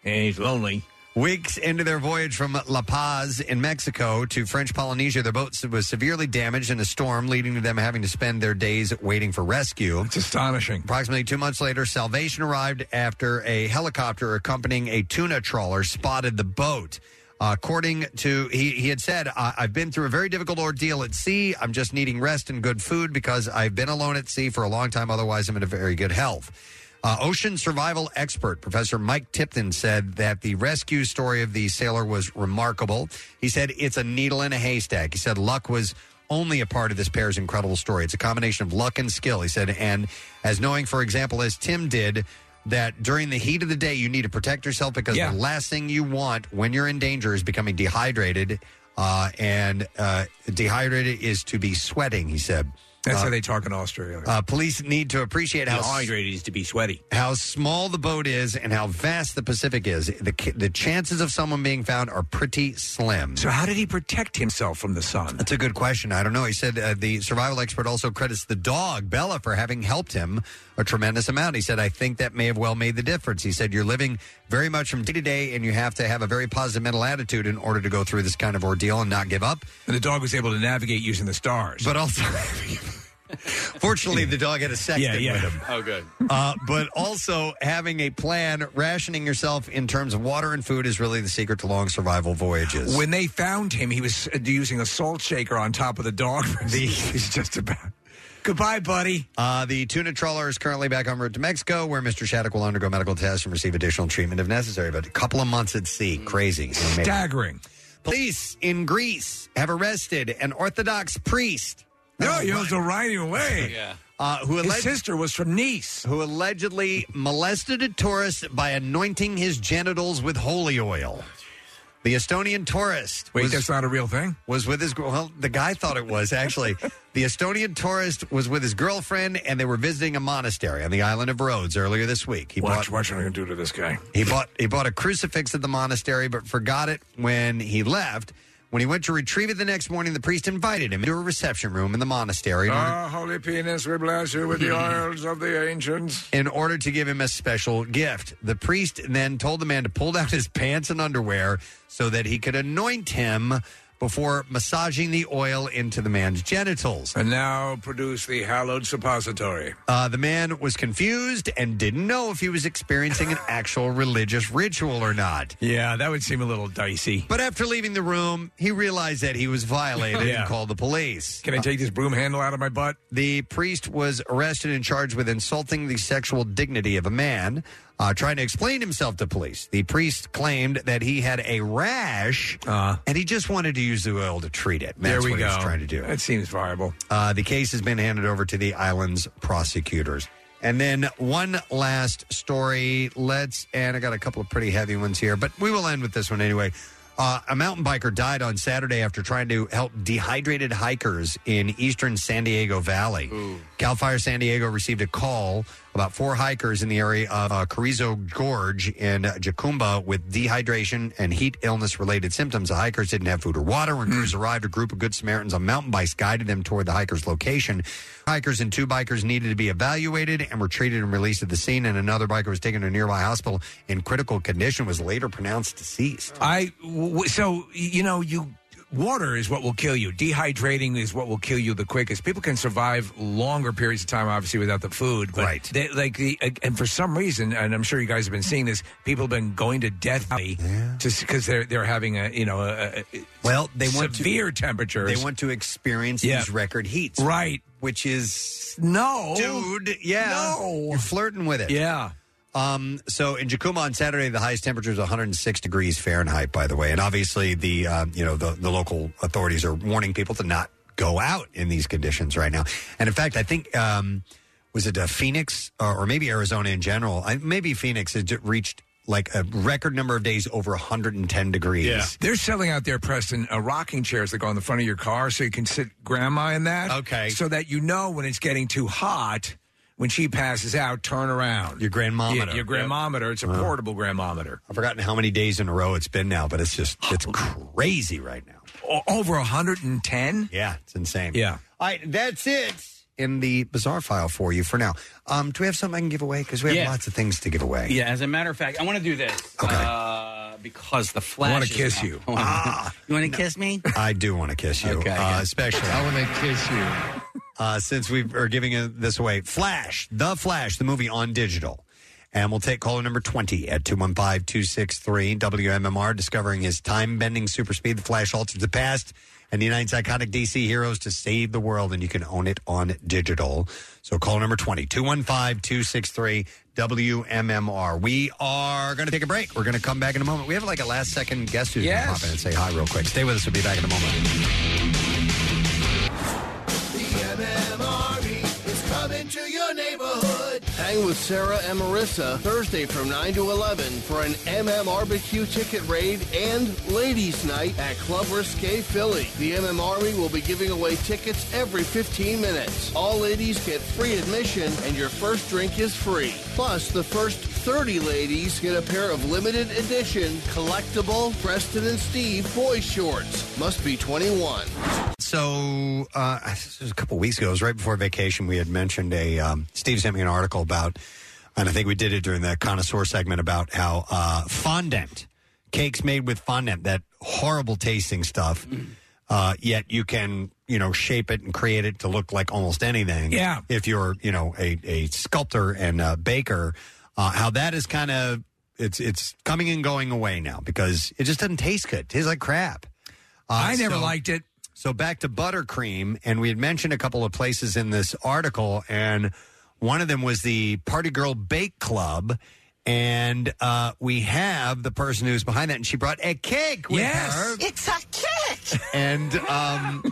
E: and he's lonely.
F: Weeks into their voyage from La Paz in Mexico to French Polynesia, their boat was severely damaged in a storm, leading to them having to spend their days waiting for rescue. It's astonishing. Approximately two months later, salvation arrived after a helicopter accompanying a tuna trawler spotted the boat. Uh, according to he, he had said, I- I've been through a very difficult ordeal at sea. I'm just needing rest and good food because I've been alone at sea for a long time. Otherwise, I'm in a very good health. Uh, ocean survival expert Professor Mike Tipton said that the rescue story of the sailor was remarkable. He said it's a needle in a haystack. He said luck was only a part of this pair's incredible story. It's a combination of luck and skill, he said. And as knowing, for example, as Tim did, that during the heat of the day, you need to protect yourself because the last thing you want when you're in danger is becoming dehydrated. Uh, and uh, dehydrated is to be sweating, he said.
E: That's
F: Uh,
E: how they talk in Australia.
F: uh, police need to appreciate how
E: Dehydrated is to be sweaty.
F: how small the boat is and how vast the Pacific is. The, ca- the chances of someone being found are pretty slim. So, how did he protect himself from the sun? That's a good question. I don't know. He said uh, the survival expert also credits the dog, Bella, for having helped him a tremendous amount. He said, I think that may have well made the difference. He said, You're living very much from day to day, and you have to have a very positive mental attitude in order to go through this kind of ordeal and not give up.
E: And the dog was able to navigate using the stars.
F: But also, fortunately, the dog had a sextant
E: yeah, yeah.
F: with him.
G: Oh, good.
F: uh, but also having a plan, rationing yourself in terms of water and food is really the secret to long survival voyages.
E: When they found him, he was uh, using a salt shaker on top of the dog. He's just about. Goodbye, buddy.
F: Uh, the tuna trawler is currently back en route to Mexico, where Mr. Shattuck will undergo medical tests and receive additional treatment if necessary. But a couple of months at sea, crazy,
E: Staggering.
F: Police in Greece have arrested an Orthodox priest.
E: No, you was a riding away. Yeah.
F: Uh, who
E: His
F: sister was from Nice, who allegedly molested a tourist by anointing his genitals with holy oil. The Estonian tourist.
E: Wait, that's not a real thing.
F: Was with his girl. Well, the guy thought it was actually. the Estonian tourist was with his girlfriend, and they were visiting a monastery on the island of Rhodes earlier this week. He
E: watch,
F: bought
E: watch what I'm going to do to this guy.
F: he bought he bought a crucifix at the monastery, but forgot it when he left. When he went to retrieve it the next morning, the priest invited him into a reception room in the monastery in order
E: Ah, holy penis, we bless you with the oils of the ancients.
F: in order to give him a special gift. The priest then told the man to pull down his pants and underwear so that he could anoint him before massaging the oil into the man's genitals.
E: And now produce the hallowed suppository.
F: Uh, the man was confused and didn't know if he was experiencing an actual religious ritual or not.
E: Yeah, that would seem a little dicey.
F: But after leaving the room, he realized that he was violated
E: Yeah.
F: and called the police.
E: Can I take this broom handle out of my butt?
F: The priest was arrested and charged with insulting the sexual dignity of a man, uh, trying to explain himself to police. The priest claimed that he had a rash
E: Uh-huh.
F: and he just wanted to use the oil to treat it.
E: There
F: That's
E: we
F: what he was
E: go.
F: trying to do.
E: That seems viable.
F: Uh, the case has been handed over to the island's prosecutors. And then one last story. Let's, and I got a couple of pretty heavy ones here, but we will end with this one anyway. Uh, a mountain biker died on Saturday after trying to help dehydrated hikers in eastern San Diego Valley. Cal Fire San Diego received a call about four hikers in the area of uh, Carrizo Gorge in Jacumba with dehydration and heat illness related symptoms. The hikers didn't have food or water.
E: Hmm.
F: When crews arrived, a group of Good Samaritans on mountain bikes guided them toward the hikers' location. Hikers and two bikers needed to be evaluated and were treated and released at the scene. And another biker was taken to a nearby hospital in critical condition, was later pronounced deceased.
E: I w- w- so you know you water is what will kill you. Dehydrating is what will kill you the quickest. People can survive longer periods of time, obviously, without the food. But right. They, like the uh, and for some reason, and I'm sure you guys have been seeing this. People have been going to Death Valley just because they're they're having a you know a, a
F: well they
E: severe
F: want to-
E: temperatures.
F: They want to experience
E: Yeah.
F: these record heats.
E: Right.
F: Which is
E: no.
F: Dude, yeah.
E: No.
F: You're flirting with it.
E: Yeah.
F: Um, so in Jacuma on Saturday, the highest temperature was 106 degrees Fahrenheit, by the way. And obviously the, um, you know, the, the local authorities are warning people to not go out in these conditions right now. And in fact, I think, um, was it uh, Phoenix uh, or maybe Arizona in general? I, maybe Phoenix has reached like a record number of days over 110 degrees.
E: They're selling out there, Preston, uh, rocking chairs that go on the front of your car so you can sit grandma in that. Okay. So that you know when it's getting too hot, when she passes out, turn around.
F: Your grandmometer. Uh-huh.
E: Yeah, your grandmometer. It's a
F: Wow.
E: portable grandmometer.
F: I've forgotten how many days in a row it's been now, but it's just, it's crazy right now.
E: O- over 110?
F: Yeah, it's insane.
E: Yeah.
F: All right, that's it in the bizarre file for you for now. Um, do we have something I can give away? Because we have
G: Yeah.
F: lots of things to give away.
G: Yeah, as a matter of fact, I want to do this. Uh, because the flash.
F: wanna
G: is
F: kiss
G: out.
F: you.
G: I wanna- you want to kiss me?
F: Ah. I do want to kiss you,
G: Okay,
F: uh,
G: okay.
F: especially. I want to kiss you. Uh, since we are giving uh, this away, Flash, The Flash, the movie on digital. And we'll take caller number 20 at 215 263 WMMR, discovering his time bending super speed. The Flash alters the past and unites iconic DC heroes to save the world, and you can own it on digital. So call number 20 215 263 WMMR. We are going to take a break. We're going to come back in a moment. We have like a last second guest who's going to pop in and say hi real quick. Stay with us. We'll be back in a moment.
W: It's E coming to your neighborhood.
I: Hang with Sarah and Marissa Thursday from 9 to 11 for an MMRBQ ticket raid and ladies' night at Club Risque Philly. The MM Army will be giving away tickets every 15 minutes. All ladies get free admission and your first drink is free. Plus, the first 30 ladies get a pair of limited edition collectible Preston and Steve boy shorts. Must be 21.
F: So uh, this was a couple weeks ago, it was right before vacation. We had mentioned a um, Steve sent me an article about, and I think we did it during the connoisseur segment about how uh, fondant cakes made with fondant, that horrible tasting stuff. Uh, yet you can you know shape it and create it to look like almost anything.
E: Yeah.
F: If you're you know a, a sculptor and a baker, uh, how that is kind of it's it's coming and going away now because it just doesn't taste good. It tastes like crap.
E: I never liked it.
F: Uh, So back to buttercream, and we had mentioned a couple of places in this article, and one of them was the Party Girl Bake Club, and uh, we have the person who's behind that, and she brought a cake with her
C: It's a kick.
F: and um,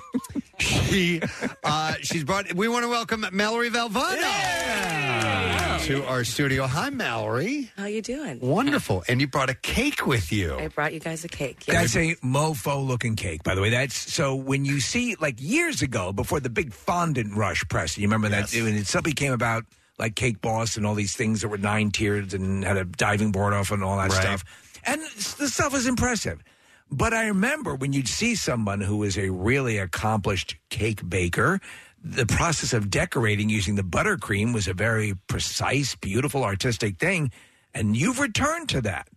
F: she uh, she's brought. We want to welcome Mallory Valvano to our studio. Hi, Mallory.
N: How you doing?
F: Wonderful, and you brought a cake with you.
N: I brought you guys a cake.
E: That's a mofo looking cake, by the way. That's so when you see like years ago before the big fondant rush press, you remember that when it suddenly came about like Cake Boss and all these things that were nine tiered and had a diving board off and all that
O: Right.
E: stuff. And s- the stuff was impressive. But I remember when you'd see someone who was a really accomplished cake baker, the process of decorating using the buttercream was a very precise, beautiful, artistic thing. And you've returned to that.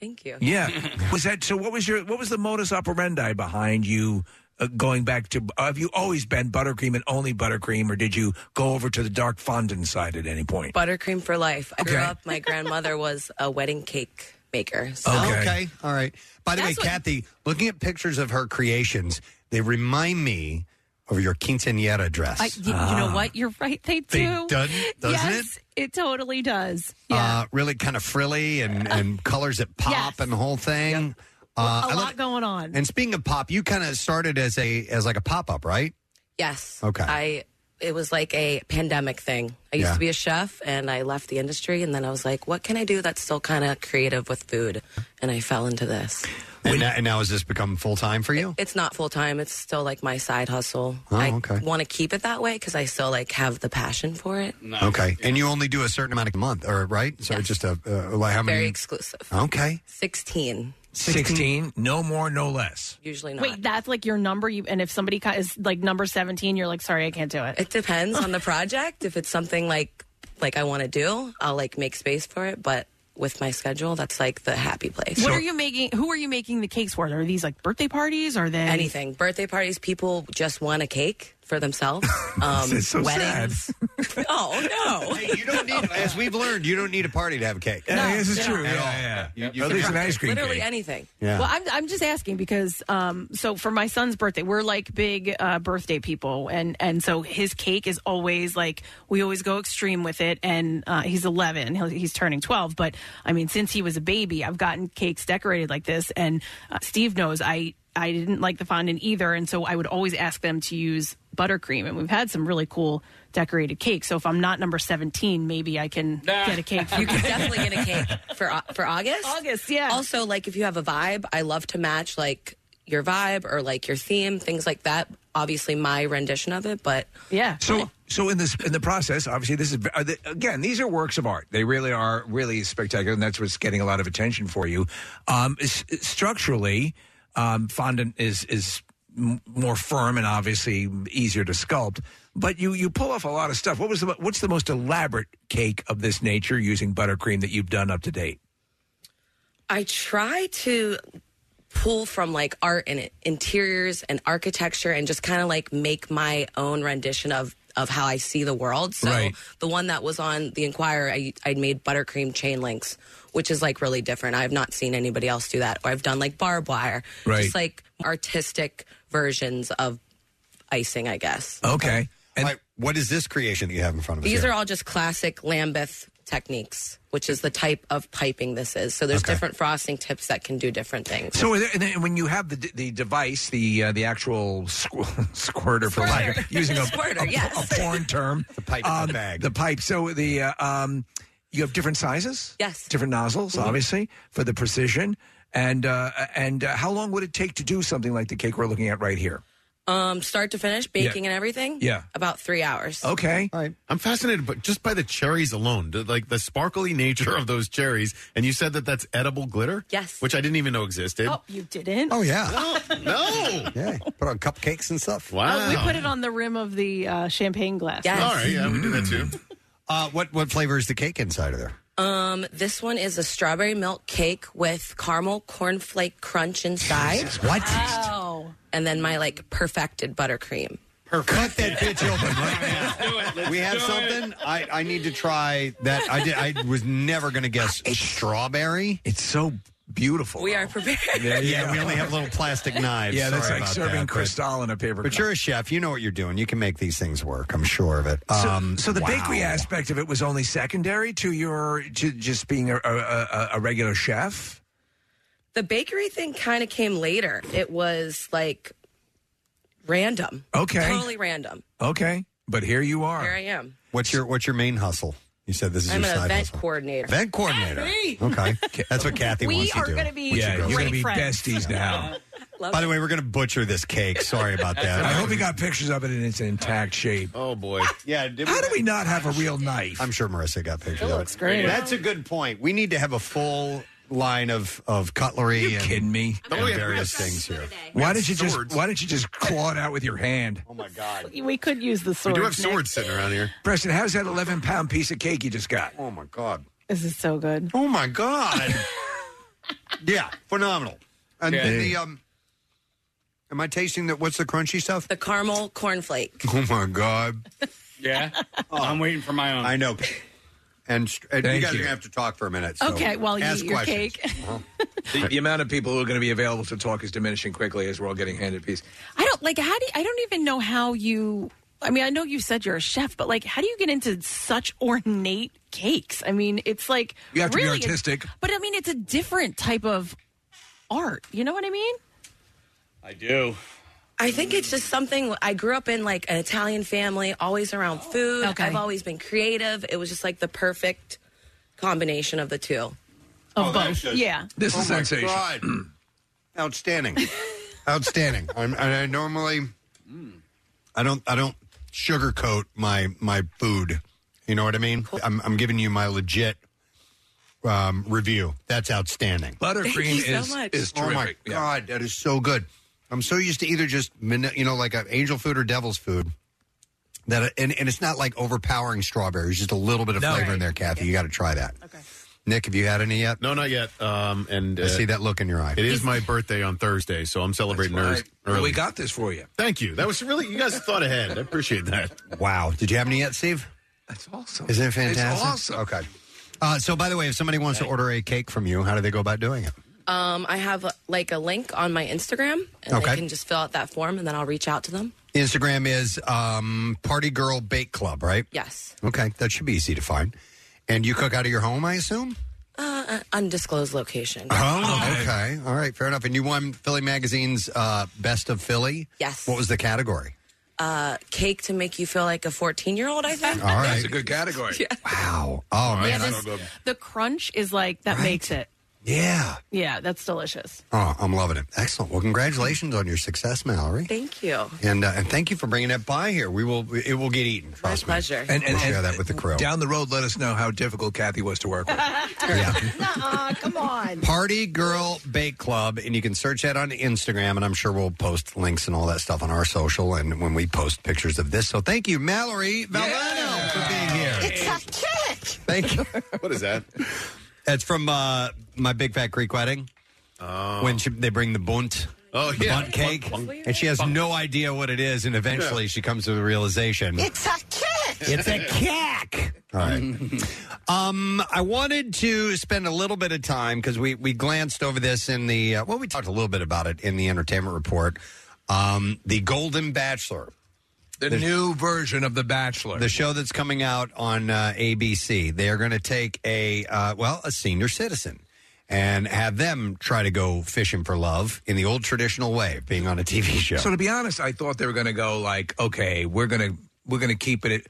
C: Thank you.
E: Yeah. was that so? What was your what was the modus operandi behind you uh, going back to? Uh, have you always been buttercream and only buttercream, or did you go over to the dark fondant side at any point?
C: Buttercream for life. I grew
E: Okay.
C: up. My grandmother was a wedding cake maker.
D: Oh,
C: So.
F: Okay. All right. By the
C: That's
F: way,
C: what-
F: Kathy, looking at pictures of her creations, they remind me of your quinceanera dress.
D: I, y- you, know what? You're right. They
F: Ah. They
D: do.
F: done- doesn't
D: yes, it? totally does.
F: Uh, really kind of frilly and,
D: Uh,
F: and colors that pop and the whole thing. Uh,
D: a
F: I
D: lot
F: love-
D: going on.
F: and speaking of pop, you kind of started as a as like a pop up, right?
C: Yes.
F: Okay.
C: I. It was like a pandemic thing. I used
F: Yeah.
C: to be a chef, and I left the industry, and then I was like, "What can I do that's still kind of creative with food?" And I fell into this.
F: And now, and now has this become full time for you?
C: It's not full time. It's still like my side hustle.
F: Oh,
C: I
F: okay.
C: want to keep it that way because I still like have the passion for it.
F: Okay, and you only do a certain amount a month, or right? So it's just a uh, like how many?
C: Very exclusive.
F: Okay,
C: Sixteen.
E: 16, no more, no less.
C: Usually not.
D: Wait, that's like your number. You and if somebody ca- is like number seventeen, you're like, sorry, I can't do it.
C: It depends on the project. If it's something like like I want to do, I'll like make space for it. But with my schedule, that's like the happy place.
D: What are you making? Who are you making the cakes for? Are these like birthday parties? Are they
C: Anything. Birthday parties. People just want a cake for themselves. um,
D: Um,
F: It's so sad.
C: weddings. oh no!
F: you don't need. As we've learned, you don't need a party to have a cake.
C: Yeah, No, this is
E: no. true.
F: At
E: Yeah,
F: all.
E: yeah.
F: You- you
E: Or at least
F: can-
E: an ice cream
C: Literally anything.
F: Yeah.
D: Well, I'm I'm just asking because um so for my son's birthday, we're like big uh, birthday people, and and so his cake is always like we always go extreme with it, and uh, he's 11, he'll, he's turning 12, but I mean since he was a baby, I've gotten cakes decorated like this, and uh, Steve knows I. I didn't like the fondant either, and so I would always ask them to use buttercream. And we've had some really cool decorated cakes. So if I'm not number seventeen, maybe I can get a cake.
C: You can definitely get a cake for Au- for August.
D: August, yeah.
C: Also, like if you have a vibe, I love to match like your vibe or like your theme, things like that. Obviously, my rendition of it, but
D: yeah.
E: So, so in this in the process, obviously, this is are the, again. These are works of art. They really are really spectacular, and that's what's getting a lot of attention for you. Um, s- structurally, um, fondant is is m- more firm and obviously easier to sculpt. But you you pull off a lot of stuff. What was the what's the most elaborate cake of this nature using buttercream that you've done up to date?
C: I try to pull from like art and interiors and architecture and just kind of like make my own rendition of of how I see the world. So
N: Right.
C: the one that was on the Inquirer, I I made buttercream chain links, which is like really different. I've not seen anybody else do that. Or I've done like barbed wire,
E: Right.
C: just like artistic versions of icing, I guess.
E: Okay.
F: And what is this creation that you have in front of us?
C: These
F: here?
C: are all just classic Lambeth techniques, which is the type of piping this is. So there's different frosting tips that can do different things.
E: So, is there- and then when you have the d- the device, the uh, the actual squ- squirter, for lack of using a,
C: Squirter,
E: a,
C: yes.
E: a porn term, the
F: pipe,
E: um, the bag, the pipe. So the uh, um, you have different sizes,
C: yes,
E: different nozzles,
C: Mhm.
E: obviously for the precision. And uh, and uh, how long would it take to do something like the cake we're looking at right here?
C: Um, start to finish, baking and everything.
K: Yeah.
C: about three hours.
K: All right. I'm fascinated, but just by the cherries alone, the, like the sparkly nature of those cherries. And you said that that's edible glitter.
C: Yes.
K: Which I didn't even know existed.
D: Oh, you didn't?
F: Oh yeah.
K: no.
F: Yeah. Put on cupcakes and stuff.
D: Oh, we put it on the rim of the uh, champagne glass.
K: we do that too.
F: Uh, what what flavor is the cake inside of there?
C: Um, this one is a strawberry milk cake with caramel cornflake crunch inside.
F: What?
C: Oh.
D: Wow.
C: And then my like perfected buttercream.
F: Perfect. Cut that bitch open right now. We have something. I, I need to try that. I did. I was never going to guess strawberry.
E: It's so beautiful.
C: We are prepared.
F: Yeah, we only have little plastic knives.
E: Yeah, that's
F: Sorry
E: like
F: about
E: serving
F: that, but-
E: Cristal in a paper
F: But
E: cup.
F: you're a chef. You know what you're doing. You can make these things work. I'm sure of it.
E: So,
F: Um,
E: so the
F: wow.
E: bakery aspect of it was only secondary to your to just being a, a, a, a regular chef.
C: The bakery thing kind of came later. It was like random.
E: Okay.
C: Totally random.
E: Okay, but here you are.
C: Here I am.
F: What's your What's your main hustle? You said this is
C: I'm
F: your
C: an
F: side
C: event
F: hustle.
C: coordinator.
F: Event coordinator.
C: Kathy!
F: Okay, that's what Kathy
C: We
F: wants to
C: are
F: do.
C: gonna be
F: Which
E: Yeah,
F: is
E: you're
F: great.
E: gonna be
F: friends.
E: besties now.
F: By the way, we're going to butcher this cake. Sorry about that.
E: I hope he got pictures of it in its intact shape.
K: Oh boy!
F: Yeah.
E: How do we not have a real knife?
F: I'm sure Marissa got pictures. It
E: looks great.
F: That's a good point. We need to have a full line of of cutlery.
E: You kidding me?
F: And
E: Oh, yeah, we
F: various
E: have
F: things here.
E: Why did you just Why didn't you just claw it out with your hand?
F: Oh my God!
D: We could use the sword. Nick.
K: sitting around here.
E: Preston, how's that 11 pound piece of cake you just got?
F: Oh my God!
D: This is so good.
F: Oh my God! yeah, phenomenal. And
E: Yeah.
F: the um, am I tasting the what's the crunchy stuff?
C: The caramel cornflake.
F: Oh my god! Oh.
G: Yeah, I'm waiting for my own.
F: I know. And, st- and you
E: Thank
F: guys are
E: you.
F: gonna have to talk for a minute. So
D: okay, well, you
F: ask
D: eat your
F: questions.
D: cake.
E: The, the amount of people who are going to be available to talk is diminishing quickly as we're all getting handed pieces.
D: I don't like how do you, I don't even know how you. I mean, I know you said you're a chef, but like, how do you get into such ornate cakes? I mean, it's like
E: You have to be
D: really,
E: artistic.
D: but I mean, it's a different type of art. You know what I mean?
G: I do.
C: I think it's just something I grew up in like an Italian family, always around food. I've always been creative. It was just like the perfect combination of the two.
D: Of both. yeah.
E: This is
F: Oh my
E: sensational.
F: God. Outstanding. Outstanding. I'm, I, I normally, I don't, I don't sugarcoat my my food. You know what I mean? I'm, I'm giving you my legit um, review. That's outstanding.
E: Buttercream Thank you so is- much. is
F: Oh my
E: terrific. Yeah.
F: god, that is so good. I'm so used to either just min- you know like uh, angel food or devil's food. That and, and it's not like overpowering strawberries. Just a little bit of flavor in there, Kathy. You got to try that. Okay. Nick, have you had any yet?
K: No, not yet. Um, and
F: I see that look in your eye.
K: It is my birthday on Thursday, so I'm celebrating
E: All
K: hers
E: right.
K: early.
E: We got this for you.
K: Thank you. That was really you guys thought ahead. I appreciate that.
F: Wow. Did you have any yet, Steve?
E: That's awesome.
F: Isn't it fantastic?
E: awesome.
F: Okay. Uh, so, by the way, if somebody wants to order a cake from you, how do they go about doing it?
C: Um, I have like a link on my Instagram, and
F: Okay.
C: they can just fill out that form, and then I'll reach out to them.
F: Instagram is um, Party Girl Bake Club, right?
C: Yes.
F: Okay, that should be easy to find. And you cook out of your home, I assume?
C: Uh, uh, undisclosed location.
F: Oh, okay. All right, fair enough. And you won Philly Magazine's uh, Best of Philly?
C: Yes.
F: What was the category?
C: Uh, cake to make you feel like a 14 year old, I think.
F: All right.
E: That's a good category.
F: Wow. Oh, man.
D: yeah,
F: I-
D: this- the crunch is like that makes it.
F: yeah.
D: Yeah, that's delicious.
F: Oh, I'm loving it. Excellent. Well, congratulations on your success, Mallory.
C: Thank you.
F: And uh, and thank you for bringing that by here. We will. It will get eaten. Trust My
C: pleasure.
F: And, and, share that with the crew.
E: Down the road, let us know how difficult Kathy was to work with.
D: Nuh-uh, come on.
F: Party Girl Bake Club, and you can search that on Instagram, and I'm sure we'll post links and all that stuff on our social and when we post pictures of this. So thank you, Mallory Valvano, for being here.
W: It's a kick.
F: Thank you. what is that? That's from uh, my Big Fat Creek wedding. Oh. When she, they bring the bunt.
K: Oh,
F: the
K: yeah.
F: Bunt cake. and she has no idea what it is, and eventually she comes to the realization.
W: It's a kick.
F: It's a kick. All right. um, I wanted to spend a little bit of time because we we glanced over this in the uh, well, we talked a little bit about it in the entertainment report. Um, the Golden Bachelor,
E: The new version of The Bachelor.
F: the show that's coming out on uh, ABC, they are going to take a uh, well, a senior citizen. And have them try to go fishing for love in the old traditional way, of being on a TV show.
E: So to be honest, I thought they were going to go like, okay, we're going to we're going to keep it. At,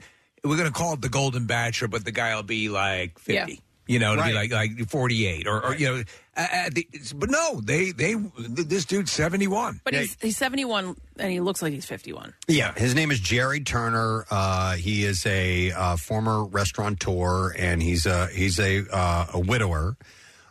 E: we're going to call it the Golden Bachelor, but the guy will be like fifty. You know, it'll be like like forty eight or, or you know, uh, the, but no, they they this dude's seventy one.
D: But he's he's 71 and he looks like he's 51.
F: Yeah, his name is Jerry Turner. Uh, he is a uh, former restaurateur, and he's a he's a uh, a widower.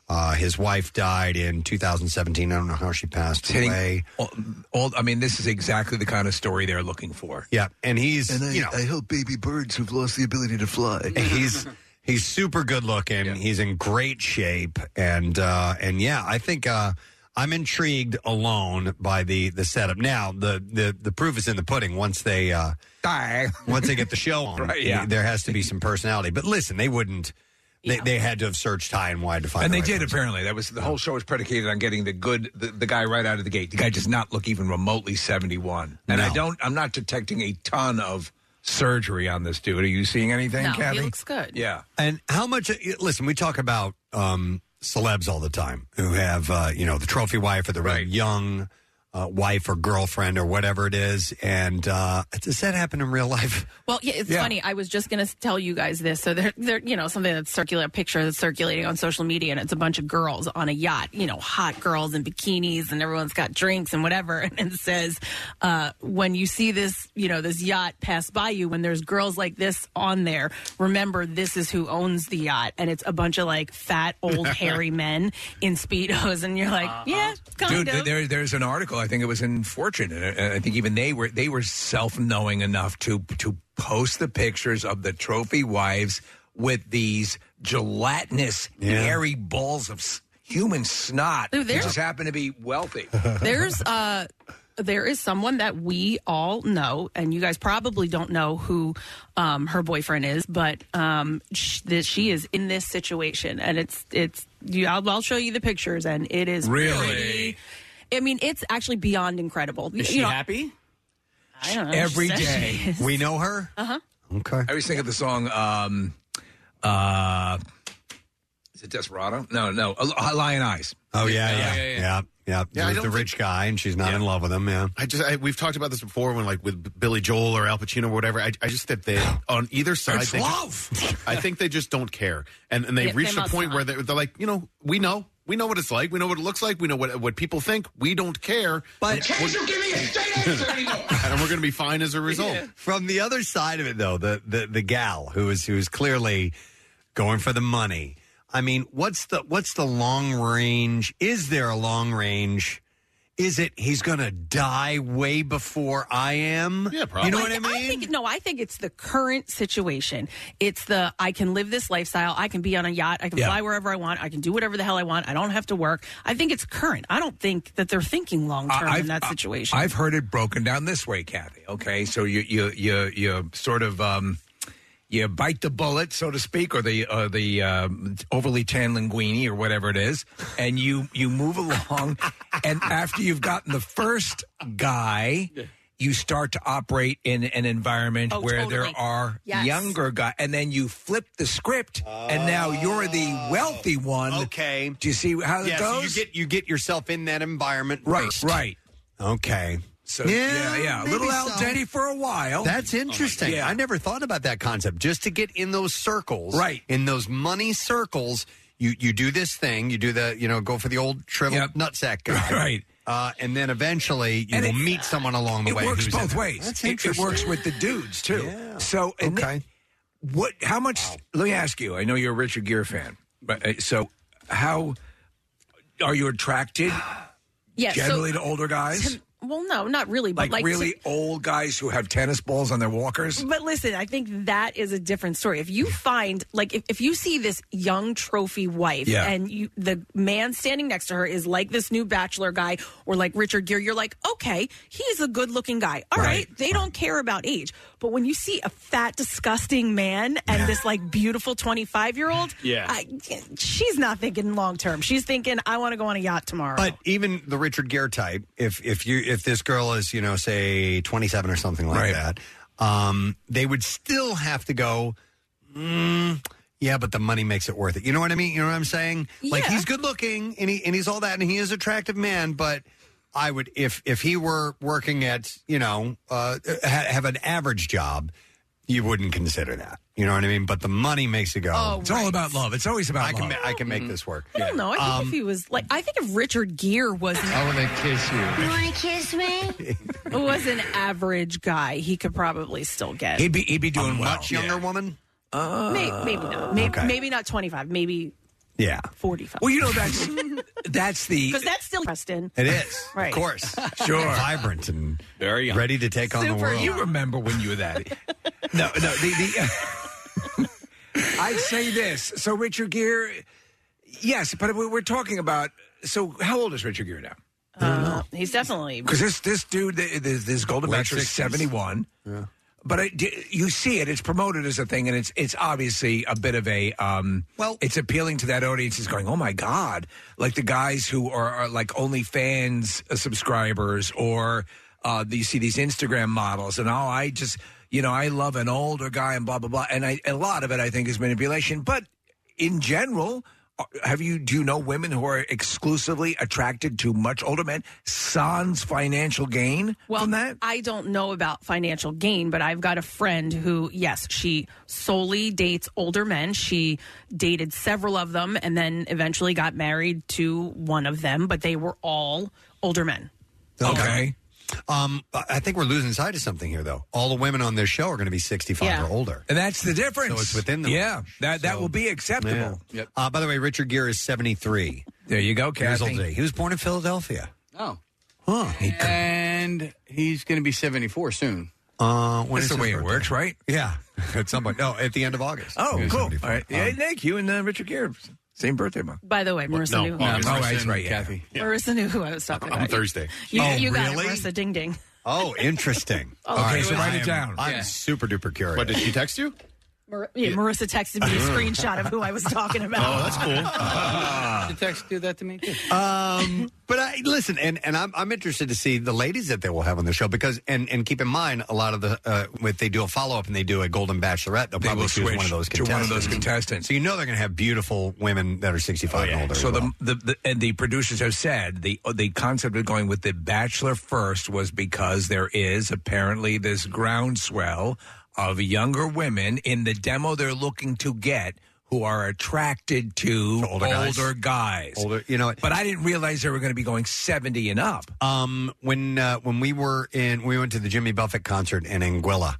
F: Uh, his wife died in 2017. I don't know how she passed
E: hitting
F: away.
E: all, all. I mean, this is exactly the kind of story they're looking for.
F: Yeah, and he's
E: And I-
F: you know
E: I
F: help baby birds who've lost the ability to fly. He's he's super good looking. He's in great shape, and uh, and yeah, I think uh, I'm intrigued alone by the the setup. Now the the the proof is in the pudding. Once they uh,
E: die,
F: once they get the show on,
E: Right, yeah.
F: there has to be some personality. But listen, they wouldn't. They, they had to have searched high and wide to find.
E: and
F: the
E: they
F: right
E: did
F: person.
E: apparently. That was the whole show was predicated on getting the good, the, the guy right out of the gate. The guy does not look even remotely seventy one. And I
F: No.
E: don't. I'm not detecting a ton of surgery on this dude. Are you seeing anything, Kathy?
D: good.
E: Yeah.
F: And how much? uh, Listen, we talk about um, celebs all the time who have uh, you know the trophy wife or the really young uh, wife or girlfriend or whatever it is. And uh, does that happen in real life?
D: Well, yeah, it's
F: Yeah.
D: funny. I was just going to tell you guys this. So there, there, you know, something that's circular, a picture that's circulating on social media, and it's a bunch of girls on a yacht, you know, hot girls in bikinis, and everyone's got drinks and whatever. And it says, uh, when you see this, you know, this yacht pass by you, when there's girls like this on there, remember this is who owns the yacht, and it's a bunch of like fat, old, hairy men in speedos, and you're like, yeah, kind
E: Dude,
D: of.
E: th- there, there's an article. I think it was in Fortune, and uh, I I think even they were they were self knowing enough to to post the pictures of the trophy wives with these gelatinous, hairy balls of s- human snot.
D: Ooh,
E: who
D: there-
E: just happen to be wealthy.
D: There's uh there is someone that we all know, and you guys probably don't know who um, her boyfriend is, but um, sh- that she is in this situation, and it's it's. You, I'll, I'll show you the pictures, and it is pretty- I mean, it's actually beyond incredible.
G: Is she happy?
D: I don't know.
E: Every
D: She said she
E: day.
D: is.
F: We know her?
D: Uh-huh.
F: Okay. I
E: always think of the song, um, uh, is it Desperado? No, no, uh, Lion Eyes.
F: Oh yeah, yeah, yeah, yeah.
K: Yeah, I
F: He's
K: don't
F: the
K: think-
F: rich guy, and she's not in love with him. Yeah.
K: I just I, we've talked about this before when like with Billy Joel or Al Pacino or whatever. I, I just that they on either side
F: It's
K: they
F: love.
K: Just, I think they just don't care, and and they've
F: Yeah, they
K: reached a
F: must
K: point where they're, they're like, you know, we know, we know what it's like, we know what it looks like, we know what what people think, we don't care. But
F: Can't
K: you give me a straight answer anymore? and we're going to be fine as a result.
F: From the other side of it, though, the the, the gal who is who is clearly going for the money. I mean, what's the what's the long range? Is there a long range? Is it he's going to die way before I am? Yeah, You know what I
D: Like,
F: mean?
D: think, no, I think it's the current situation. It's the I can live this lifestyle. I can be on a yacht. I can
F: Yeah.
D: fly wherever I want. I can do whatever the hell I want. I don't have to work. I think it's current. I don't think that they're thinking long term in that situation.
E: I've heard it broken down this way, Kathy. Okay, so you you you you sort of um, you bite the bullet, so to speak, or the uh, the um, overly tan linguini or whatever it is, and you you move along, and after you've gotten the first guy. You start to operate in an environment
M: Oh,
E: where
M: totally.
E: there are
M: Yes.
E: younger guys, and then you flip the script, and now you're the wealthy one.
F: Oh, Okay,
E: do you see how
F: Yeah,
E: it
F: so
E: goes?
F: you get you get yourself in that environment,
E: Right,
F: first.
E: right.
F: Okay.
E: So yeah, yeah, a
F: maybe
E: little Al
F: so.
E: Denti for a while. Oh
F: That's interesting.
E: yeah.
F: I never thought about that concept. Just to get in those circles,
E: Right.
F: In those money circles, you you do this thing. You do the you know go for the old shriveled nutsack guy,
E: right?
F: Uh, and then eventually you
E: And
F: will
E: it-
F: meet someone along the
E: it
F: way.
E: works
F: who's in
E: both
F: there.
E: ways.
F: That's
E: It- it
F: interesting.
E: works with the dudes too.
F: Yeah.
E: So and okay, what? How much? Let me ask you. I know you're a Richard Gere fan, but uh, so how are you attracted
D: Yeah, so-
E: generally to older guys?
D: well, no, not really. But
E: Like,
D: like, to-
E: really old guys who have tennis balls on their walkers?
D: But listen, I think that is a different story. If you find like if, if you see this young trophy wife
E: Yeah.
D: and you the man standing next to her is like this new bachelor guy or like Richard Gere, you're like, okay, he's a good looking guy. All right. They don't care about age. But when you see a fat, disgusting man and this like beautiful twenty five year old,
F: Yeah.
D: she's not thinking long term. She's thinking, I want to go on a yacht tomorrow.
F: But even the Richard Gere type, if if you if this girl is you know say twenty seven or something like that, um, they would still have to go. Mm, yeah, but the money makes it worth it. You know what I mean? You know what I'm saying? Like
N: Yeah.
F: he's good looking and he and he's all that and he is an attractive man, but I would if if he were working at you know uh, ha- have an average job, you wouldn't consider that. You know what I mean? But the money makes it go.
D: Oh, It's all right.
E: about love. It's always about
F: I Can ma- I can make this work.
D: I don't know. I think if he was like, I think if Richard Gere was
F: Um, I want to kiss you.
D: want to kiss me? was an average guy, he could probably still get. Uh,
E: He'd be he'd be doing well.
F: much younger woman.
D: May- maybe, not. Maybe, maybe not 25. Maybe
F: Yeah.
D: 45.
E: Well, you know that's that's the
D: because that's still Preston.
F: It is, of
D: Right.
F: course,
E: Sure.
F: vibrant and very ready to take on the
E: Super
F: world.
E: young. You remember when you were that? no, no. The, the, I'd say this. So Richard Gere, yes, but we- we're talking about. So how old is Richard Gere now?
D: Uh, he's definitely.
E: Because this this dude, th- this, this golden
F: Late
E: bachelor, is
F: 60s.
E: seventy one. But I- d- you see it; it's promoted as a thing, and it's it's obviously a bit of a um, well. It's appealing to that audience. Is going, oh my god, like the guys who are, are like OnlyFans uh, subscribers, or uh, you see these Instagram models, and oh, I just you know I love an older guy, and blah blah blah. And I, a lot of it, I think, is manipulation. But in general, are- have you do you know women who are exclusively attracted to much older men? Sans financial gain.
D: Well, I don't know about financial gain, but I've got a friend who, yes, she solely dates older men. She dated several of them and then eventually got married to one of them, but they were all older men.
E: Okay.
F: Um, I I think we're losing sight of something here, though. All the women on this show are going to be 65
E: Yeah.
F: or older.
E: And that's the difference.
F: So it's within the
E: yeah. That that will be acceptable.
F: Yeah. Uh, by the way, Richard Gere is 73.
E: There you go,
F: Years
E: Kathy.
F: old today. He was born in Philadelphia.
G: Oh.
F: Huh.
G: And he's going to be 74 soon.
F: Uh,
G: That's the way it works,
E: right?
F: Yeah. at some point. No, at the end of August.
E: Oh,
F: He was
E: cool.
F: 74.
E: All right.
F: Um,
E: Yeah, Nick, you and uh, Richard Gere. Same birthday month.
D: By the way, Marissa
E: no,
D: knew who I was
E: August. Oh,
D: talking
E: that's right, yeah.
G: Kathy.
D: Marissa knew who I was talking about.
K: Thursday.
D: You,
F: oh,
D: you got
F: really?
D: it, Marissa. Ding ding.
F: Oh, interesting.
D: Okay, so write it
F: I'm-
D: down.
F: I'm
D: Yeah.
F: super duper curious.
K: But did she text you?
D: Mar- yeah, Marissa texted me a screenshot of who I was talking about.
F: Oh, that's cool.
G: Did text do that to me too?
F: Um, but I listen, and, and I'm, I'm interested to see the ladies that they will have on the show because, and, and keep in mind, a lot of the uh, if they do a follow up and they do a Golden Bachelorette, they'll
E: They
F: probably
E: will
F: choose one
E: switch
F: of those
E: to
F: contestants.
E: one of those Oh, contestants.
F: So you know they're going to have beautiful women that are 65 and older.
E: So
F: as well.
E: the, the the and the producers have said the the concept of going with the Bachelor first was because there is apparently this groundswell of younger women in the demo they're looking to get who are attracted to, older,
F: guys.
E: guys.
F: Older- you know.
E: But I didn't realize they were going to be going seventy and up.
F: Um, when uh, when we were in, we went to the Jimmy Buffett concert in Anguilla.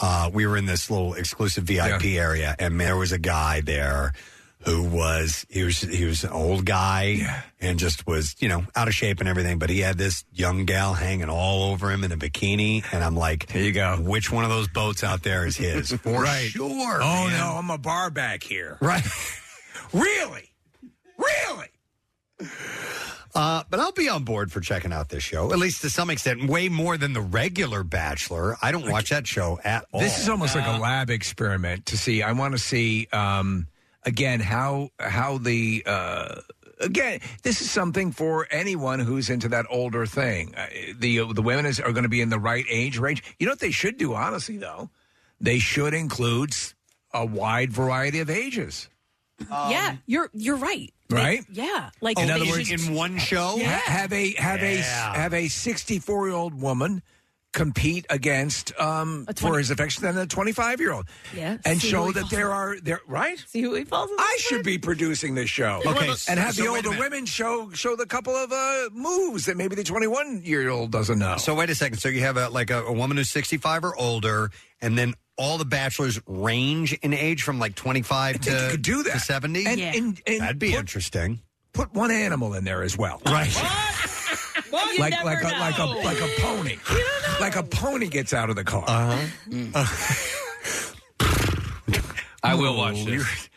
F: Uh, we were in this little exclusive VIP area, and there was a guy there who was he was he was an old guy and just was you know out of shape and everything, but he had this young gal hanging all over him in a bikini, and I'm like, here you go. Which one of those boats out there is his? For
E: right.
F: sure.
E: Oh
F: man.
E: no, I'm a bar back here.
F: Right.
E: really? Really?
F: Uh, but I'll be on board for checking out this show, at least to some extent, way more than the regular Bachelor. I don't watch that show at all.
E: This is almost like a lab experiment to see. I want to see um, again how how the uh, again this is something for anyone who's into that older thing. Uh, the the women is, are going to be in the right age range. You know what they should do, honestly though, they should include s- a wide variety of ages.
D: yeah, you're you're right.
E: Right?
D: Yeah, like
E: in
D: they
E: other
D: should-
E: words,
F: in one show,
D: Yeah.
E: have a have a
D: Yeah.
E: have a sixty four year old woman compete against um, for his affection than a twenty five year old.
D: Yeah,
E: and
D: see
E: show
D: who
E: that there are there right.
D: See who he falls.
E: I should be producing this show.
F: Okay,
E: and have
F: so
E: the
F: wait a
E: older
F: minute.
E: women show show the couple of uh, moves that maybe the twenty one year old doesn't know.
F: So wait a second. So you have a, like a, a woman who's sixty five or older, and then all the bachelors range in age from like twenty five to
E: you could do that.
F: to seventy.
E: And- Yeah. and- and
F: That'd be interesting.
E: Put one animal in there as well,
F: right?
E: like like a, like a like a pony. Like a pony gets out of the car. Mm.
G: I will watch this.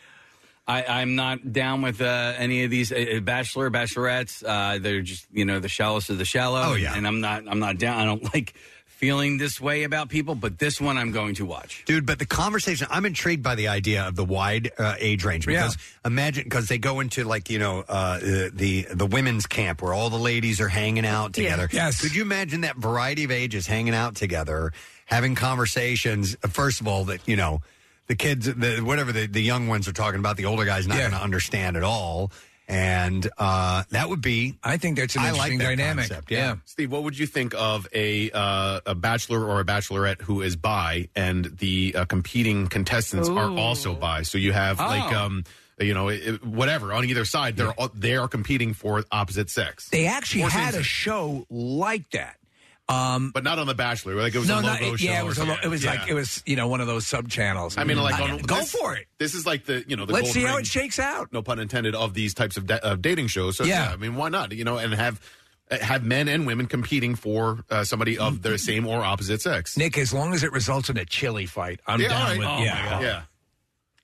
G: I, I'm not down with uh, any of these uh, uh, bachelor, bachelorettes. Uh, they're just you know the shallowest of the shallow. Oh yeah, and I'm not I'm not down. I don't like feeling this way about people, but this one I'm going to watch.
F: Dude, but the conversation, I'm intrigued by the idea of the wide uh, age range because imagine, because they go into like, you know, uh, uh, the the women's camp where all the ladies are hanging out
E: Yeah.
F: together.
E: Yes.
F: Could you imagine that variety of ages hanging out together, having conversations? uh, First of all, that, you know, the kids, the, whatever the, the young ones are talking about, the older guy's not going to understand at all. And uh, that would be.
E: I think that's
K: I
F: like that concept, yeah.
K: Steve, what would you think of a uh, a bachelor or a bachelorette who is bi, and the uh, competing contestants are
M: Ooh.
K: also bi? So you have like
E: Oh.
K: um, you know, it- it- whatever on either side, they're all they are competing for opposite sex.
E: They actually
K: Or same
E: had a
K: sex.
E: show like that. Um,
K: but not on the Bachelor. Like it was a
E: not-
K: logo show
E: yeah, it
K: or
E: was a lo-
K: something.
E: it was like
K: Yeah.
E: it was you know one of those sub channels.
K: I mean, like,
E: Uh,
K: on,
E: go
K: this-
E: for it.
K: This is like the you know the
E: Let's
K: gold
E: see how
K: ring,
E: it shakes out.
K: No pun intended of these types of da- of dating shows. So
E: Yeah.
K: yeah. I mean, why not? You know, and have uh, have men and women competing for uh, somebody of their same or opposite sex.
E: Nick, as long as it results in a chili fight, I'm
K: Yeah, all
E: down
K: right.
E: with
K: Oh, my
E: yeah.
K: God. Yeah.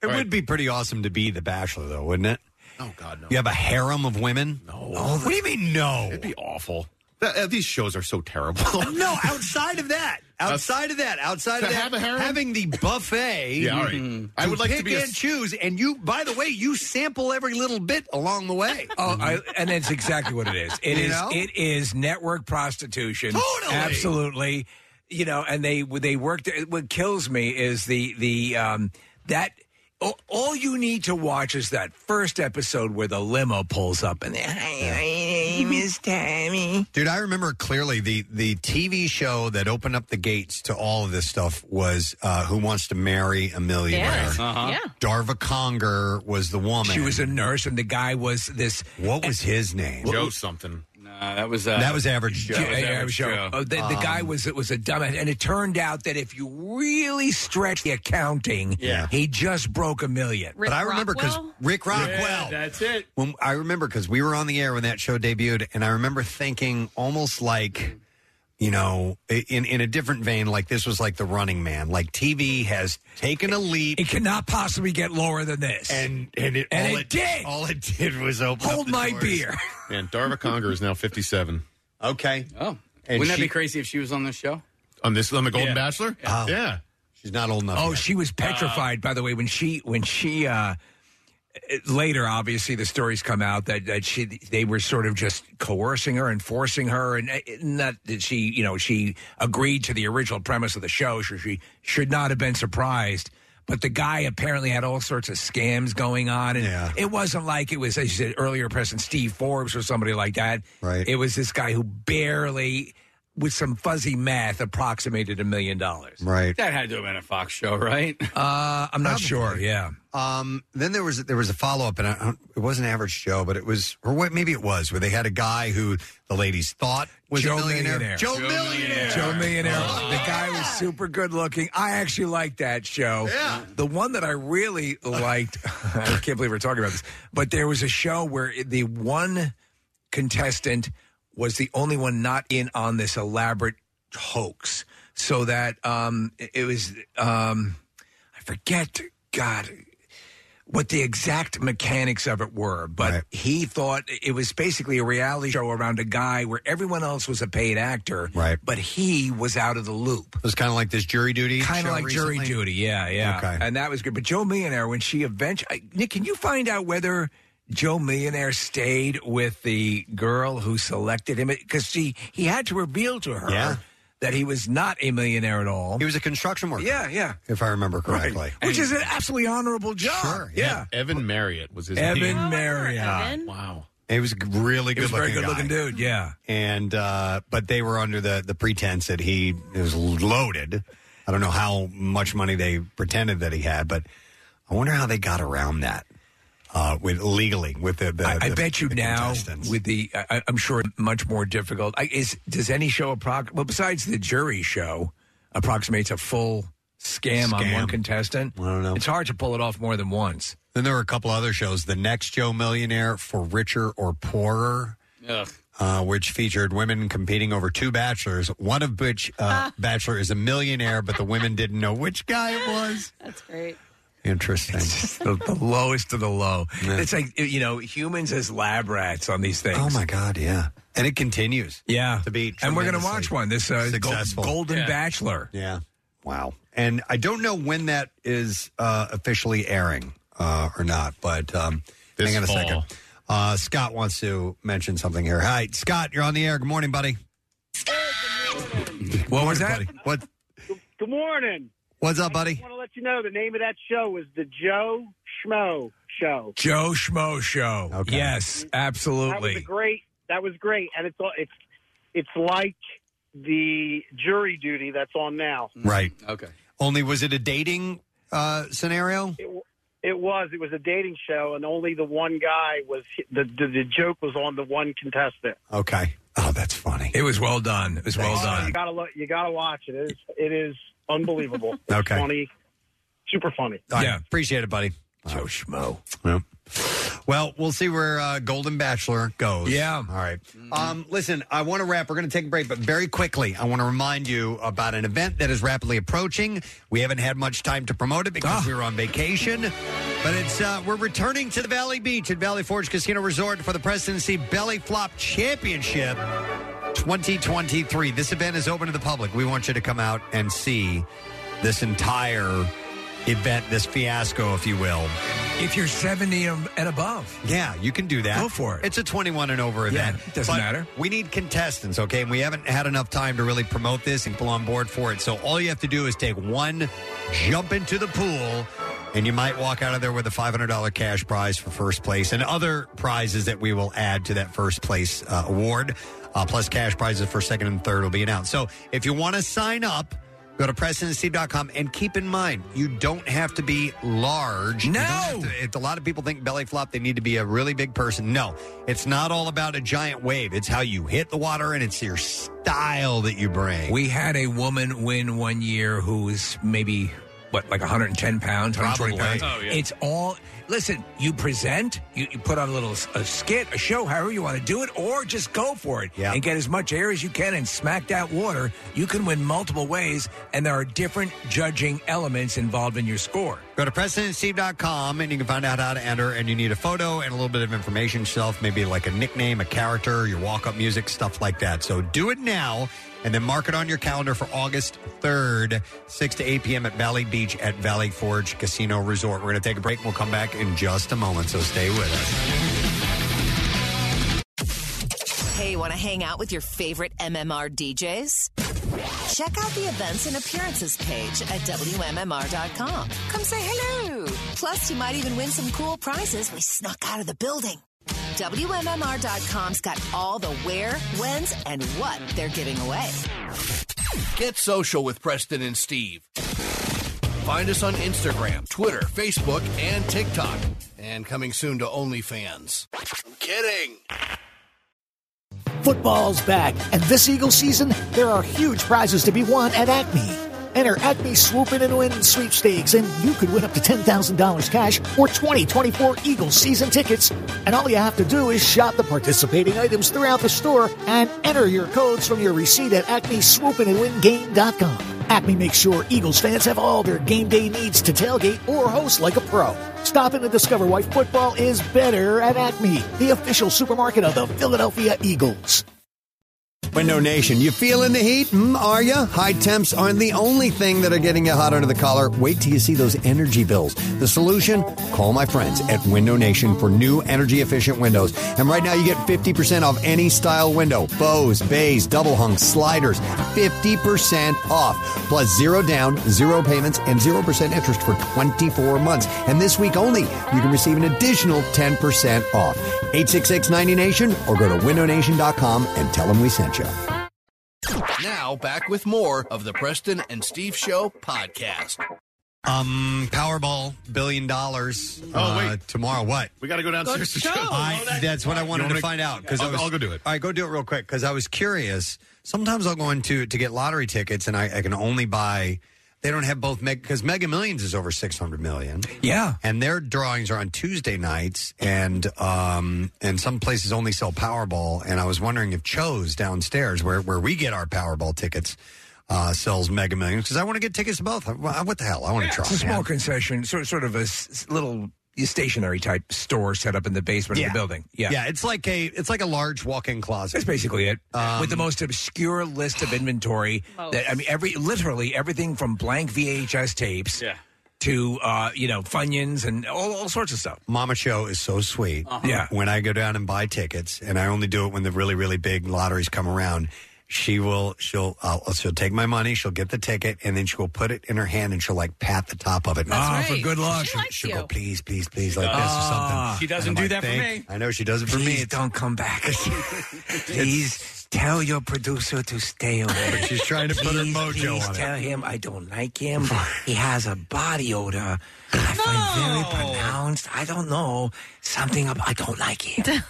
F: It would be pretty awesome to be the bachelor, though, wouldn't it?
K: Oh God, no!
F: You have a harem of women? No. what do you mean, no?
K: It'd be awful. Th- uh, these shows are so terrible.
F: no, outside of that, outside of that, outside of
K: To
F: that,
K: have a harem?
F: having the buffet. Mm-hmm.
K: Yeah, all right. I would like to
F: pick
K: be a-
F: and choose, and you. By the way, you sample every little bit along the way.
E: Oh, I, and that's exactly what it is. It
F: Mm-hmm. You
E: is
F: know?
E: it is network prostitution. Totally, absolutely. You know, and they they worked. What kills me is the the um, that. all- All you need to watch is that first episode where the limo pulls up and Miss Tammy.
F: Mm-hmm. Dude, I remember clearly the the TV show that opened up the gates to all of this stuff was uh, Who Wants to Marry a Millionaire.
E: Yeah. Uh-huh. Yeah.
F: Darva Conger was the woman.
E: She was a nurse, and the guy was this.
F: What was his name?
K: Joe something.
G: Nah, that was uh,
F: That was average Joe.
E: Yeah,
F: That was
E: yeah,
F: average
E: sure.
F: Joe.
E: Oh, the, the guy
F: Um,
E: was it was a dumbass, and it turned out that if you really stretch the accounting,
F: Yeah.
E: he just broke a million.
F: but I remember because Rick Rockwell.
G: that's it.
F: When I remember because we were on the air when that show debuted, and I remember thinking almost like you know, i- in in a different vein. Like this was like the Running Man. Like TV has taken a leap.
E: It cannot possibly get lower than this.
F: And and it
E: And
F: all
E: it did.
F: All it did was open. up
E: Hold
F: the
E: my
F: doors.
E: beer.
K: And Darva Conger is now 57.
F: Okay.
G: Oh.
K: And
G: Wouldn't that
K: she-
G: be crazy if she was on this show?
K: On this, on the Golden
G: Yeah.
K: Bachelor?
G: Oh.
K: Yeah.
F: She's not old enough.
E: Oh, she was petrified. by the way, when she when she uh, it- later, obviously, the stories come out that that she they were sort of just coercing her and forcing her, and uh, not that she you know she agreed to the original premise of the show, so she should not have been surprised. But the guy apparently had all sorts of scams going on, and it wasn't like it was, as you said earlier, person Steve Forbes or somebody like that. Right. It was this guy who barely, with some fuzzy math, approximated a million dollars.
F: Right.
G: That had to have been a Fox show, right?
E: Uh, I'm not sure. Yeah.
F: Um, then there was there was a follow up, and I, I don't- it wasn't an average show, but it was, or what, maybe it was, where they had a guy who the ladies thought was a
E: Joe
F: millionaire.
E: Millionaire.
F: Joe,
E: Joe
F: Millionaire. Oh,
E: Joe Millionaire. the guy was super good looking. I actually liked that show. Yeah. The one that I really liked, I can't believe we're talking about this, but there was a show where it- the one contestant was the only one not in on this elaborate hoax. So that um, it it was, um, I forget, God, what the exact mechanics of it were, but he thought it was basically a reality show around a guy where everyone else was a paid actor, right? But he was out of the loop. It
F: was kind of like this jury duty,
E: kind
F: show
E: of like jury
F: recently?
E: duty, yeah, yeah.
F: Okay.
E: And that was good. But Joe Millionaire, when she eventually, Nick, can you find out whether Joe Millionaire stayed with the girl who selected him because she he had to reveal to her that he was not a millionaire at all. He
F: was a construction worker.
E: Yeah, yeah.
F: if I remember correctly.
E: Which is an absolutely honorable job. Sure. Yeah.
K: Evan Marriott was his
E: Evan
F: Oh
K: name.
E: Marriott.
K: Wow.
F: It was a really
E: He
F: good.
E: was a very
F: looking
E: good-looking
F: guy.
E: dude, yeah.
F: And uh, but they were under the the pretense that he was loaded. I don't know how much money they pretended that he had, but I wonder how they got around that uh, with legally with the. the
E: I, I
F: the-
E: bet you
F: the
E: now
F: contestants.
E: with the I, I- I'm sure much more difficult. I, is does any show approx? Well, besides the jury show, approximates a full scam, on
F: Scam.
E: one contestant. I don't know. It's hard to pull it off more than once.
F: Then there were a couple other shows. The Next Joe Millionaire for Richer or Poorer, uh, which featured women competing over two bachelors, one of which uh, bachelor is a millionaire, but the women didn't know which guy it was.
D: That's great.
F: Interesting.
E: the, the lowest of the low. It's like you know humans as lab rats on these things.
F: Oh my God, yeah. And it continues.
E: Yeah.
F: To be
E: And we're gonna
F: tremendously
E: watch one, this, uh, Gold-
F: successful.
E: Golden Yeah. Bachelor.
F: Yeah. Wow. And I don't know when that is uh, officially airing uh, or not, but um,
K: This
F: hang on a
K: fall.
F: second. Uh, Scott wants to mention something here. Hi, Scott, you're on the air. Good morning, buddy.
E: What was that?
F: What?
M: Good morning.
F: What's up,
M: I
F: buddy?
M: just want to let you know the name of that show was the Joe Schmo Show.
E: Joe Schmo show. Yes,
M: That was a
E: absolutely.
M: great. That was great, and it's all- it's it's like the jury duty that's on now.
F: Right.
G: Okay.
F: Only was it a dating uh, scenario?
M: It, w- it was it was a dating show, and only the one guy was the the, the joke was on the one contestant.
F: Okay. Oh, that's funny.
E: It was well done. It was well
M: You
E: done.
M: gotta look. You gotta watch it. It is it is unbelievable. It's
F: Okay.
M: Funny. Super funny.
F: yeah. Appreciate it, buddy.
E: Joe Schmo.
F: Well, we'll see where uh, Golden Bachelor goes.
E: Yeah.
F: All right. Um, listen, I want to wrap. We're going to take a break, but very quickly, I want to remind you about an event that is rapidly approaching. We haven't had much time to promote it because we were on vacation, but it's uh, we're returning to the Valley Beach at Valley Forge Casino Resort for the Presidency Belly Flop Championship. 2023. This event is open to the public. We want you to come out and see this entire event, this fiasco, if you will.
E: If you're 70 and above,
F: Yeah, you can do that.
E: Go for it.
F: It's a 21 and over
E: Yeah,
F: event.
E: it doesn't
F: But
E: matter.
F: We need contestants, okay? And we haven't had enough time to really promote this and people on board for it. So all you have to do is take one, jump into the pool, and you might walk out of there with a $500 cash prize for first place and other prizes that we will add to that first place uh, award. Uh, plus, cash prizes for second and third will be announced. So if you want to sign up, Go to PresidentSteve.com and keep in mind, you don't have to be large. You don't have to- if a lot of people think belly flop, they need to be a really big person. No, it's not all about a giant wave. It's how you hit the water and it's your style that you bring.
E: We had a woman win one year who was maybe what, like 110 pounds, 120
K: Probably.
E: pounds?
K: Oh, yeah.
E: It's all, listen, you present, you, you put on a little s- a skit, a show, however you want to do it, or just go for it and get as much air as you can and smack that water. You can win multiple ways, and there are different judging elements involved in your score.
F: Go to PresidentSteve.com and you can find out how to enter. And you need a photo and a little bit of information yourself, maybe like a nickname, a character, your walk up music, stuff like that. So do it now and then mark it on your calendar for August 3rd, 6 to 8 p.m. at Valley Beach at Valley Forge Casino Resort. We're going to take a break. We'll come back in just a moment. So stay with us.
H: Hey, want to hang out with your favorite MMR DJs? Check out the events and appearances page at WMMR.com. Come say hello. Plus, you might even win some cool prizes we snuck out of the building. WMMR.com's got all the where, whens, and what they're giving away.
I: Get social with Preston and Steve. Find us on Instagram, Twitter, Facebook, and TikTok. And coming soon to OnlyFans. I'm kidding.
J: Football's back, and this Eagle season, there are huge prizes to be won at Acme. Enter Acme Swoop In and Win sweepstakes, and you could win up to $10,000 cash or 2024 Eagles season tickets. And all you have to do is shop the participating items throughout the store and enter your codes from your receipt at acmeswoopinandwingame.com. Acme makes sure Eagles fans have all their game day needs to tailgate or host like a pro. Stop in and discover why football is better at Acme, the official supermarket of the Philadelphia Eagles.
F: Window Nation, you feeling the heat? Mm, are you? High temps aren't the only thing that are getting you hot under the collar. Wait till you see those energy bills. The solution? Call my friends at Window Nation for new energy efficient windows. And right now you get 50% off any style window. Bows, bays, double hung, sliders. 50% off. Plus zero down, zero payments, and 0% interest for 24 months. And this week only, you can receive an additional 10% off. 866 90 Nation or go to windownation.com and tell them we sent you.
I: Now, back with more of the Preston and Steve Show podcast.
F: Um, Powerball billion dollars. uh,
I: Oh,
K: wait.
F: tomorrow what?
K: We got to go downstairs to show.
F: I- that's what I wanted to find out because
K: I'll, I'll go do it.
F: All right, go do it real quick because I was curious. Sometimes I'll go into to get lottery tickets and I, I can only buy. They don't have both meg because Mega Millions is over six hundred million.
E: Yeah,
F: and their drawings are on Tuesday nights, and um, and some places only sell Powerball. And I was wondering if Cho's downstairs, where where we get our Powerball tickets, uh, sells Mega Millions because I want to get tickets to both. I- I- what the hell? I want to try.
E: It's a
F: man.
E: small concession, sort sort of a s- s- little stationary type store set up in the basement of the building. Yeah,
F: yeah, it's like a it's like a large walk-in closet. Uh,
E: That's basically it. With the most obscure list of inventory that I mean, every literally everything from blank VHS tapes to uh, you know Funyuns and all, all sorts of stuff.
F: Mama Show is so sweet.
E: Yeah.
F: When I go down and buy tickets, and I only do it when the really, really big lotteries come around, she will, she'll, uh, she'll take my money, she'll get the ticket, and then she will put it in her hand and she'll like pat the top of it.
E: That's Ah, for right. good luck. She
F: She'll,
E: likes
F: she'll
E: you.
F: go, please, please, please, like
E: does.
F: this or
E: Ah.
F: something.
E: She doesn't
F: And I'm
E: do
F: like,
E: that for
F: "Thank-
E: me."
F: I know she doesn't for me.
E: Please don't come back. Please tell your producer to stay away.
F: But she's trying to put her
E: Please,
F: mojo
E: please
F: on it.
E: Tell him I don't like him. He has a body odor. I find very pronounced. I don't know something about. I don't like him.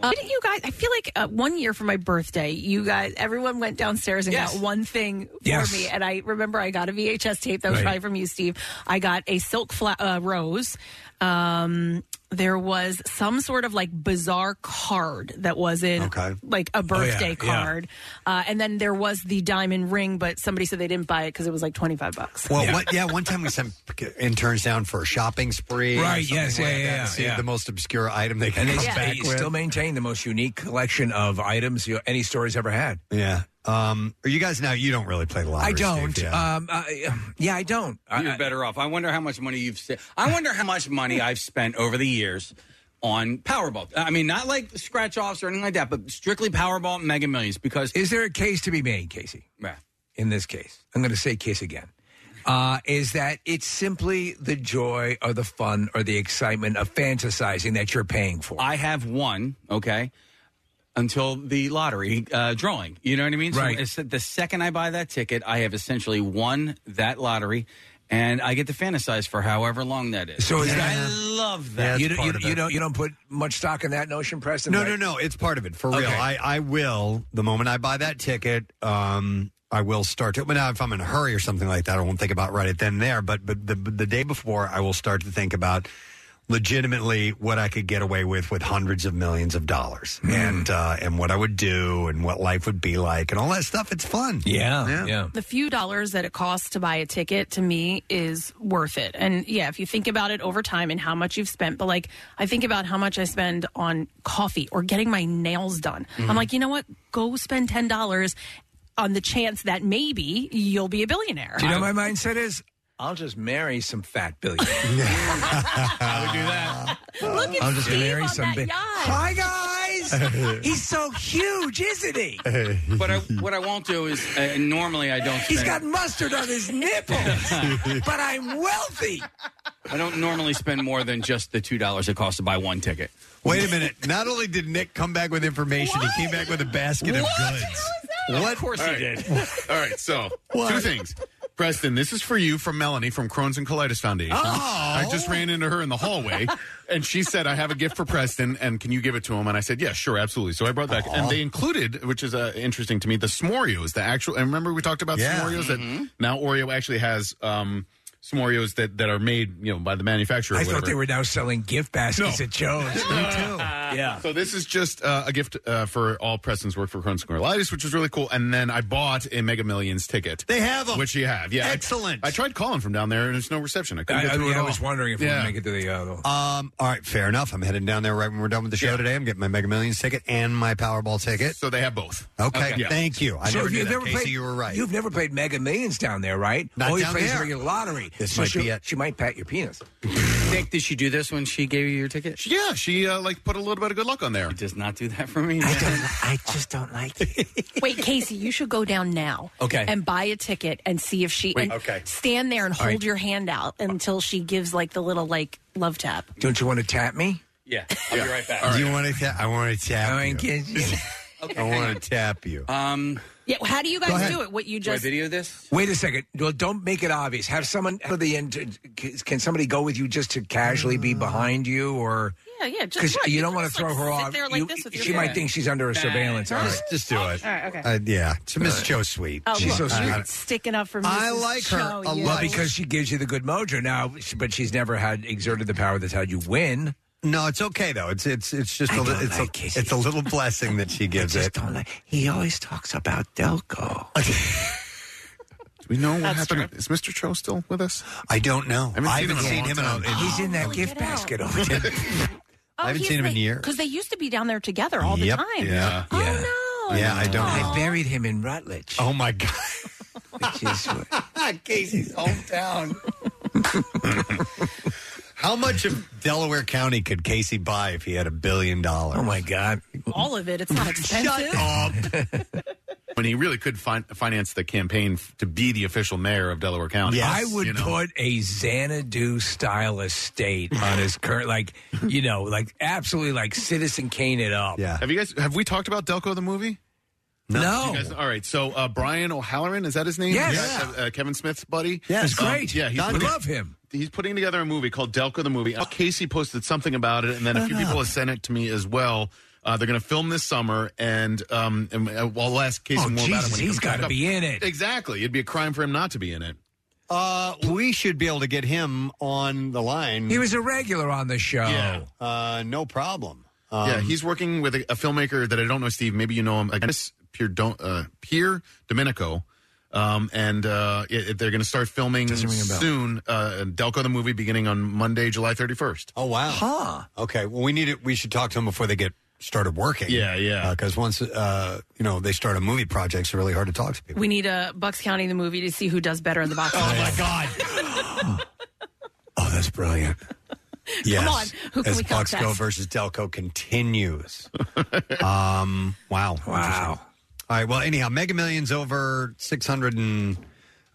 D: Uh, didn't you guys? I feel like uh, one year for my birthday, you guys, everyone went downstairs and got one thing for
L: Yes.
D: me. And I remember I got a VHS tape that was
L: Right.
D: probably from you, Steve. I got a silk fla- uh, rose. Um, there was some sort of like bizarre card that wasn't like a
L: Oh, yeah,
D: birthday
L: yeah.
D: card. Uh, and then there was the diamond ring, but somebody said they didn't buy it because it was like 25 bucks.
F: Well, What, yeah, one time we sent interns down for a shopping spree. or
E: Right,
F: something
E: yes,
F: like
E: yeah,
F: that,
E: yeah,
F: to see
E: yeah.
F: the most obscure item they can
E: And they,
F: come
E: they
F: back with.
E: still maintain the most unique collection of items you any store has ever had.
F: yeah. Um, are you guys now? You don't really play the lottery.
E: I don't.
F: Steve, yeah.
E: Um, I, yeah, I don't.
G: You're better off. I wonder how much money you've. Sa- I wonder how much money I've spent over the years on Powerball. I mean, not like scratch offs or anything like that, but strictly Powerball, and Mega Millions. Because
E: is there a case to be made, Casey?
G: Yeah.
E: in this case, I'm going to say kiss again, uh, is that it's simply the joy or the fun or the excitement of fantasizing that you're paying for.
G: I have one, okay, until the lottery uh, drawing. You know what I mean?
E: Right.
G: So it's- the second I buy that ticket, I have essentially won that lottery, and I get to fantasize for however long that is.
E: So is
G: I
E: that-
G: love that.
E: you, don't- you, you don't you don't put much stock in that notion, Preston.
F: No,
E: right?
F: no, no. It's part of it for real.
E: Okay.
F: I, I will the moment I buy that ticket. Um, I will start to. But now, if I'm in a hurry or something like that, I won't think about right it then and there. But but the the day before, I will start to think about legitimately what I could get away with with hundreds of millions of dollars, and uh, and what I would do, and what life would be like, and all that stuff. It's fun.
E: Yeah,
F: yeah.
D: The few dollars that it costs to buy a ticket to me is worth it. And yeah, if you think about it over time and how much you've spent, but like I think about how much I spend on coffee or getting my nails done.
L: Mhm.
E: Mm-hmm.
D: I'm like, you know what? Go spend $10 on the chance that maybe you'll be a billionaire.
E: Do you know what my mindset is? I'll just marry some fat billionaire. I would do that.
D: Look at
E: I'll just
D: Steve
E: marry
D: on
E: some
D: that
E: bi-
D: yacht.
E: Hi guys. He's so huge, isn't he?
G: but I, what I won't do is uh, normally I don't. Spend,
E: He's got mustard on his nipple. but I'm wealthy.
G: I don't normally spend more than just the two dollars it costs to buy one ticket.
F: Wait a minute. Not only did Nick come back with information, he came back with a basket of goods.
K: What?
F: Of course
K: All
F: he
K: right.
F: did.
K: All right, so
F: What?
K: two things. Preston, this is for you from Melanie from Crohn's and Colitis
F: Oh.
K: Foundation. I just ran into her in the hallway, and she said, "I have a gift for Preston, and can you give it to him?" And I said, "Yeah, sure, absolutely." So I brought that, and they included, which is uh, interesting to me, the Smorios, the actual. And remember, we talked about
F: Yeah. Mm-hmm.
K: Smorios that now Oreo actually has um, Smorios that, that are made, you know, by the manufacturer. or
E: I thought
K: whatever.
E: they were now selling gift baskets at Joe's. Uh, Me too. Yeah.
K: So this is just uh, a gift uh, for all Preston's work for Crohn's and colitis, which is really cool. And then I bought a Mega Millions ticket.
F: They have 'em.
K: which you have. Yeah,
F: Excellent.
K: I, I tried calling from down there, and there's no reception. I couldn't
F: I-
K: get
F: I
K: through
F: mean,
K: at
F: I
K: all.
F: was wondering if we'd
K: yeah.
F: make
E: it to the. Uh,
F: Um, all right, fair enough. I'm heading down there right when we're done with the show today. I'm getting my Mega Millions ticket and my Powerball ticket.
K: So they have both.
F: Okay,
E: Yeah.
F: thank you. I
E: So
F: never
E: if
F: knew
E: you've
F: that. Casey,
E: played-
F: you were right.
E: You've never played Mega Millions down there, right?
F: Not
E: All you
F: down
E: play is
F: there.
E: regular lottery.
F: This
E: so
F: might
E: she'll-
F: be it.
E: She might pat your penis.
G: Nick, did she do this when she gave you your ticket?
K: Yeah, she uh, like put a little bit of good luck on there. She
G: does not do that for me.
E: I just don't like it.
D: Wait, Casey, you should go down now.
G: Okay.
D: And buy a ticket and see if she.
E: Wait,
D: and
E: okay.
D: Stand there and
E: All
D: hold
E: right.
D: your hand out until she gives like the little like love tap.
E: Don't you want to tap me?
G: Yeah, I'll be right back.
F: Do you want to tap? I want to tap.
E: I ain't
F: you.
E: kidding you.
F: I want to tap you.
G: Um,
D: Yeah. How do you
E: Go
D: guys
E: ahead.
D: do it? What you just
G: video this?
E: Wait a second. Well, don't make it obvious. Have someone out of the end. Can somebody go with you just to casually be behind you, or
D: Yeah, yeah. Just
E: because
D: what?
E: you
D: You
E: don't
D: can
E: want to
D: just,
E: throw
D: like,
E: her
D: sit
E: off?
D: there like
E: You-
D: this with your
E: she might
D: hand.
E: think she's under a surveillance. All right.
F: Just, just do it.
D: All right. Okay.
F: Uh, yeah, to Miss Joe Sweet.
D: Oh,
E: She's
D: look,
E: so
D: you're
E: sweet.
D: sticking up for me.
E: Well, because she gives you the good mojo now, but she's never had exerted the power that's had you win.
F: No, it's okay though. It's it's it's just a li- it's a, it's a little blessing that she gives it.
E: He always talks about Delco.
K: Do we know what happened? Is Mr. Cho still with us?
F: I don't know.
K: I haven't
F: I
K: seen him in a long
F: haven't seen him in a-
K: time.
F: in-
E: He's in that gift basket over there.
D: Oh,
F: I haven't seen him in years.
D: Because they used to be down there together all
F: Yep.
D: the time.
F: Yeah.
D: Oh no.
F: Yeah, I don't.
E: I buried him in Rutledge.
F: Oh my god.
E: Which is
F: Casey's hometown. How much of Delaware County could Casey buy if he had a billion dollars? Oh
E: my God!
D: All of it. It's not expensive.
K: When he really could fin- finance the campaign f- to be the official mayor of Delaware County.
E: I would
K: You know?
E: put a Xanadu style estate on his current, like, you know, like absolutely like Citizen Kane it up.
F: Yeah.
K: Have you guys? Have we talked about Delco the movie?
E: No.
K: You guys- all right. So uh, Brian O'Halloran is that his name?
E: Yes.
K: Uh, uh, Kevin Smith's buddy.
E: Yeah, he's
K: Um,
E: great.
K: yeah, he's
E: I
K: putting-
E: love him.
K: He's putting together a movie called Delco the movie. Casey posted something about it, and then a few people have sent it to me as well. Uh, they're going to film this summer, and um, and uh, I'll ask Casey
E: Oh,
K: more about it.
E: Jesus,
K: When he
E: he's
K: comes back
E: gotta
K: up.
E: be in it.
K: Exactly. It'd be a crime for him not to be in it.
F: Uh, we should be able to get him on the line.
E: He was a regular on the show.
K: Yeah.
F: Uh, no problem.
K: yeah,
F: Um,
K: he's working with a, a filmmaker that I don't know, Steve. Maybe you know him, uh, Dennis Pier, Don- uh, Pier Domenico. Um, and uh, it, it- they're going to start filming
E: Doesn't ring a bell.
K: soon. Uh, Delco the movie beginning on Monday, July 31st.
F: Oh wow. Huh. Okay. Well, we need it. We should talk to him before they get started working.
K: Yeah, yeah.
F: Because once uh, you know they start a movie project, it's really hard to talk to people.
D: We need a Bucks County the movie to see who does better in the box. office.
F: God. oh, that's brilliant. Yes.
D: Come on. Who can
F: As
D: we
F: Bucks
D: contest?
F: Go versus Delco continues. um. Wow. Wow. All right. Well, anyhow, Mega Millions over six hundred and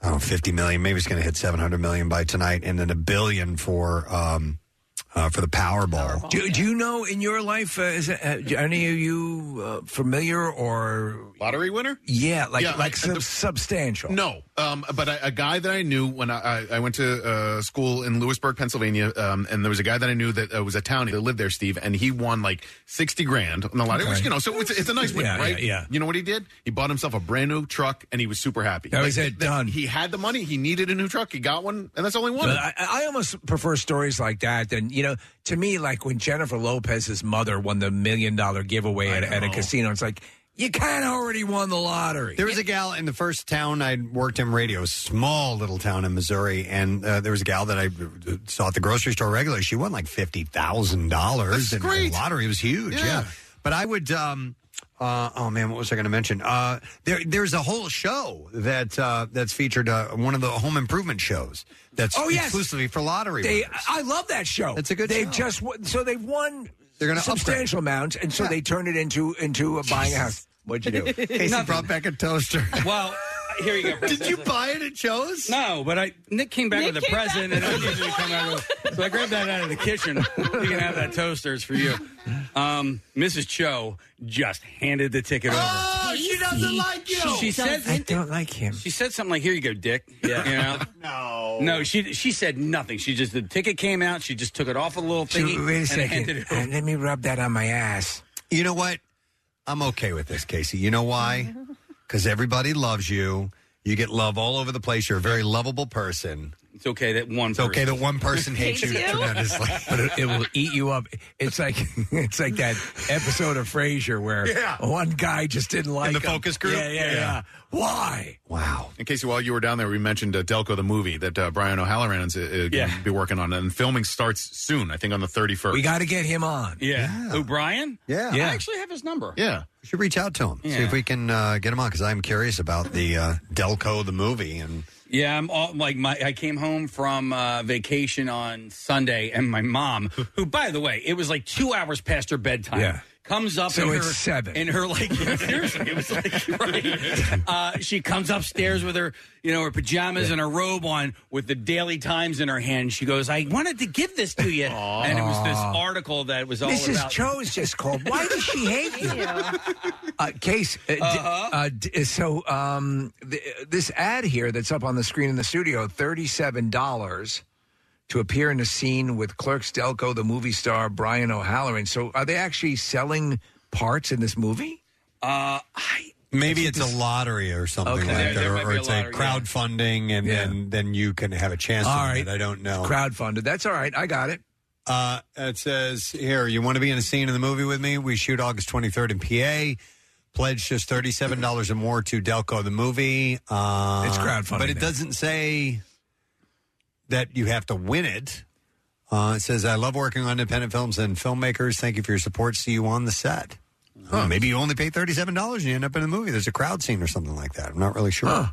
F: I don't know, fifty million. Maybe it's going to hit seven hundred million by tonight, and then a billion for um uh, for the Powerball.
E: Do, do you know in your life, uh, is it, uh, do any of you uh, familiar or
K: lottery winner?
E: Yeah, like
K: Yeah,
E: like
K: I-
E: sub-
K: the-
E: substantial.
K: No, Um, but I, a guy that I knew when I, I, I went to uh, school in Lewisburg, Pennsylvania, um, and there was a guy that I knew that uh, was a townie that lived there, Steve, and he won like sixty grand on the lottery,
E: Okay.
K: which you know, so it's, it's a nice win,
E: Yeah,
K: right?
E: yeah, yeah.
K: You know what he did? He bought himself a brand new truck, and he was super happy.
E: That was it,
K: that-
E: done.
K: He had the money. He needed a new truck. He got one, and that's all he wanted.
E: I, I almost prefer stories like that than you know. To me, like when Jennifer Lopez's mother won the million dollar giveaway at, at a casino, it's like you kind of already won the lottery.
F: There was a gal in the first town I worked in radio, a small little town in Missouri, and uh, there was a gal that I uh, saw at the grocery store regularly. She won like fifty thousand dollars
I: That's
F: in the
I: great.
F: lottery. It was huge. Yeah.
I: Yeah.
F: But I would. Um, uh, oh man, what was I going to mention? Uh, there, there's a whole show that uh, that's featured uh, one of the home improvement shows that's
E: Oh, yes.
F: exclusively for lottery.
E: They,
F: winners.
E: I love that show.
F: It's a good
E: They've
F: show.
E: just won- so they've won.
F: They're gonna upgrade.
E: substantial amounts, and so
F: Yeah.
E: they turn it into into a buying a house. What'd you do?
F: Casey
E: Nothing.
F: brought back a toaster.
G: Well, here you go.
F: Did you buy it at Joe's?
G: No, but I Nick came back
F: Nick
G: with a
F: came back
G: present, and I usually come out with. So I grabbed that out of the kitchen. You can have that toaster. It's for you. Um, Mrs. Cho just handed the ticket over.
I: Oh, she doesn't like you.
G: She said,
I: I
E: don't like him.
G: She said something like, "Here you go, Dick." Yeah, you
F: no,
G: know. no. She she said nothing. She just the ticket came out. She just took it off a little
E: So,
G: thingy
E: wait a
G: and handed
E: second.
G: it
E: Uh, let me rub that on my ass.
F: You know what? I'm okay with this, Casey. You know why? Because everybody loves you. You get love all over the place. You're a very lovable person.
G: It's okay that one. It's
F: okay that one person hates you tremendously.
E: but it, it will eat you up. It's like it's like that episode of Frasier where
K: Yeah.
E: one guy just didn't like
K: in the
E: him.
K: focus group.
E: Yeah, yeah, yeah. Why?
F: Wow.
K: In case you while you were down there, we mentioned uh, Delco the movie that uh, Brian O'Halloran's uh, uh, gonna
G: Yeah.
K: be working on, and filming starts soon. I think on the thirty first.
E: We got to get him on.
G: Yeah. O'Brien.
F: Yeah.
G: I actually have his number.
K: Yeah.
F: We should reach out to him. See
G: Yeah.
F: if we can uh, get him on because I'm curious about the uh, Delco, the movie. And
G: Yeah, I'm all like my. I came home from uh, vacation on Sunday, and my mom, who by the way, it was like two hours past her bedtime.
E: Yeah.
G: Comes up
E: So
G: in
E: it's
G: her
E: seven.
G: in her like seriously, it was like right. Uh, she comes upstairs with her, you know, her pajamas and her robe on, with the Daily Times in her hand. She goes, "I wanted to give this to you," and it was this article that was all
E: Mrs.
G: about.
E: Cho's just called. Why does she hate you? Uh, Case, uh, d-
G: Uh-huh.
E: uh, d- so um, th- this ad here that's up on the screen in the studio, $37 to appear in a scene with Clerks Delco, the movie star Brian O'Halloran. So are they actually selling parts in this movie?
G: Uh,
F: maybe it's a lottery or something
E: Okay.
F: like
E: There-
F: that,
E: there
F: or,
E: might
F: or
E: be a
F: it's
E: lottery,
F: a
E: yeah.
F: crowdfunding, and
E: Yeah.
F: then then you can have a chance.
E: All
F: to win it.
E: right.
F: I don't know.
E: Crowdfunded. That's all right. I got it.
F: Uh, it says here, you want to be in a scene in the movie with me? We shoot August 23rd in PA. Pledge just $37 or more to Delco, the movie. Uh,
E: It's crowdfunding
F: But it
E: then.
F: doesn't say that you have to win it. Uh, it says, I love working on independent films and filmmakers. Thank you for your support. See you on the set.
E: Hmm.
F: Uh, maybe you only pay $37 and you end up in the movie. There's a crowd scene or something like that. I'm not really sure.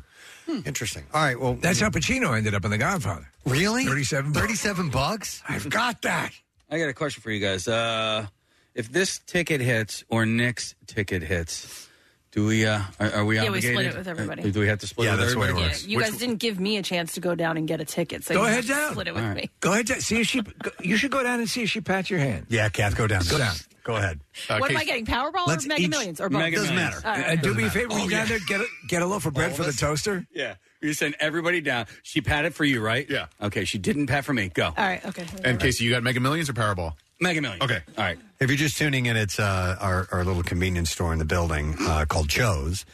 F: Interesting. All right. Well,
E: that's how Pacino ended up in The Godfather.
F: Really?
E: 37 bucks.
F: 37 bucks?
E: I've got that.
G: I got a question for you guys. Uh, if this ticket hits or Nick's ticket hits, do we uh, are, are we
D: Yeah, we
G: obligated?
D: split it with everybody.
G: Uh, do we have to split
F: Yeah,
G: it with
F: that's the way it
G: everybody?
F: works.
D: You guys didn't give me a chance to go down and get a ticket, so
E: go
D: you
E: ahead
D: have to
E: down.
D: Split it with me.
E: Go ahead down. See if she. Go, you should go down and see if she pats your hand.
F: Yeah, Kath, go down.
E: Go down.
F: Go ahead.
K: Uh,
F: Uh,
D: what am I getting? Powerball
E: Let's
D: or Mega
E: each-
D: Millions or both?
G: Mega Doesn't Millions. matter.
D: All right.
E: And do
G: Doesn't
E: me a
G: matter.
E: favor. when
G: Oh,
E: you're
G: yeah.
E: down there. Get a, get a loaf of
F: Oh,
E: bread for the toaster.
G: Yeah, you send everybody down. She patted for you, right? Yeah. Okay, she didn't pat for me. Go.
D: All right. Okay.
K: And Casey, you got Mega Millions or Powerball?
G: Mega Millions. Okay. All right.
F: If you're just tuning in, it's uh, our, our little convenience store in the building uh, called Cho's.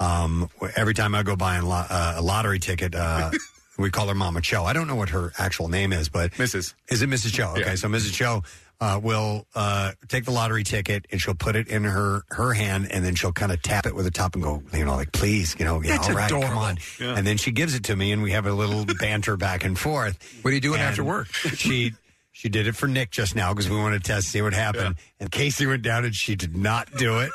F: Um, wh- every time I go buy a, lo- uh, a lottery ticket, uh, we call her Mama Cho. I don't know what her actual name is, but Mrs. Is it Mrs. Cho? Okay, so Mrs. Cho uh, will uh, take the lottery ticket and she'll put it in her her hand, and then she'll kind of tap it with the top and go, you know, like please, you know, yeah,
E: That's
F: all right, come
E: adorable.
F: on.
E: Yeah.
F: And then she gives it to me, and we have a little banter back and forth.
E: What are you doing
F: And
E: after work?
F: She she did it for Nick just now because we wanted to test see what happened. And Casey went down and she did not do it.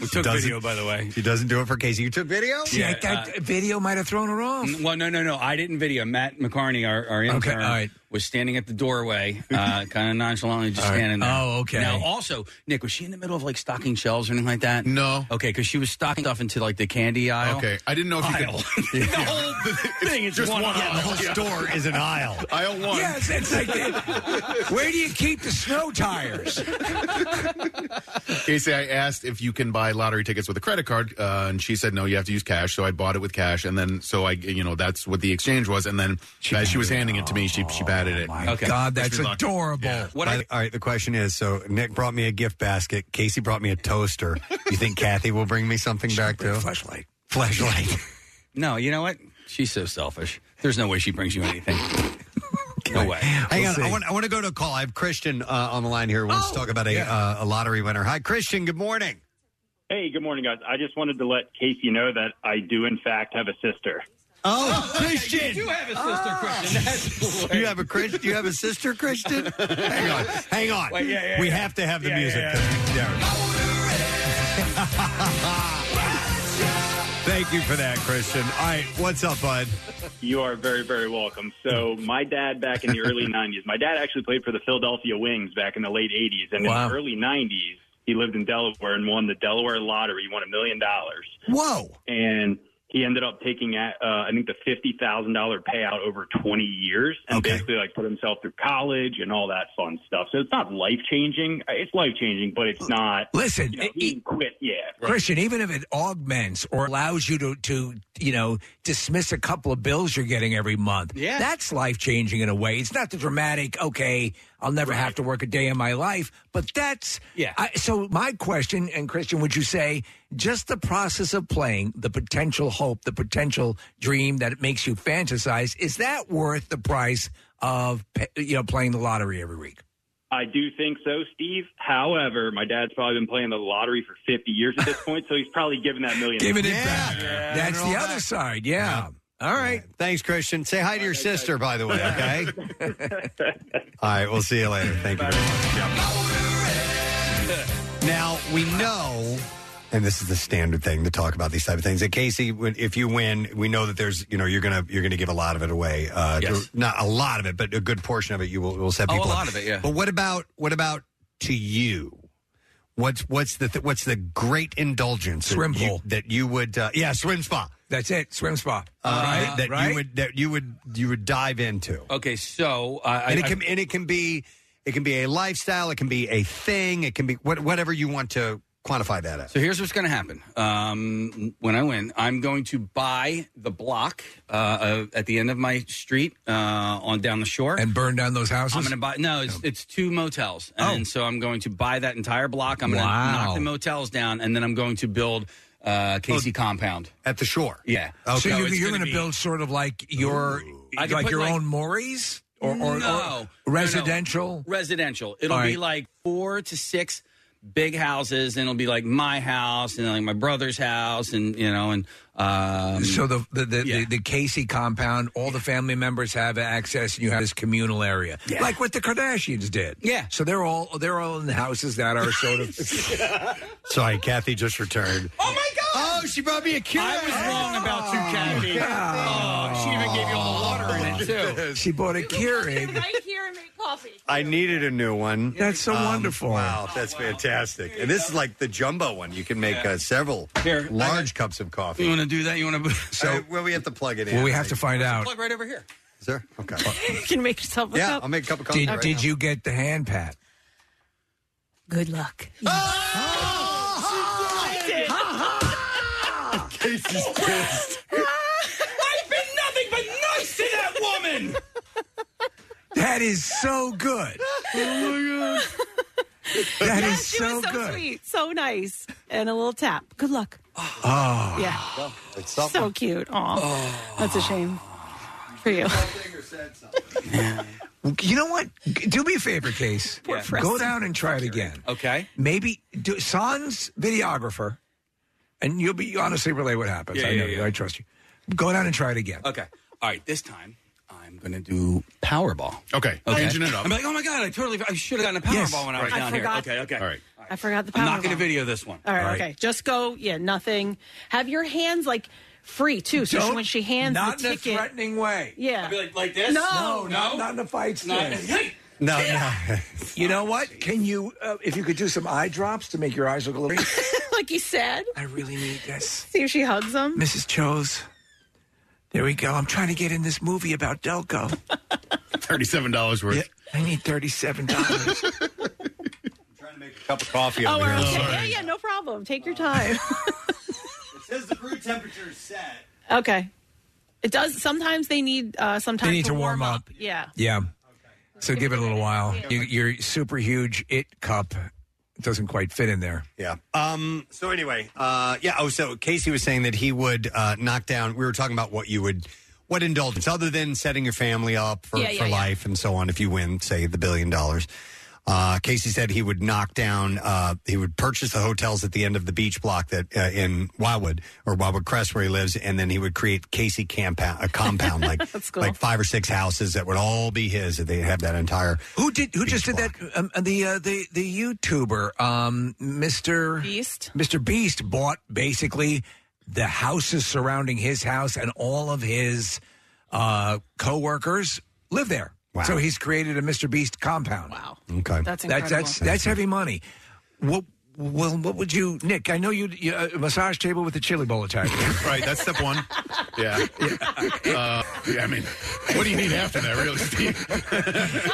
G: We
F: She
G: took
F: doesn't-
G: video, by the way. uh,
F: She doesn't do it for Casey. You took video.
E: See, I, that video might have thrown her off.
G: Well, no, no, no. I didn't video. Matt McCarney, our, our intern,
E: Okay, all right.
G: was standing at the doorway, uh, kind of nonchalantly just
E: All right.
G: standing there.
E: Oh, okay.
G: Now, also, Nick, was she in the middle of like stocking shelves or anything like that?
K: No.
G: Okay, because she was stocking stuff into like the candy aisle.
K: Okay, I didn't know if you
G: Aisle.
K: could.
G: the whole thing is
K: Just
G: one,
K: one
G: aisle.
K: aisle.
F: The whole
K: Yeah.
F: store is an aisle.
K: Aisle one.
E: Yes, it's like that. Where do you keep the snow tires?
K: Casey, I asked if you can buy lottery tickets with a credit card, uh, and she said no, you have to use cash. So I bought it with cash, and then so I, you know, that's what the exchange was. And then as she was handing it to me, she she batted it.
E: Okay. God, that's adorable.
F: What I, all right, the question is so Nick brought me a gift basket. Casey brought me a toaster. you think Kathy will bring me something back too? Flashlight. Flashlight.
G: No, you know what? She's so selfish. There's no way she brings you anything. no way.
F: Hang on, I want, I want to go to a call. I have Christian uh, on the line here. Wants
G: Oh,
F: to talk about a, uh, a lottery winner. Hi, Christian. Good morning.
L: Hey, good morning, guys. I just wanted to let Casey know that I do, in fact, have a sister.
F: Oh,
L: Christian!
G: You do have a sister, Christian. That's
F: Ah. You have a Christian. You have a sister, Christian. Hang on, hang on.
G: Wait, yeah, yeah,
F: we
G: yeah.
F: have to have the
G: Yeah, yeah,
F: music. Thank you for that, Christian. All right, what's up, bud?
L: You are very, very welcome. So, my dad back in the early 90s, my dad actually played for the Philadelphia Wings back in the late 80s. And
F: Wow.
L: in the early 90s, he lived in Delaware and won the Delaware lottery, won a million dollars.
F: Whoa.
L: And he ended up taking, uh, I think, the $50,000 payout over 20 years and basically like put himself through college and all that fun stuff. So, it's not life changing. It's life changing, but it's not.
E: Listen,
L: you know, he didn't quit. Yeah.
E: Christian, even if it augments or allows you to, to you know, dismiss a couple of bills you're getting every month, yeah. that's life changing in a way. It's not the dramatic, okay, I'll never have to work a day in my life, but that's. Yeah. I, so, my question, and Christian, would you say just the process of playing, the potential hope, the potential dream that it makes you fantasize, is that worth the price of, pe- you know, playing the lottery every week?
L: I do think so, Steve. However, my dad's probably been playing the lottery for 50 years at this point, so he's probably given that million.
E: Giving it
L: dollars.
E: back. That's the other side. Yeah.
F: All right. Thanks, Christian. Say hi to your sister, by the way, okay? All right, we'll see you later. Thank you very much. Now, we know, and this is the standard thing to talk about these type of things, that Casey, when- if you win, we know that there's, you know, you're going to you're gonna give a lot of it away. Uh,
G: Yes.
F: to- not a lot of it, but a good portion of it you will, will set
G: Oh, a
F: people up.
G: lot of it, yeah.
F: But what about, what about to you? What's what's the th- what's the great indulgence
E: Swim
F: that, you,
E: pool.
F: that you would uh, yeah swim spa
E: that's it swim spa
F: uh,
G: Right,
F: that you
G: right?
F: would that you would you would dive into
G: Okay, so uh,
F: and it
G: I,
F: can and it can be it can be a lifestyle, it can be a thing, it can be what, whatever you want to quantify that as.
G: So here's what's going to happen. Um, when I win, I'm going to buy the block uh, uh, at the end of my street uh, on down the shore
E: and burn down those houses. Oh.
G: I'm going to buy. No, it's, it's two motels, and so I'm going to buy that entire block. I'm going to
E: Wow.
G: knock the motels down, and then I'm going to build uh,
E: Oh.
G: Casey Compound
F: at the shore.
G: Yeah.
E: So you're,
G: Oh, it's
E: you're
G: gonna
E: going to
G: be-
E: build sort of like your
G: I could
E: like
G: put,
E: your
G: like-
E: own Maury's or, or,
G: No.
E: or residential.
G: residential. It'll
E: All
G: be
E: right.
G: like four to six big houses, and it'll be like my house and like my brother's house, and you know, and um,
E: so the the, the, the the Casey compound, all the family members have access, and you have this communal area, like what the Kardashians did. Yeah. So they're all they're all in houses that are sort of.
F: Sorry, Kathy just returned.
G: Oh my God!
F: Oh, she brought me a cure. I
G: was wrong about you, Kathy. Oh, she even gave you all the
F: Oh,
G: water in it too.
E: she bought a Keurig.
N: right here and make coffee.
F: I needed a new one. Um,
E: That's so wonderful.
F: Wow, that's
N: Oh,
F: fantastic. And this is like the jumbo one. You can make uh, several large cups of coffee.
G: You want to do that? You want to?
F: So, well, we have to plug it in.
E: Well, we have to find out.
G: Plug right over here.
F: Is there? Okay.
D: you can make yourself a
F: yeah,
D: cup.
F: I'll make a cup of coffee.
E: Did,
F: right
E: did
F: now.
E: you get the hand pat?
D: Good luck.
T: Oh
F: Casey's pissed.
G: I've been nothing but nice to that woman.
E: That is so good.
D: oh my god.
E: That
D: yeah,
E: is
D: she
E: so
D: was so
E: good.
D: sweet, so nice, and a little tap. Good luck.
E: Oh.
D: yeah,
F: it's
D: so cute. Aw, that's a shame for you.
E: You know what? G- Do me a favor, Case.
D: Poor
E: Go
D: Preston.
E: down and try it again.
G: Okay.
E: Maybe do, Sans videographer, and you'll be you honestly relay what happens.
G: Yeah,
E: I
G: yeah,
E: know you. I trust you. Go down and try it again.
G: Okay. All right. This time I'm going to do Powerball.
K: Okay. Changing it up.
G: I'm like, oh my god, I totally I should have gotten a Powerball
K: Yes.
G: when I was
K: Right. I
G: down
D: forgot.
G: here. Okay. Okay. All right.
D: I forgot the power.
G: I'm not going to video this one.
D: All right, okay. Just go. Yeah, nothing. Have your hands like free too. So
G: Don't-
D: when she hands
G: not
D: the
G: in a
D: ticket,
E: threatening way.
D: Yeah,
G: I'll be like- like this?
D: No,
G: No, not-
E: not in a fight.
G: Not- Hey!
F: No, no.
E: You know what? Can you, uh, if you could do some eye drops to make your eyes look a little.
D: like you said.
E: I really need this.
D: See if she hugs him.
E: Mrs. Chose. There we go. I'm trying to get in this movie about Delco.
K: Thirty-seven dollars worth.
E: I need thirty-seven dollars.
F: A cup of coffee
D: oh,
F: over
D: we're
F: here.
D: okay. Yeah, yeah, no problem. Take your time.
F: It says the brew temperature is set.
D: okay. It does. Sometimes they need. Uh, sometimes
E: They need to warm up.
D: Yeah.
E: Yeah. So give it a little while. You, your super huge it cup doesn't quite fit in there.
F: Yeah. Um, so anyway, uh, yeah. Oh, so Casey was saying that he would uh, knock down. We were talking about what you would, what indulgence, other than setting your family up for,
N: Yeah, yeah,
F: for
N: yeah.
F: life and so on. If you win, say the billion dollars. Uh, Casey said he would knock down. Uh, he would purchase the hotels at the end of the beach block that uh, in Wildwood or Wildwood Crest where he lives, and then he would create Casey compound, a compound like
E: That's cool.
F: like five or six houses that would all be his. That they have that entire.
E: Who did? Who just did that? Um, the uh, the the YouTuber, um, Mr. Beast. Mr. Beast bought basically the houses surrounding his house, and all of his uh, coworkers live there.
F: Wow.
E: So he's created a Mr. Beast compound. Wow.
F: Okay.
E: That's that's that's,
F: incredible.
E: heavy money. What? Well, what would you, Nick? I know you, you uh, massage table with a chili bowl attached.
K: right, that's step one. Yeah. Uh, yeah, I mean, what do you need after that, really, Steve?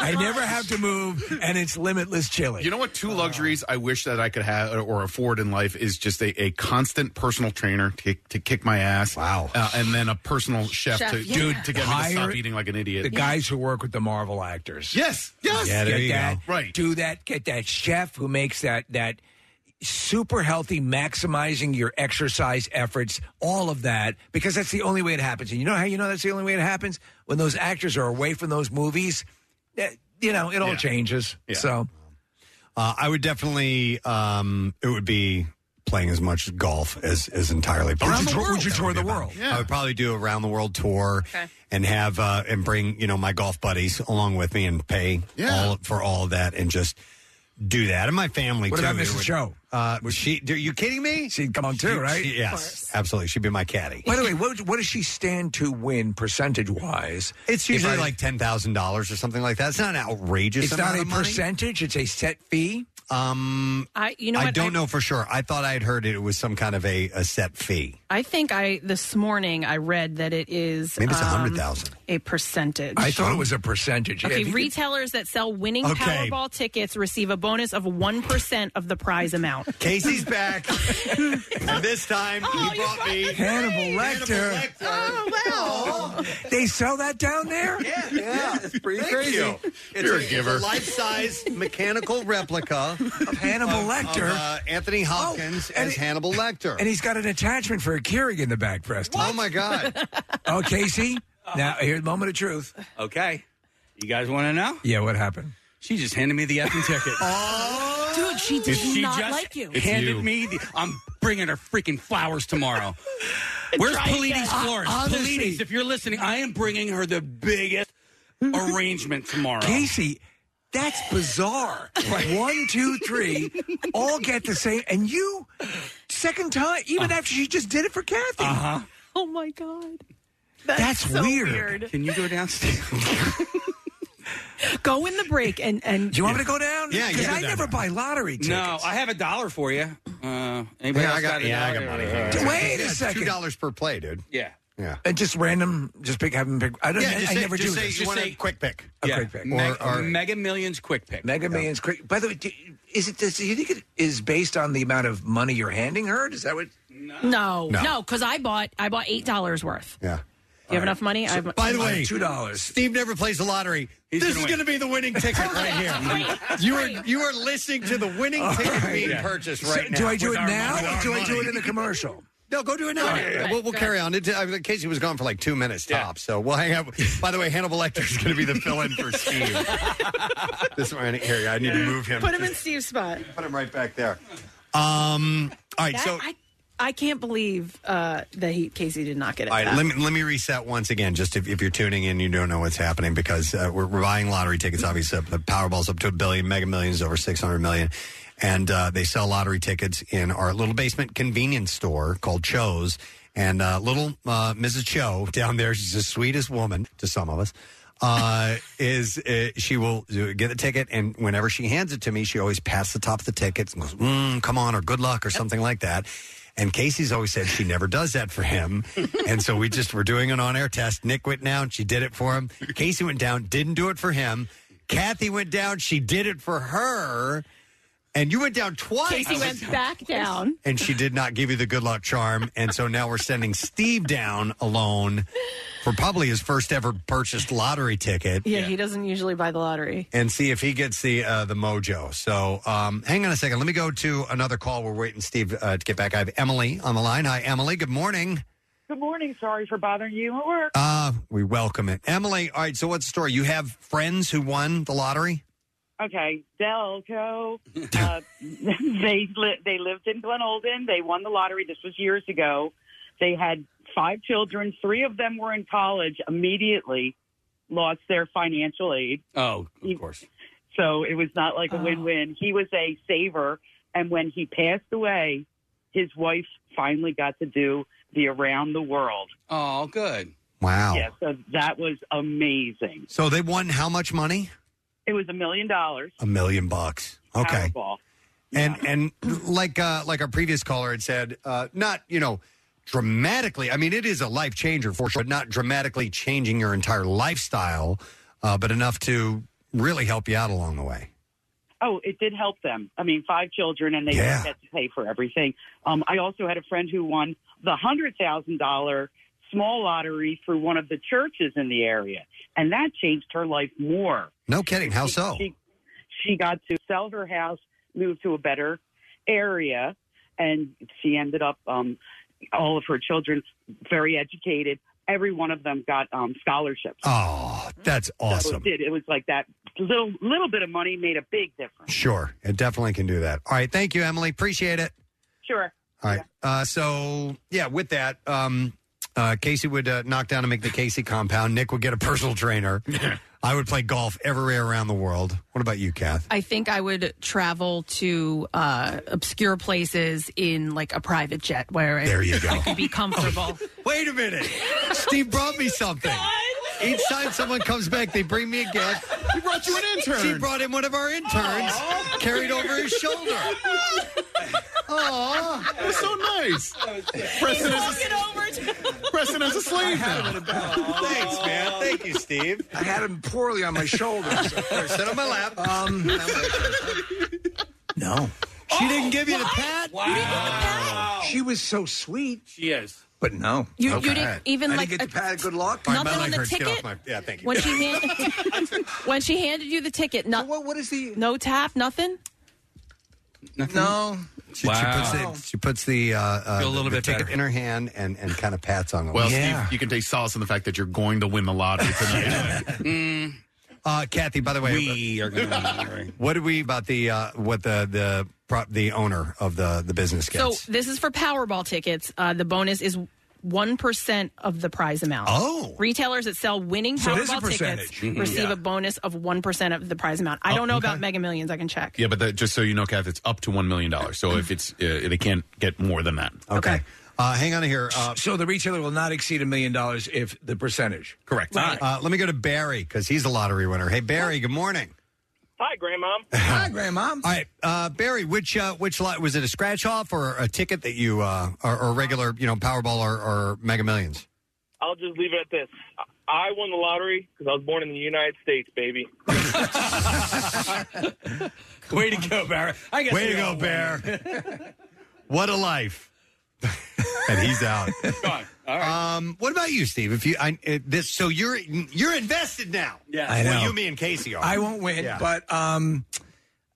E: I never have to move, and it's limitless chili.
K: You know what? Two luxuries I wish that I could have or afford in life is just a, a constant personal trainer to, to kick my ass. Wow. Uh, and then a personal chef,
E: Chef,
K: to
E: yeah.
K: dude to get me to
E: Hire
K: stop eating like an idiot.
E: The guys who work with the Marvel actors.
K: Yes, yes. Yeah, there
E: get
K: you
E: that,
K: go. Right.
E: Do that. Get that chef who makes that that super healthy, maximizing your exercise efforts, all of that, because that's the only way it happens. And you know how you know that's the only way it happens when those actors are away from those movies. that- you know, it all
F: Yeah.
E: changes.
F: Yeah.
E: So
F: Uh, I would definitely. Um, it would be playing as much golf as as entirely
E: Around
F: possible.
E: the world. Would you tour the world?
F: I would probably do a round the world tour and have uh, and bring you know my golf buddies along with me and pay all for all of that and just do that and my family
E: What
F: too.
E: about
F: It
E: Mrs. Cho?
F: Uh, she? Are you kidding me?
E: She'd come on too,
F: She-
E: right?
F: she-
E: Of
F: yes,
E: course.
F: absolutely. She'd be my caddy.
E: By the way, what, what does she stand to win percentage wise?
F: It's usually like ten thousand dollars or something like that. It's not an outrageous.
E: It's not
F: amount
E: a
F: of money.
E: percentage; it's a set fee.
F: Um,
D: I- you know
F: I
D: what?
F: don't
D: I-
F: know for sure. I thought I had heard it was some kind of a, a set fee.
D: I think I this morning I read that it is
F: Maybe it's a
D: um,
F: hundred thousand.
D: a percentage.
E: I thought it was a percentage. Yeah,
D: Okay,
E: if you could-
D: retailers that sell winning
E: Okay.
D: Powerball tickets receive a bonus of 1% of the prize amount.
F: Casey's back. and this time he brought me
E: Hannibal Lecter.
F: Oh, wow.
E: They sell that down there?
F: Yeah, yeah. It's pretty
E: Thank
F: crazy.
E: you.
F: It's
E: You're a
F: it's
E: giver.
F: life-size mechanical replica of
E: Hannibal Lecter. Oh,
F: of, uh, Anthony Hopkins as Hannibal Lecter.
E: And he's got an attachment for a Keurig in the back, Preston.
F: Oh my God!
E: oh, Casey. Now here's the moment of truth.
G: Okay. You guys want to know?
E: Yeah, what happened?
G: She just handed me the effing ticket.
D: Oh, dude, she did
G: She
D: not
G: just
D: like you.
G: handed me the. I'm bringing her freaking flowers tomorrow. Where's
D: Try
G: Polides
D: again.
G: Flores?
D: Hon- Uh, honestly-
G: Polides, if you're listening, I am bringing her the biggest arrangement tomorrow.
E: Casey, that's bizarre. One, two, three, all get the same, and you second time,
F: Uh-huh.
E: even after she just did it for Kathy. Uh
G: huh.
D: Oh my god.
E: That's weird.
G: Can you go downstairs?
D: Go in the break and and
E: Do you want me to go down? because I never buy lottery tickets.
G: No, I have a dollar for you. Uh, anybody
E: Yeah, I
G: else
E: got-
G: a
E: yeah, I got
G: dollar?
E: money.
G: Uh,
E: Dude, Wait
F: Yeah,
E: a second.
F: $2 per play, dude.
G: Yeah.
F: Yeah.
E: And Uh, just random, just pick, have them pick. I don't.
F: Yeah, just
E: I
F: say-
E: never
F: just
E: do.
F: say
E: this.
F: you want a quick pick.
E: A
G: Yeah.
E: quick pick.
G: Meg- Mega Millions quick pick.
E: Mega Millions quick. By the way, do, is it this? Do you think it is based on the amount of money you're handing her? Is that what?
D: No,
E: No.
D: no, because I bought I bought eight dollars worth.
F: Yeah.
D: You have enough money? I have,
F: By the way,
E: dollars.
F: Steve never plays the lottery.
D: He's
F: this
D: gonna
F: is
D: win.
F: going to be the winning ticket right here. you are you are listening to the winning
E: All
F: ticket
E: right.
F: being
E: Yeah.
F: purchased
E: So
F: right now.
E: do I do
F: with
E: it
F: our
E: now,
F: money.
E: or do I do it in the commercial? No, go do it
F: All right, we'll, we'll carry on. It, I, Casey was gone for like two minutes tops, so we'll hang out. By the way, Hannibal Lecter is going to be the fill-in for Steve. this one here, I need to move him.
D: Put him in Steve's spot.
F: Put him right back there. Um. All right.
D: That-
F: so
D: I, I can't believe uh, that he Casey did not get it.
F: All right,
D: back.
F: let me let me reset once again. Just if, if you're tuning in, you don't know what's happening because uh, we're, we're buying lottery tickets.
D: Mm-hmm.
F: Obviously, the Powerball's up to a billion, Mega Millions over six hundred million, and uh, they sell lottery tickets in our little basement convenience store called Cho's. And uh, little uh, Mrs. Cho down there, she's the sweetest woman to some of us. Uh, is uh, she will uh, get the ticket, and whenever she hands it to me, she always pats the top of the tickets and goes, mm, "Come on," or "Good luck," or something like that. And Casey's always said she never does that for him. and so we just were doing an on air test. Nick went down, she did it for him. Casey went down, didn't do it for him. Kathy went down, she did it for her. And you went down twice.
N: Casey went back down.
F: and she did not give you the good luck charm. And so now we're sending Steve down alone for probably his first ever purchased lottery ticket.
D: Yeah, he doesn't usually buy the lottery.
F: And see if he gets the uh, the mojo. So um, hang on a second. Let me go to another call. We're waiting Steve uh, to get back. I have Emily on the line. Hi, Emily. Good morning.
O: Good morning. Sorry for bothering you at work.
F: Uh, we welcome it. Emily, all right, so what's the story? You have friends who won the lottery?
O: Okay, Delco. Uh, they li- they lived in Glen Olden. They won the lottery. This was years ago. They had five children. Three of them were in college. Immediately lost their financial aid.
G: Oh,
O: of course. So it was not
D: Oh.
O: like a win-win. He was a saver, and when he passed away, his wife finally got to do the around the world.
G: Oh, good.
F: Wow.
O: Yeah, so uh, that was amazing.
F: So they won how much money?
O: It was a million dollars.
F: A million bucks. Okay.
O: Powerball.
F: And and like uh, like our previous caller had said, uh, not you know dramatically. I mean, it is a life changer for sure, but not dramatically changing your entire lifestyle, uh, but enough to really help you out along the way.
O: Oh, it did help them. I mean, five children, and they
F: Yeah.
O: had to pay for everything. Um, I also had a friend who won the hundred thousand dollar small lottery through one of the churches in the area, and that changed her life more.
F: No kidding. How
O: She-
F: so?
O: She, she got to sell her house, move to a better area, and she ended up um, all of her children very educated. Every one of them got um, scholarships.
F: Oh, that's
O: So
F: awesome.
O: it did. It was like that little little bit of money made a big difference.
F: Sure, it definitely can do that. All right, thank you, Emily. Appreciate it.
O: Sure.
F: All right. Uh, so yeah, with that, um, uh, Casey would uh, knock down and make the Casey compound. Nick would get a personal trainer. I would play golf everywhere around the world. What about you, Kath?
D: I think I would travel to uh, obscure places in like a private jet where I-
F: There you go. Oh,
D: I could be comfortable.
F: Wait a minute. Steve brought me something. Each time someone comes back, they bring me a gift. He brought you an
N: intern.
F: She brought in one of our interns, carried over his shoulder. Oh,
N: that was so nice. Preston He's is walking over. To- Preston has a slave now.
F: Thanks, man. Thank you, Steve.
E: Oh. I had him poorly on my shoulders.
F: Sit on my lap.
E: Um, no.
F: She didn't give you the pat?
E: Wow. She was so sweet.
G: She is.
E: But no.
D: You- you
E: Okay.
D: didn't even,
E: I
D: like,
E: didn't get the
D: a-
E: pat of good luck.
D: All right, my Nothing on leg the hurts. Get off ticket? my-
F: yeah, thank
D: when she handed when she handed you the ticket, no,
E: what, what is the
D: no tap, nothing.
E: No.
F: She, she puts the, she puts the, uh, uh,
K: Feel a little
F: the
K: bit
F: ticket
K: better.
F: in her hand and, and kind of pats on the
K: Well,
F: leg.
K: Steve, you can take solace in the fact that you're going to win the lottery tonight.
D: Mm.
F: Uh, Kathy, by the way,
K: We are gonna win the
F: What did we about the uh, what the the pro- the owner of the the business gets?
D: So this is for Powerball tickets. Uh, the bonus is one percent of the prize amount.
F: Oh.
D: retailers that sell winning
K: So it is a
D: Powerball tickets
K: percentage. Mhm.
D: receive
K: Yeah.
D: a bonus of one percent of the prize amount. I
K: Oh,
D: don't know
K: okay.
D: about Mega Millions. I can check.
K: yeah, but that, just so you know, Kath, it's up to one million dollars. So if it's, uh, they can't get more than that.
F: Okay. Uh, hang on here. Uh,
E: so the retailer will not exceed a million dollars if the percentage.
K: Correct.
F: Uh, let me go to Barry because he's a lottery winner. Hey, Barry. Good morning.
P: Hi, Grandma.
E: Hi, Grandma. All
F: right, uh, Barry. Which uh, which lot was it? A scratch off or a ticket that you uh, or, or regular you know Powerball or, or Mega Millions?
P: I'll just leave it at this. I won the lottery because I was born in the United States, baby.
G: Way to go, Bear. I guess
F: Way
G: we
F: to
G: all
F: go,
G: won.
F: Bear. what a life. and he's out. Um, what about you, Steve? If you I, it, this, so you're you're invested now. Yeah,
E: I know.
F: Well, you, me, and Casey are.
E: I won't win,
F: Yeah.
E: but um,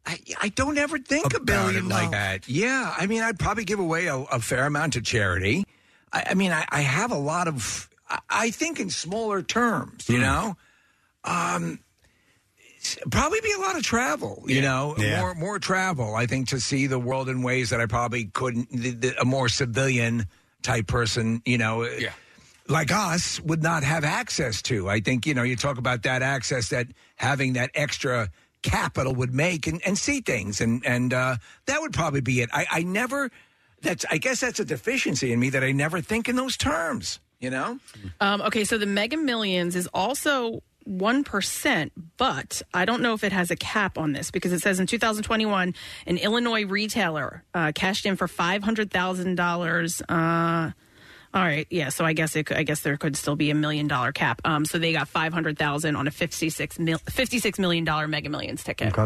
E: I, I don't ever think a billion like that. Yeah, I mean, I'd probably give away a, a fair amount to charity. I, I mean, I, I have a lot of. I, I think in smaller terms,
F: Hmm.
E: you know. Um, s- probably be a lot of travel, you know,
X: Yeah.
E: more more travel. I think to see the world in ways that I probably couldn't. The, the, a more civilian type person, you know, yeah like us would not have access to. I think, you know, you talk about that access that having that extra capital would make and, and see things. And, and uh, that would probably be it. I, I never, that's, I guess that's a deficiency in me that I never think in those terms, you know?
D: Um, okay, so the Mega Millions is also. 1%, but I don't know if it has a cap on this because it says in 2021, an Illinois retailer uh, cashed in for $500,000. Uh, all right, yeah, so I guess it, could- I guess there could still be a million dollar cap. Um, so they got 500,000 on a 56 mil, 56 million dollar Mega Millions ticket.
F: Okay.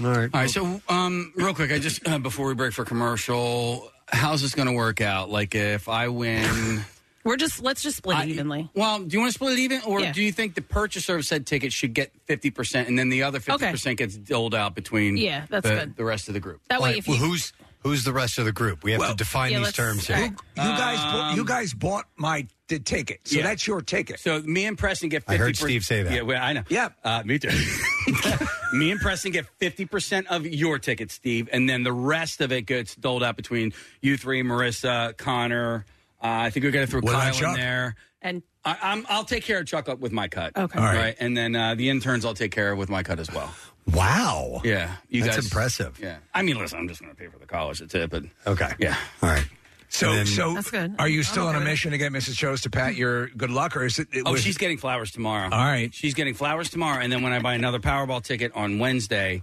F: All right.
G: All right. So, um, real quick, I just uh, before we break for commercial, how's this going to work out? Like, if I win,
D: We're just let's just split it evenly.
G: well, do you want to split it even, or
D: Yeah.
G: do you think the purchaser of said ticket should get fifty percent, and then the other fifty percent gets doled out between
D: Yeah, that's
G: the,
D: good.
G: the rest of the group?
D: That way, if you
F: who's who's the rest of the group? We have to define
D: yeah,
F: these
D: let's-
F: terms
G: all
F: here.
G: right. You- you guys bought-
E: you guys bought my the ticket, so
G: Um, Yeah.
E: that's your ticket.
G: So me and Preston get. 50%,
E: I heard Steve say that.
G: Yeah, well, I know. Yeah, uh, me too. me and Preston get fifty percent of your ticket, Steve, and then the rest of it gets doled out between you three, Marissa, Connor. Uh, I think we got to throw
E: What about
G: Kyle
E: Chuck?
G: in there.
D: And
G: I, I'm, I'll take care of Chuck up with my cut.
D: Okay.
G: All
D: All
G: right.
D: right.
G: And then uh, the interns I'll take care of with my cut as well.
F: Wow.
G: Yeah. You
F: That's
G: guys,
F: impressive.
G: Yeah. I mean, listen, I'm just going to pay for the college. That's it. But
F: okay.
G: Yeah.
F: All right.
E: So, so
G: That's good.
E: are you
G: I'm
E: still on
G: okay
E: a
G: with it.
E: mission to get Mrs. Chose to pat your good luck, or is it? it
G: oh,
E: was-
G: she's getting flowers tomorrow.
E: All right.
G: She's getting flowers tomorrow, and then when I buy another Powerball ticket on Wednesday,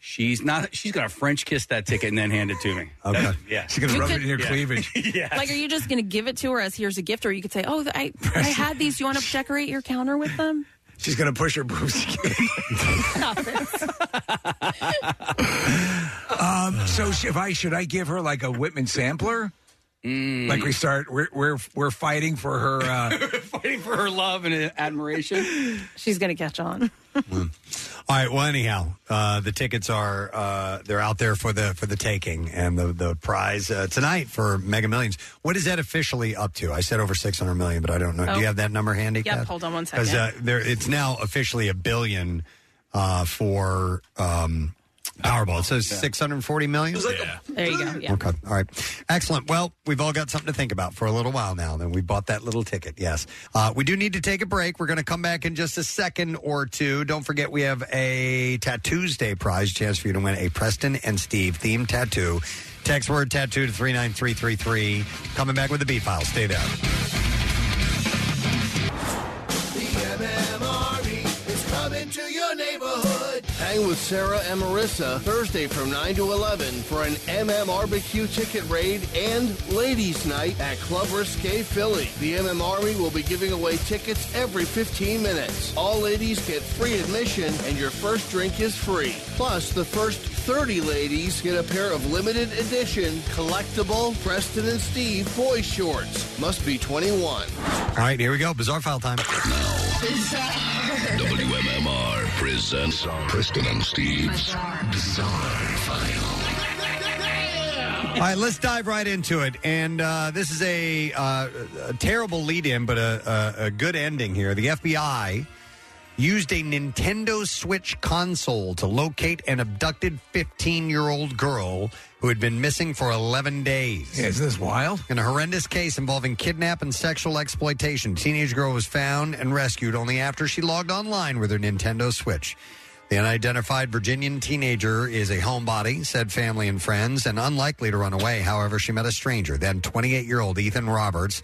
G: she's not. She's gonna French kiss that ticket and then hand it to me. Okay. yeah.
E: She's gonna You rub it could- in your cleavage.
G: yeah.
D: Like, are you just going to give it to her as here's a gift, or you could say, "Oh, I I had these. Do you want to decorate your counter with them?"
E: she's gonna push her boobs.
D: Stop it.
E: Um, so sh- if I should I give her like a Whitman sampler?
G: Mm.
E: Like we start, we're we're we're fighting for her. Uh,
G: fighting for her love and admiration.
D: She's going to catch on.
F: All right. Well, anyhow, uh, the tickets are uh, they're out there for the for the taking, and the the prize uh, tonight for Mega Millions. What is that officially up to? I said over six hundred million, but I don't know. Do
D: Oh.
F: you have that number handy?
D: Yep, hold on one
F: Because uh,
D: second.
F: there, it's now officially a billion uh, for um, Powerball. It says six hundred forty million.
D: There you go. Yeah.
F: Okay. All right. Excellent. Well, we've all got something to think about for a little while now. Then we bought that little ticket. Yes. Uh, we do need to take a break. We're going to come back in just a second or two. Don't forget, we have a Tattoos Day prize chance for you to win a Preston and Steve themed tattoo. Text word tattoo to 39333. Coming back with the B file. Stay there.
I: MMRE E is coming to your neighborhood. Hang with Sarah and Marissa Thursday from 9 to 11 for an MMRBQ ticket raid and ladies' night at Club Risque Philly. The MM Army will be giving away tickets every 15 minutes. All ladies get free admission and your first drink is free. Plus, the first 30 ladies get a pair of limited edition collectible Preston and Steve boy shorts. Must be 21.
F: All right. Here we go. Bizarre file time.
Q: WMMR presents Preston and Steve's Bizarre File.
F: All right, let's dive right into it. And uh, this is a, uh, a terrible lead in, but a, a, a good ending here. The FBI used a Nintendo Switch console to locate an abducted 15 year old girl who had been missing for 11 days.
E: Yeah, isn't this wild?
F: In a horrendous case involving kidnap and sexual exploitation, teenage girl was found and rescued only after she logged online with her Nintendo Switch. The unidentified Virginian teenager is a homebody, said family and friends, and unlikely to run away. However, she met a stranger, then 28 year old Ethan Roberts,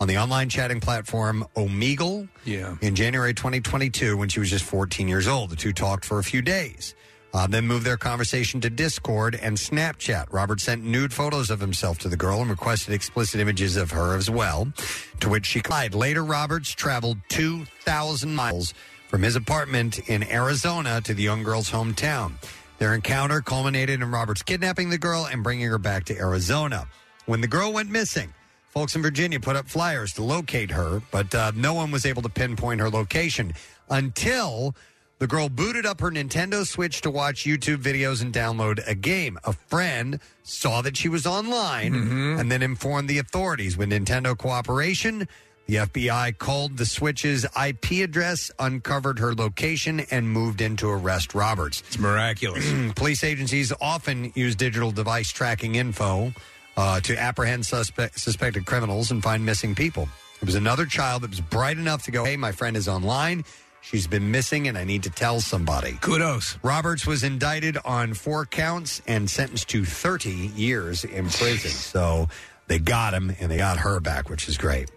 F: on the online chatting platform Omegle
E: yeah.
F: in January 2022 when she was just 14 years old. The two talked for a few days, uh, then moved their conversation to Discord and Snapchat. Robert sent nude photos of himself to the girl and requested explicit images of her as well, to which she complied. Later, Roberts traveled 2,000 miles from his apartment in Arizona to the young girl's hometown. Their encounter culminated in Roberts kidnapping the girl and bringing her back to Arizona. When the girl went missing, Folks in Virginia put up flyers to locate her, but uh, no one was able to pinpoint her location until the girl booted up her Nintendo Switch to watch YouTube videos and download a game. A friend saw that she was online and then informed the authorities. With Nintendo cooperation, the FBI called the Switch's IP address, uncovered her location, and moved in to arrest Roberts.
E: It's miraculous.
F: Police agencies often use digital device tracking info uh, to apprehend suspe- suspected criminals and find missing people. It was another child that was bright enough to go, hey, my friend is online. She's been missing, and I need to tell somebody.
E: Kudos.
F: Roberts was indicted on four counts and sentenced to 30 years in prison. So they got him, and they got her back, which is great.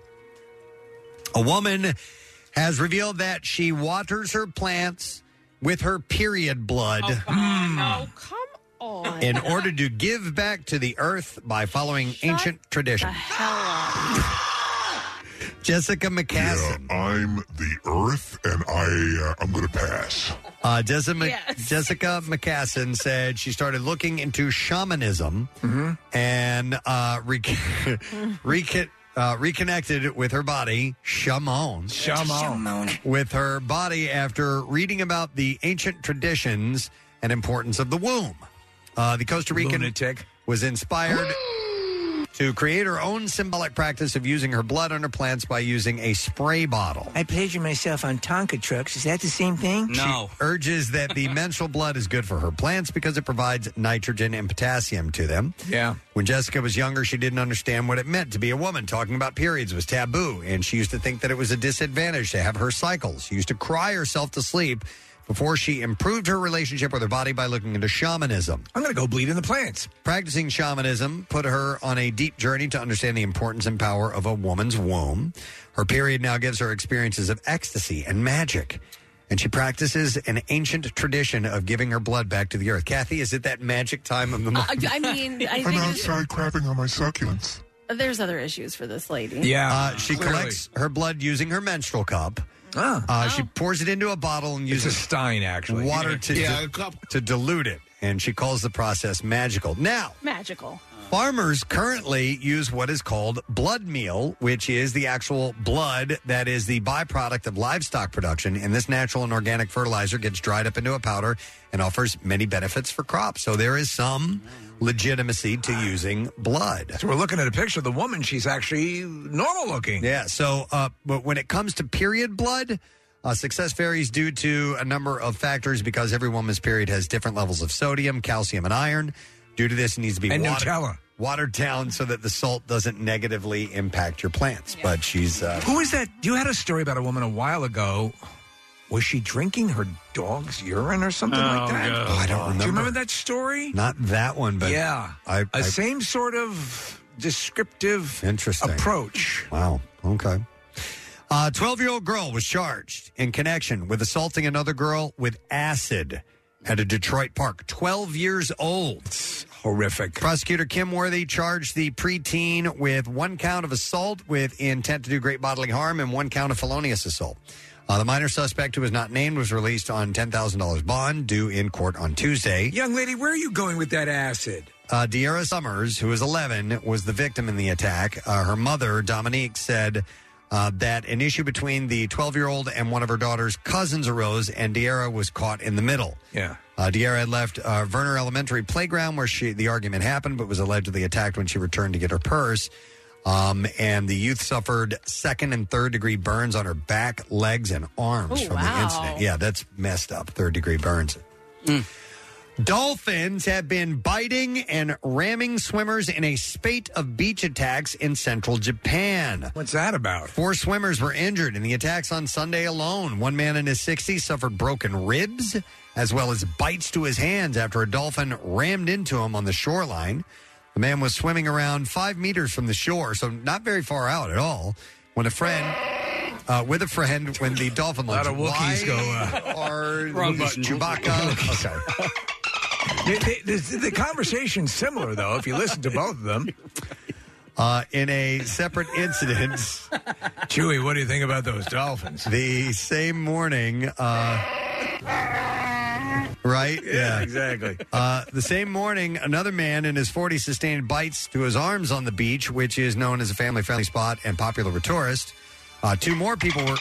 F: A woman has revealed that she waters her plants with her period blood in order to give
D: Uh,
F: back to the earth by following ancient tradition.
D: Hell,
F: Jessica McCassin.
R: I'm the Earth, and I uh, I'm gonna pass.
F: Uh, Jessica, Mc- Jessica McCassin said she started looking into shamanism and uh, re- recon- uh, reconnected with her body, Shamon.
E: Shamon.
F: With her body after reading about the ancient traditions and importance of the womb. Uh, the Costa Rican was inspired to create her own symbolic practice of using her blood on her plants by using a spray bottle.
S: I pleasure myself on Tonka trucks. Is that the same thing?
F: She urges that the menstrual blood is good for her plants because it provides nitrogen and potassium to them.
E: Yeah.
F: When Jessica was younger, she didn't understand what it meant to be a woman. Talking about periods was taboo, and she used to think that it was a disadvantage to have her cycles. She used to cry herself to sleep before she improved her relationship with her body by looking into shamanism.
E: I'm going to go bleed in the plants.
F: Practicing shamanism put her on a deep journey to understand the importance and power of a woman's womb. Her period now gives her experiences of ecstasy and magic. And she practices an ancient tradition of giving her blood back to the earth. Kathy, is it that magic time of the month?
D: Uh, I mean, I
R: I'm
D: think
R: outside crapping on my succulents.
D: there's other issues for this lady.
F: Uh, she collects her blood using her menstrual cup.
E: Ah.
F: Uh, She pours it into a bottle and uses
E: Oh. stein, actually.
F: water to,
E: Yeah,
F: di-
E: a cup.
F: to dilute it. And she calls the process magical. Now,
D: Magical.
F: farmers currently use what is called blood meal, which is the actual blood that is the byproduct of livestock production. And this natural and organic fertilizer gets dried up into a powder and offers many benefits for crops. So there is some legitimacy to using blood.
E: So we're looking at a picture of the woman. She's actually normal looking.
F: Yeah. So, uh, but when it comes to period blood, uh, success varies due to a number of factors because every woman's period has different levels of sodium, calcium, and iron. Due to this, it needs to be
E: And Nutella.
F: watered, watered down so that the salt doesn't negatively impact your plants. But she's uh,
E: Who is that? You had a story about a woman a while ago. Was she drinking her dog's urine or something like that?
F: Oh, I don't remember.
E: Do you remember that story?
F: not that one, but
E: yeah,
F: I,
E: a
F: I-
E: same sort of descriptive
F: Interesting.
E: approach.
F: Wow. Okay. A 12 year old girl was charged in connection with assaulting another girl with acid at a Detroit park. 12 years old.
E: horrific.
F: Prosecutor Kim Worthy charged the preteen with one count of assault with intent to do great bodily harm and one count of felonious assault. Uh, the minor suspect, who was not named, was released on $10,000 bond due in court on Tuesday.
E: Young lady, where are you going with that acid?
F: Uh, De'Ara Summers, who is 11, was the victim in the attack. Uh, her mother, Dominique, said uh, that an issue between the 12 year old and one of her daughter's cousins arose, and De'Ara was caught in the middle.
E: Yeah.
F: Uh, De'Ara had left uh, Verner Elementary playground where she the argument happened, but was allegedly attacked when she returned to get her purse. Um, and the youth suffered second and third degree burns on her back, legs, and arms
N: Oh,
F: from the
N: wow.
F: incident. Yeah, that's messed up. Third degree burns. Dolphins have been biting and ramming swimmers in a spate of beach attacks in central Japan.
E: What's that about?
F: Four swimmers were injured in the attacks on Sunday alone. One man in his 60s suffered broken ribs as well as bites to his hands after a dolphin rammed into him on the shoreline. The man was swimming around five meters from the shore, so not very far out at all, when a friend. Uh, with a friend when the dolphin
E: lot
F: launched.
E: of Wookiees
F: Why
E: go, uh,
F: are
E: wrong
F: these
E: button.
F: Chewbacca? okay.
E: They- they- the, the conversation's similar, though, if you listen to both of them.
F: Uh, in a separate incident,
E: Chewy, what do you think about those dolphins?
F: the same morning, uh, right?
E: Yeah, exactly.
F: Uh, the same morning, another man in his 40s sustained bites to his arms on the beach, which is known as a family friendly spot and popular with tourists. Uh, two more people were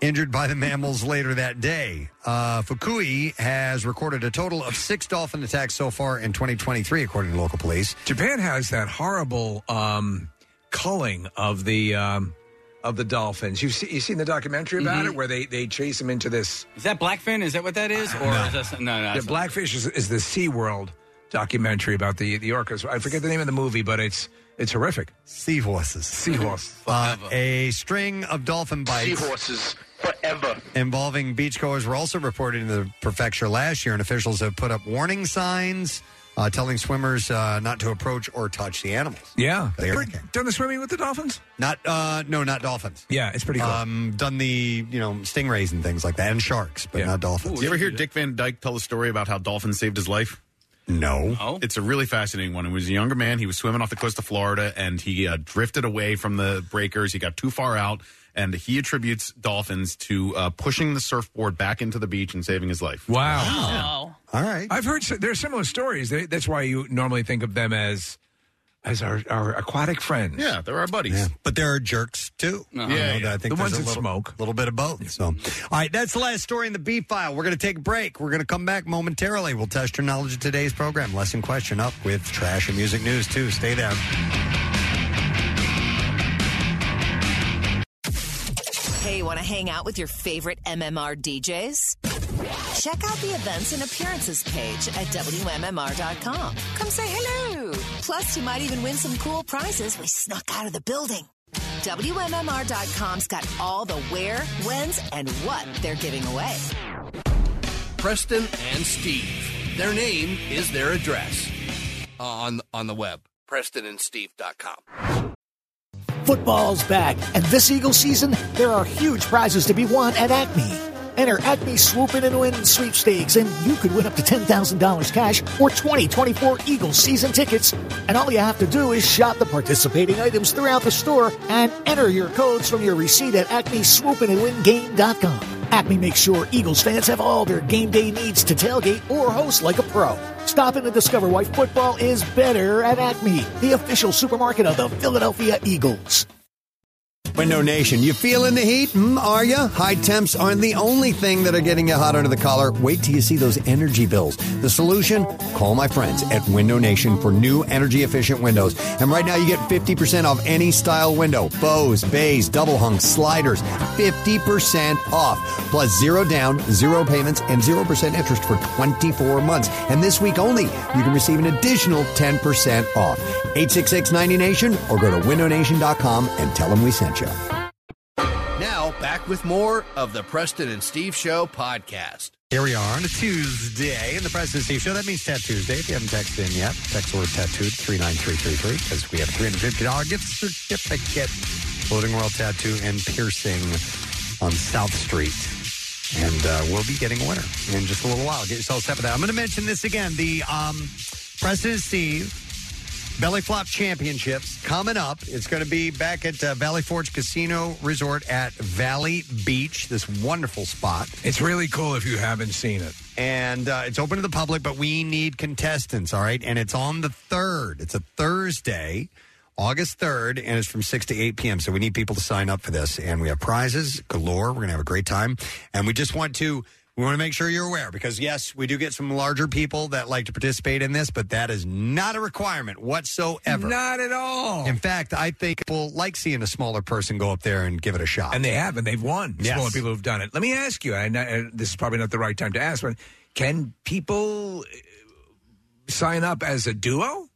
F: injured by the mammals later that day. Uh, Fukui has recorded a total of six dolphin attacks so far in 2023, according to local police.
E: Japan has that horrible um, culling of the um, of the dolphins. You've se- you seen the documentary about it where they, they chase them into this.
G: Mm-hmm. Is that blackfin? Is that what that is? Or
E: No.
G: is that some- no, no.
E: the
G: it's not.
E: Blackfish is, is the Sea World documentary about the the orcas. I forget the name of the movie, but it's it's horrific.
F: Seahorses.
E: Seahorse.
F: Uh, a string of dolphin bites.
R: Seahorses forever.
F: involving beachgoers were also reported in the prefecture last year, and officials have put up warning signs uh, telling swimmers uh, not to approach or touch the animals.
E: Yeah.
F: They
E: Ever
F: are
E: done the swimming with the dolphins?
F: not uh, no, not dolphins.
E: Yeah, it's pretty cool.
F: Um, done the you know stingrays and things like that, and sharks, but not dolphins.
K: you ever hear Dick Van Dyke tell a story about how dolphins saved his life?
F: No.
K: It's a really fascinating one. When he was a younger man, he was swimming off the coast of Florida and he uh, drifted away from the breakers. He got too far out and he attributes dolphins to uh, pushing the surfboard back into the beach and saving his life.
E: Wow.
D: Wow.
F: All right.
E: I've heard s- there are similar stories. They, that's why you normally think of them as as our, our aquatic friends.
K: Yeah, they're our buddies.
F: But there are jerks too.
E: Uh-huh.
F: You
E: Yeah,
F: know,
E: yeah.
F: I think
E: The
F: there's
E: ones
F: a
E: that
F: little,
E: smoke.
F: a little bit of both. So, all right, that's the last story in the B file. We're going to take a break. We're going to come back momentarily. We'll test your knowledge of today's program. Lesson question up with trash and music news too. Stay there.
H: Hey, want to hang out with your favorite MMR DJs? Check out the events and appearances page at WMMR.com. Come say hello. Plus, you might even win some cool prizes we snuck out of the building. WMMR.com's got all the where, whens, and what they're giving away.
I: Preston and Steve. Their name is their address uh, on on the web. PrestonandSteve.com.
J: Football's back, and this Eagle season, there are huge prizes to be won at Acme. Enter Acme Swoop In and Win sweepstakes, and you could win up to $10,000 cash or 2024 Eagle season tickets. And all you have to do is shop the participating items throughout the store and enter your codes from your receipt at acmeswoopinandwingame.com. Acme makes sure Eagles fans have all their game day needs to tailgate or host like a pro. Stop in and discover why football is better at Acme, the official supermarket of the Philadelphia Eagles.
F: Window Nation, you feeling the heat? Mm, are you? High temps aren't the only thing that are getting you hot under the collar. Wait till you see those energy bills. The solution? Call my friends at Window Nation for new energy efficient windows. And right now you get 50% off any style window. Bows, bays, double hung, sliders. 50% off. Plus zero down, zero payments, and 0% interest for 24 months. And this week only, you can receive an additional 10% off. 866 90Nation or go to windownation.com and tell them we sent you.
I: Now back with more of the Preston and Steve Show podcast.
F: Here we are on a Tuesday in the President Steve Show. That means Tat Tuesday. If you haven't texted in yet, text word tattooed 39333 because we have $350 gift certificate. Floating World Tattoo and Piercing on South Street. And uh, we'll be getting a winner in just a little while. Get yourself set for that. I'm going to mention this again. The um, President Steve Belly Flop Championships coming up. It's going to be back at uh, Valley Forge Casino Resort at Valley Beach, this wonderful spot.
E: It's really cool if you haven't seen it.
F: And uh, it's open to the public, but we need contestants, all right? And it's on the 3rd. It's a Thursday, August 3rd, and it's from 6 to 8 p.m. So we need people to sign up for this. And we have prizes galore. We're going to have a great time. And we just want to. We want to make sure you're aware because, yes, we do get some larger people that like to participate in this, but that is not a requirement whatsoever.
E: Not at all.
F: In fact, I think people like seeing a smaller person go up there and give it a shot.
E: And they have, and they've won.
F: Yes.
E: Smaller people have done it. Let me ask you, and uh, this is probably not the right time to ask, but can people uh, sign up as a duo?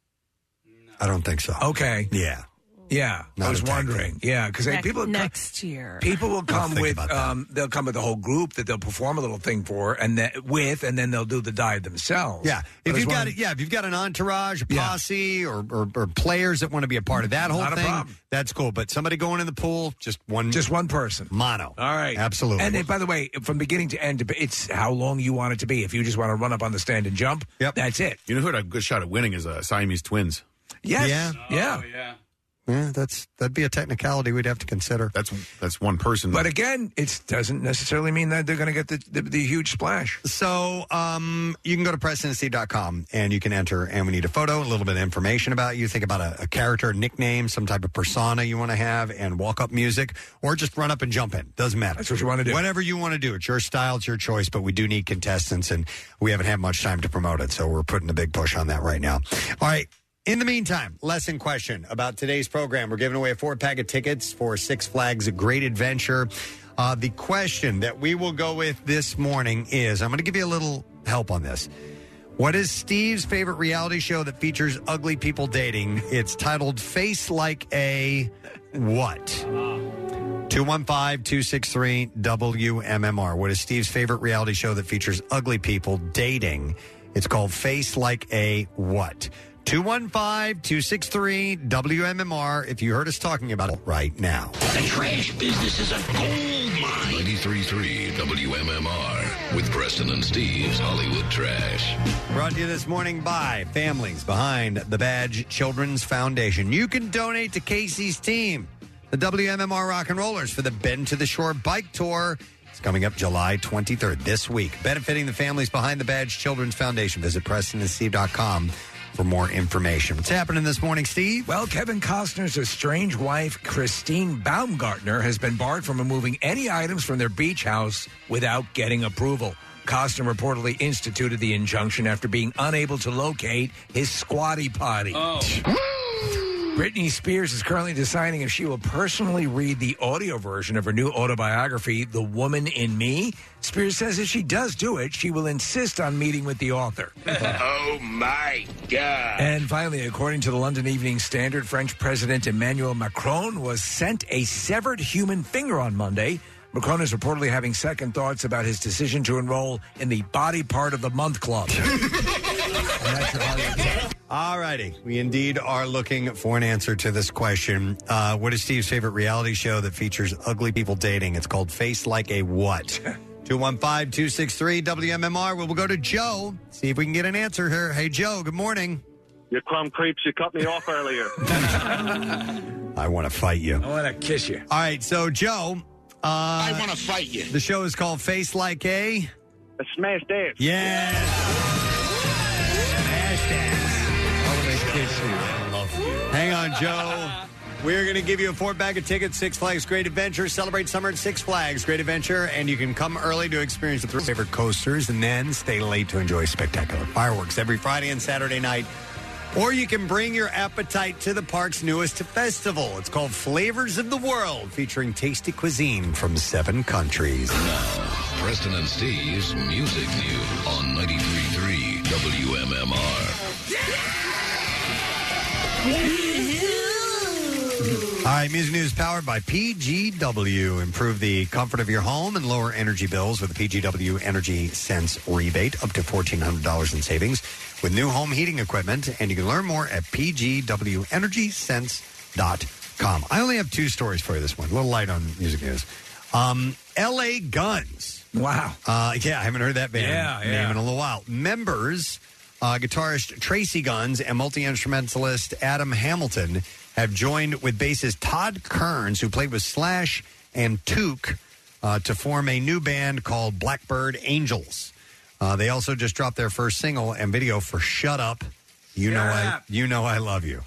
F: I don't think so.
E: Okay.
F: Yeah.
E: Yeah. I was wondering. Yeah, because
D: Next-
E: people
D: next year.
E: People will come
F: think
E: with
F: about
E: um, they'll come with a whole group that they'll perform a little thing for and that with and then they'll do the dive themselves.
F: Yeah,
E: But
F: if
E: as
F: you've
E: long-
F: got it, yeah, if you've got an entourage, a posse, or, or or players that want to be a part of that whole
E: Not a
F: thing,
E: problem.
F: that's cool. But somebody going in the pool, just one,
E: just one person,
F: mono.
E: All right,
F: absolutely.
E: And it, by the way, from beginning to end, it's how long you want it to be. If you just want to run up on the stand and jump, yep. that's it.
K: You know who had a good shot at winning is uh, Siamese twins.
E: Yes.
F: Yeah.
E: Yeah.
F: yeah, that's that'd be a technicality we'd have to consider.
K: That's that's one person.
E: But again, it doesn't necessarily mean that they're going to get the, the, the huge splash.
F: So um, you can go to presidency.com Um, and you can enter. And we need a photo, a little bit of information about you. Think about a, a character, a nickname, some type of persona you want to have, and walk up music, or just run up and jump in. Doesn't matter.
E: That's what you wanna do.
F: Whatever you want to do. It's your style, it's your choice, but we do need contestants, and we haven't had much time to promote it. So we're putting a big push on that right now. All right. In the meantime, lesson question about today's program. We're giving away a four pack of tickets for Six Flags Great Adventure. Uh, the question that we will go with this morning is I'm going to give you a little help on this. What is Steve's favorite reality show that features ugly people dating? It's titled Face Like a What? 215 263 WMMR. What is Steve's favorite reality show that features ugly people dating? It's called Face Like a What? 215 263 WMMR. If you heard us talking about it right now.
Q: The trash business is a gold mine. 93.3 WMMR. with Preston and Steve's Hollywood Trash.
F: Brought to you this morning by Families Behind the Badge Children's Foundation. You can donate to Casey's team, the WMMR Rock and Rollers, for the Bend to the Shore Bike Tour. It's coming up July 23rd this week, benefiting the Families Behind the Badge Children's Foundation. Visit PrestonandSteve.com for more information. What's happening this morning, Steve?
E: Well, Kevin Costner's estranged wife, Christine Baumgartner, has been barred from removing any items from their beach house without getting approval. Costner reportedly instituted the injunction after being unable to locate his squatty potty. Britney Spears is currently deciding if she will personally read the audio version of her new autobiography, The Woman in Me. Spears says if she does do it, she will insist on meeting with the author.
Q: oh my God.
E: And finally, according to the London Evening Standard, French President Emmanuel Macron was sent a severed human finger on Monday. Macron is reportedly having second thoughts about his decision to enroll in the Body Part of the Month Club.
F: All righty. We indeed are looking for an answer to this question. Uh, what is Steve's favorite reality show that features ugly people dating? It's called Face Like a What? 215 263 WMMR. We'll go to Joe, see if we can get an answer here. Hey, Joe, good morning.
T: You crumb creeps, you cut me off earlier.
F: I want to fight you. I
E: want to kiss you.
F: All right, so Joe. Uh, I
T: want to fight you.
F: The show is called Face Like a.
T: A smash dance.
F: Yes. Smash dance. I want to kiss you. I love you. Hang on, Joe. We're going to give you a four bag of tickets, Six Flags Great Adventure. Celebrate summer at Six Flags Great Adventure, and you can come early to experience the three favorite coasters and then stay late to enjoy spectacular fireworks every Friday and Saturday night. Or you can bring your appetite to the park's newest festival. It's called Flavors of the World, featuring tasty cuisine from seven countries.
Q: Preston and Steve's Music News on 93.3 WMMR.
F: All right, Music News powered by PGW. Improve the comfort of your home and lower energy bills with the PGW Energy Sense rebate, up to $1,400 in savings with new home heating equipment. And you can learn more at pgwenergysense.com. I only have two stories for you this one. A little light on Music News. Um, LA Guns.
E: Wow.
F: Uh, yeah, I haven't heard that band
E: Yeah,
F: name
E: yeah.
F: in a little while. Members, uh, guitarist Tracy Guns and multi instrumentalist Adam Hamilton have joined with bassist Todd Kearns, who played with Slash and Took, uh, to form a new band called Blackbird Angels. Uh, they also just dropped their first single and video for "Shut Up." You know, I you know I love you.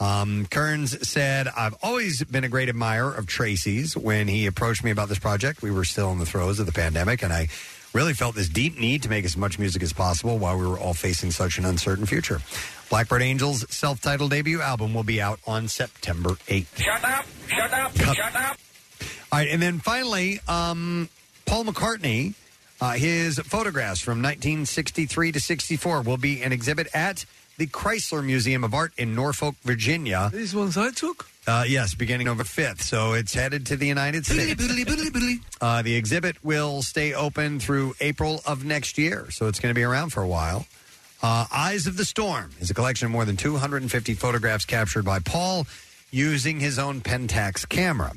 F: Um, Kearns said, I've always been a great admirer of Tracy's. When he approached me about this project, we were still in the throes of the pandemic, and I really felt this deep need to make as much music as possible while we were all facing such an uncertain future. Blackbird Angels' self titled debut album will be out on September 8th.
Q: Shut up! Shut up! Shut up!
F: All right, and then finally, um, Paul McCartney, uh, his photographs from 1963 to 64 will be an exhibit at the Chrysler Museum of Art in Norfolk, Virginia.
E: These ones I took?
F: Uh, yes, beginning November 5th. So it's headed to the United States. Uh, the exhibit will stay open through April of next year, so it's going to be around for a while. Uh, Eyes of the Storm is a collection of more than 250 photographs captured by Paul using his own Pentax camera.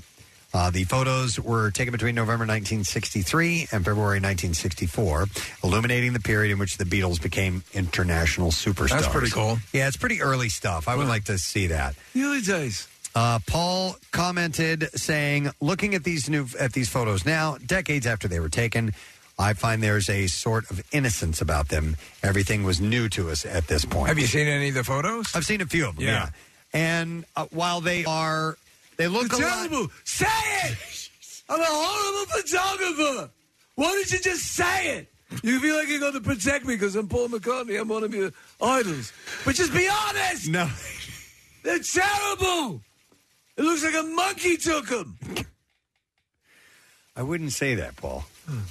F: Uh, the photos were taken between November 1963 and February 1964, illuminating the period in which the Beatles became international superstars.
E: That's pretty cool.
F: Yeah, it's pretty early stuff. I would like to see that.
E: The early days.
F: Uh, Paul commented saying, "Looking at these new at these photos now, decades after they were taken, I find there's a sort of innocence about them. Everything was new to us at this point."
E: Have you seen any of the photos?
F: I've seen a few of them.
E: Yeah.
F: Yeah, and uh, while they are, they look a lot-
E: Say it! I'm a horrible photographer. Why don't you just say it? You feel like you're going to protect me because I'm Paul McCartney. I'm one of your idols. But just be honest.
F: No.
E: They're terrible. It looks like a monkey took them.
F: I wouldn't say that, Paul.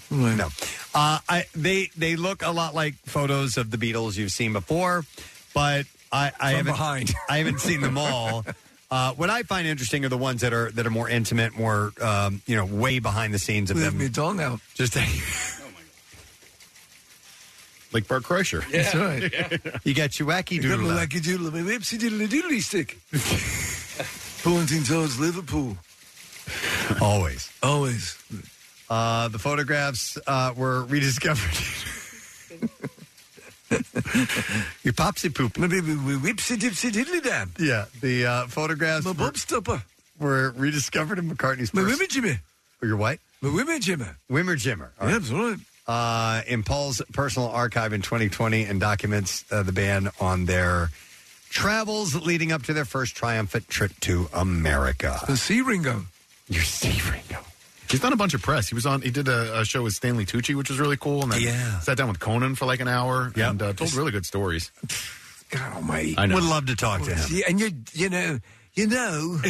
E: Hmm,
F: No, uh, I, they they look a lot like photos of the Beatles you've seen before, but I, I
E: From
F: haven't
E: behind.
F: I haven't seen them all. Uh, what I find interesting are the ones that are that are more intimate, more um, you know, way behind the scenes of
E: Leave
F: them.
E: me alone now.
F: Just
K: like Bart Kreischer.
E: That's right.
F: you got your wacky
E: doodle.
F: doodle.
E: wacky doodle. My whoopsie doodle doodly stick. Pointing towards Liverpool.
F: Always.
E: Always.
F: Uh, the photographs uh, were rediscovered. Your popsy poop. Whipsy dipsy diddly dab. Yeah, the uh, photographs My were, were rediscovered in McCartney's My women Jimmy. Your what? My women Jimmy. Wimmer Jimmer. All right.
E: absolutely.
F: Uh, in Paul's personal archive in 2020 and documents uh, the band on their travels leading up to their first triumphant trip to America.
E: The sea Ringo.
F: You're sea Ringo.
K: He's done a bunch of press. He was on. He did a, a show with Stanley Tucci, which was really cool. And then
F: Yeah.
K: sat down with Conan for like an hour and uh, told really good stories.
E: God Almighty,
K: I know.
F: Would love to talk to him.
E: Yeah, and you, you know, you know,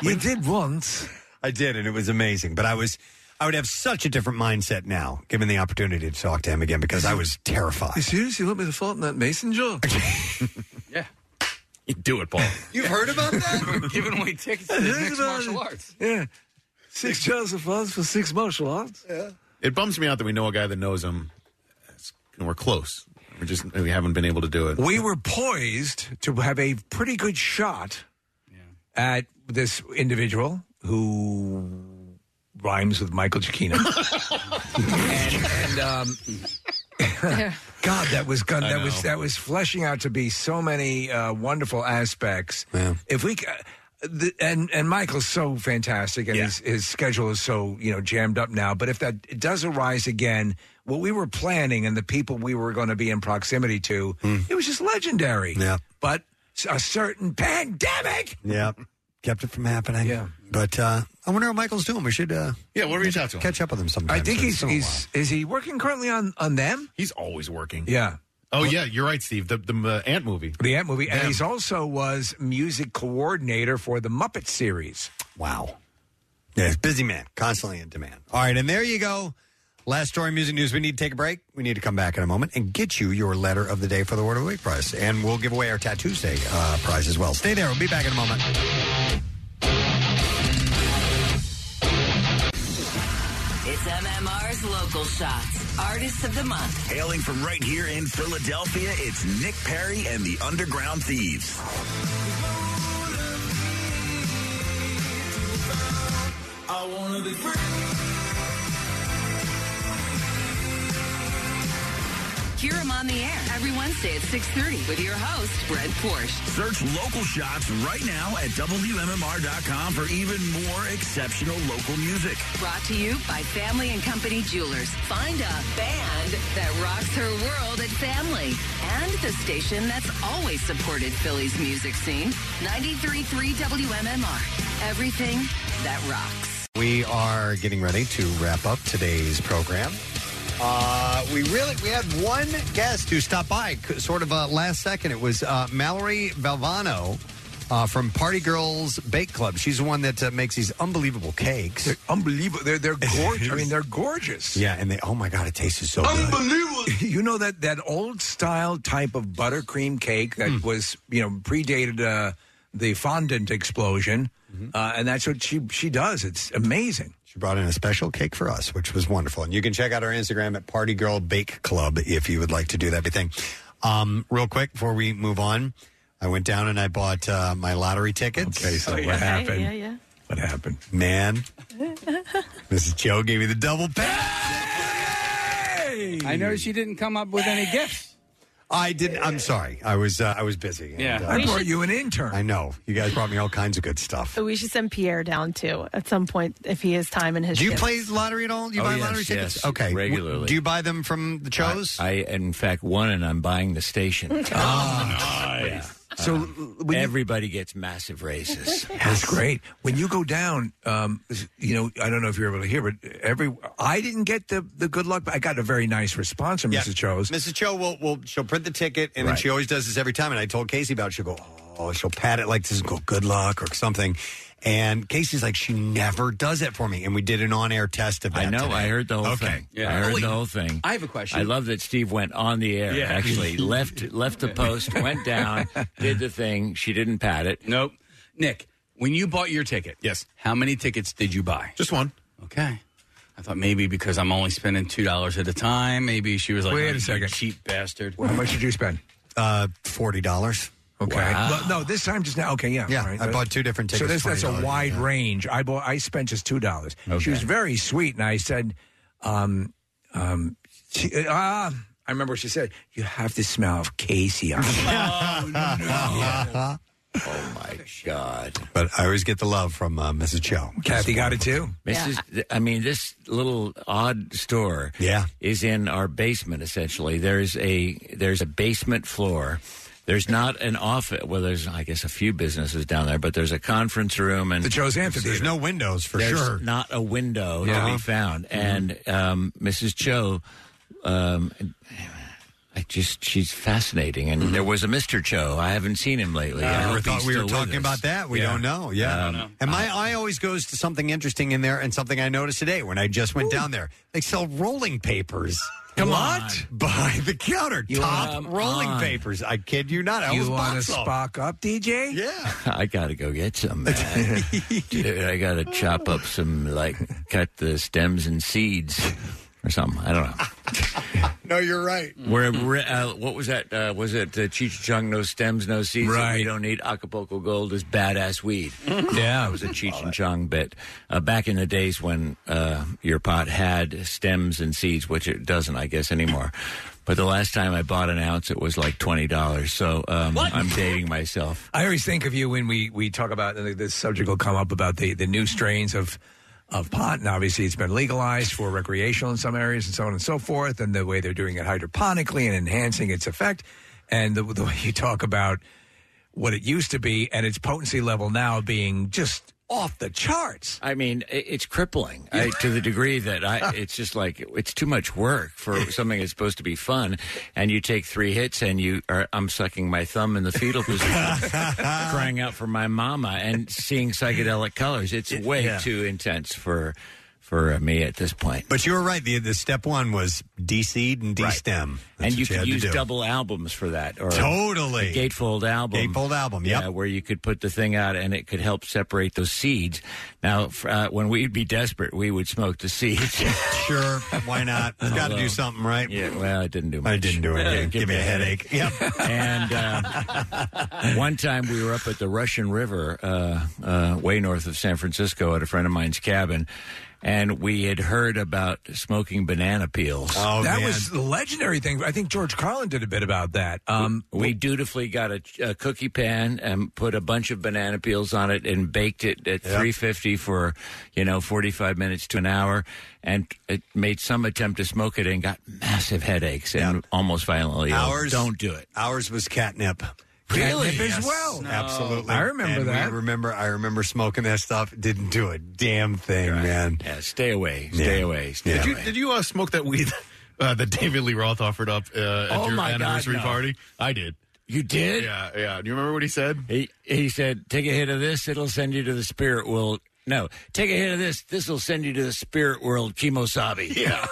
E: you did once.
F: I did, and it was amazing. But I was, I would have such a different mindset now, given the opportunity to talk to him again, because I was terrified.
E: You seriously want me to fault in that mason jar?
K: You do it, Paul.
F: You've heard about that?
G: We're giving away tickets to
E: I
G: the
E: heard
G: next
E: about
G: martial
E: it.
G: arts.
E: Yeah. Six jars of fuzz for six martial arts.
F: Yeah.
K: It bums me out that we know a guy that knows him. It's- and we're close. We just we haven't been able to do it.
E: We were poised to have a pretty good shot at this individual who rhymes with Michael Giacchino. and and um, God, that was gun.
Q: I
E: That was
Q: know.
E: that was fleshing out to be so many uh, wonderful aspects. If we. c- The, and and Michael's so fantastic, and his, his schedule is so you know jammed up now. But if that it does arise again, what we were planning and the people we were going to be in proximity to,
F: Hmm.
E: it was just legendary. Yeah. But s- a certain pandemic
F: Yeah, kept it from happening. Yeah, but uh, I wonder how Michael's doing. We should, uh,
K: yeah, we'll reach out to him.
F: Catch up with him sometime.
E: I think
F: It's
E: he's
F: been a
E: he's is he working currently on on them?
K: He's always working.
E: Yeah.
K: Oh yeah, you're right, Steve. The the uh, ant movie.
E: The Ant movie, and
K: Them.
E: he's also was music coordinator for the Muppet series.
F: Wow. Yeah, he's a busy man, constantly in demand. All right, and there you go. Last story, music news. We need to take a break. We need to come back in a moment and get you your letter of the day for the Word of the Week prize, and we'll give away our Tattoos Day uh, prize as well. Stay there. We'll be back in a moment.
H: It's MMR's Local Shots, Artists of the Month.
A: Hailing from right here in Philadelphia, it's Nick Perry and the Underground Thieves.
Q: I wanna be free.
H: Hear him on the air every Wednesday at 6.30 with your host, Brett Porsche.
A: Search local shots right now at WMMR.com for even more exceptional local music.
H: Brought to you by Family and Company Jewelers. Find a band that rocks her world at Family. And the station that's always supported Philly's music scene. 93.3 WMMR. Everything that rocks.
F: We are getting ready to wrap up today's program. Uh, we really we had one guest who stopped by c- sort of uh, last second. It was uh, Mallory Valvano uh, from Party Girls Bake Club. She's the one that uh, makes these unbelievable cakes. They're
E: unbelievable. They're they're gorgeous. I mean, they're gorgeous.
F: Yeah, and they oh my god, it tastes so good.
E: Unbelievable! you know that that old style type of buttercream cake that
F: Hmm.
E: was you know predated uh, the fondant explosion,
F: Mm-hmm.
E: uh, and that's what she she does. It's amazing.
F: She brought in a special cake for us, which was wonderful. And you can check out our Instagram at Party Girl Bake Club if you would like to do that thing. Um, real quick before we move on, I went down and I bought uh, my lottery tickets. Okay, so what happened?
D: Oh, Yeah, yeah.
E: What happened?
F: Man, Mrs. Joe gave me the double pass.
G: I noticed you didn't come up with any gifts.
F: I didn't. I'm sorry. I was uh, I was busy.
G: Yeah.
F: and, uh,
G: I We brought should-
E: you an intern.
F: I know. You guys brought me all kinds of good stuff.
D: We should send Pierre down too at some point if he has time in his.
F: Do you
D: shift.
F: play lottery at all? Do you buy lottery tickets? okay. W-
U: regularly.
F: Do you buy them from the shows?
U: I, I, in fact, won, and I'm buying the station.
D: Oh,
U: Ah. Uh,
E: So
U: everybody gets massive raises.
E: That's great. When you go down, um, you know, I don't know if you're able to hear, but every I didn't get the the good luck. but I got a very nice response from Mrs. Cho's.
F: Mrs. Cho will, will she'll print the ticket, and then
E: Right.
F: she always does this every time. And I told Casey about it. She'll go, oh, she'll pat it like this and go, good luck or something. And Casey's like, she never does that for me. And we did an on-air test of that.
U: I know.
F: today.
U: Oh, I heard the whole Oh,
F: okay.
U: thing. I
E: Oh,
U: heard the whole thing.
G: I have a question.
U: I love that Steve went on the air.
G: Yeah.
U: Actually, left left the post, went down, did the thing. She didn't pat it.
G: Nope. Nick, when you bought your ticket, yes. How many tickets did you buy?
K: Just one.
G: Okay. I thought maybe because I'm only spending two dollars at a time. Maybe she was like, "Oh,
E: Wait a
G: "You
E: second.
G: cheap bastard."
E: How much did you spend?
F: Uh, forty dollars.
E: Okay. Well, no, this time just now. Okay, yeah.
F: Yeah,
E: right.
F: I bought two different
E: So
F: tickets,
E: this, that's a
F: $20,
E: wide range. I bought. I spent just two dollars. She was very sweet, and I said, um, um, she, uh, ah, I remember she said, "You have the smell of Casey on." you."
F: oh
U: my God.
F: But I always get the love from uh, Mrs. Cho.
E: Kathy got it too.
U: Mrs. I mean, this little odd store
F: Yeah.
U: is in our basement essentially. There's a there's a basement floor. There's not an office. Well, there's I guess a few businesses down there, but there's a conference room and
F: The Joe's Amphitheater. There's no windows, for
U: There's
F: sure.
U: Not a window to
F: Yeah. Mm-hmm.
U: be found. And um, Mrs. Cho, um, I just she's fascinating. And there was a Mr. Cho. I haven't seen him lately. I
F: Mm-hmm. I
U: hope
F: thought
U: he's
F: we were
U: still with
F: talking
U: us.
F: about that. We
U: Yeah.
F: don't know. Yeah.
U: Um,
F: and my eye always goes to something interesting in there and something I noticed today when I just went down there. They sell rolling papers.
U: Come
F: What? By the counter.
U: You
F: Top
U: are um,
F: rolling
U: on.
F: papers. I kid you not. I
U: You
F: was
U: wanna
E: spock up, DJ?
F: Yeah.
U: I gotta go get some, man. Dude, I gotta chop up some, like, cut the stems and seeds or something. I don't know.
F: No, you're right.
U: Where where- uh, what was that? Uh, was it uh, Cheech and Chong? No stems, no seeds. and We don't need Acapulco Gold is badass weed.
E: yeah,
U: it was a Cheech and Chong bit uh, back in the days when uh, your pot had stems and seeds, which it doesn't, I guess, anymore. But the last time I bought an ounce, it was like twenty dollars. So um,
E: What?
U: I'm dating myself.
E: I always think of you when we, we talk about and this subject will come up about the, the new strains of of pot, and obviously it's been legalized for recreational in some areas and so on and so forth, and the way they're doing it hydroponically and enhancing its effect, and the, the way you talk about what it used to be and its potency level now being just off the charts.
U: I mean, i- it's crippling I, to the degree that I, it's just like it's too much work for something that's supposed to be fun. And you take three hits, and you are, I'm sucking my thumb in the fetal position, crying out for my mama, and seeing psychedelic colors. It's way
F: yeah.
U: too intense for for uh, me at this point.
F: But you were right. The, the step one was de-seed and de-stem. That's
U: and you
F: what had
U: could
F: to
U: use
F: do.
U: double albums for that, or
F: Totally.
U: a gatefold album,
F: Gatefold album,
U: yeah,
F: yep.
U: where you could put the thing out and it could help separate those seeds. Now, f- uh, when we'd be desperate, we would smoke the seeds.
F: Sure, why not? It's got to
U: Although-
F: do something, right?
U: Yeah, well, I didn't do much.
F: I didn't do anything. Give me a headache.
U: Yep. and um, one time we were up at the Russian River, uh, uh, way north of San Francisco, at a friend of mine's cabin, and we had heard about smoking banana peels.
F: Oh,
E: that was the legendary thing. I think George Carlin did a bit about that. Um,
U: we dutifully got a, a cookie pan and put a bunch of banana peels on it and baked it at 350 for you know 45 minutes to an hour and it made some attempt to smoke it and got massive headaches and almost violently ill.
F: Ours-
U: Oh, don't do it
F: ours was catnip
U: Really?
F: Catnip
U: Yes.
F: as well.
U: No.
F: Absolutely.
U: I remember
F: And we
U: that.
F: remember I remember smoking that stuff. Didn't do a damn thing, man.
U: Yeah, stay away. Stay away. Stay
K: Did you
U: away.
K: did you uh, smoke that weed uh, that David Lee Roth offered up uh, at
U: Oh,
K: your
U: my God,
K: anniversary
U: no.
K: party? I did.
U: You did?
K: Yeah, yeah. Do you remember what he said?
U: He he said, "Take a hit of this; it'll send you to the spirit world." No, take a hit of this. This will send you to the spirit world, Kemosabe.
K: Yeah.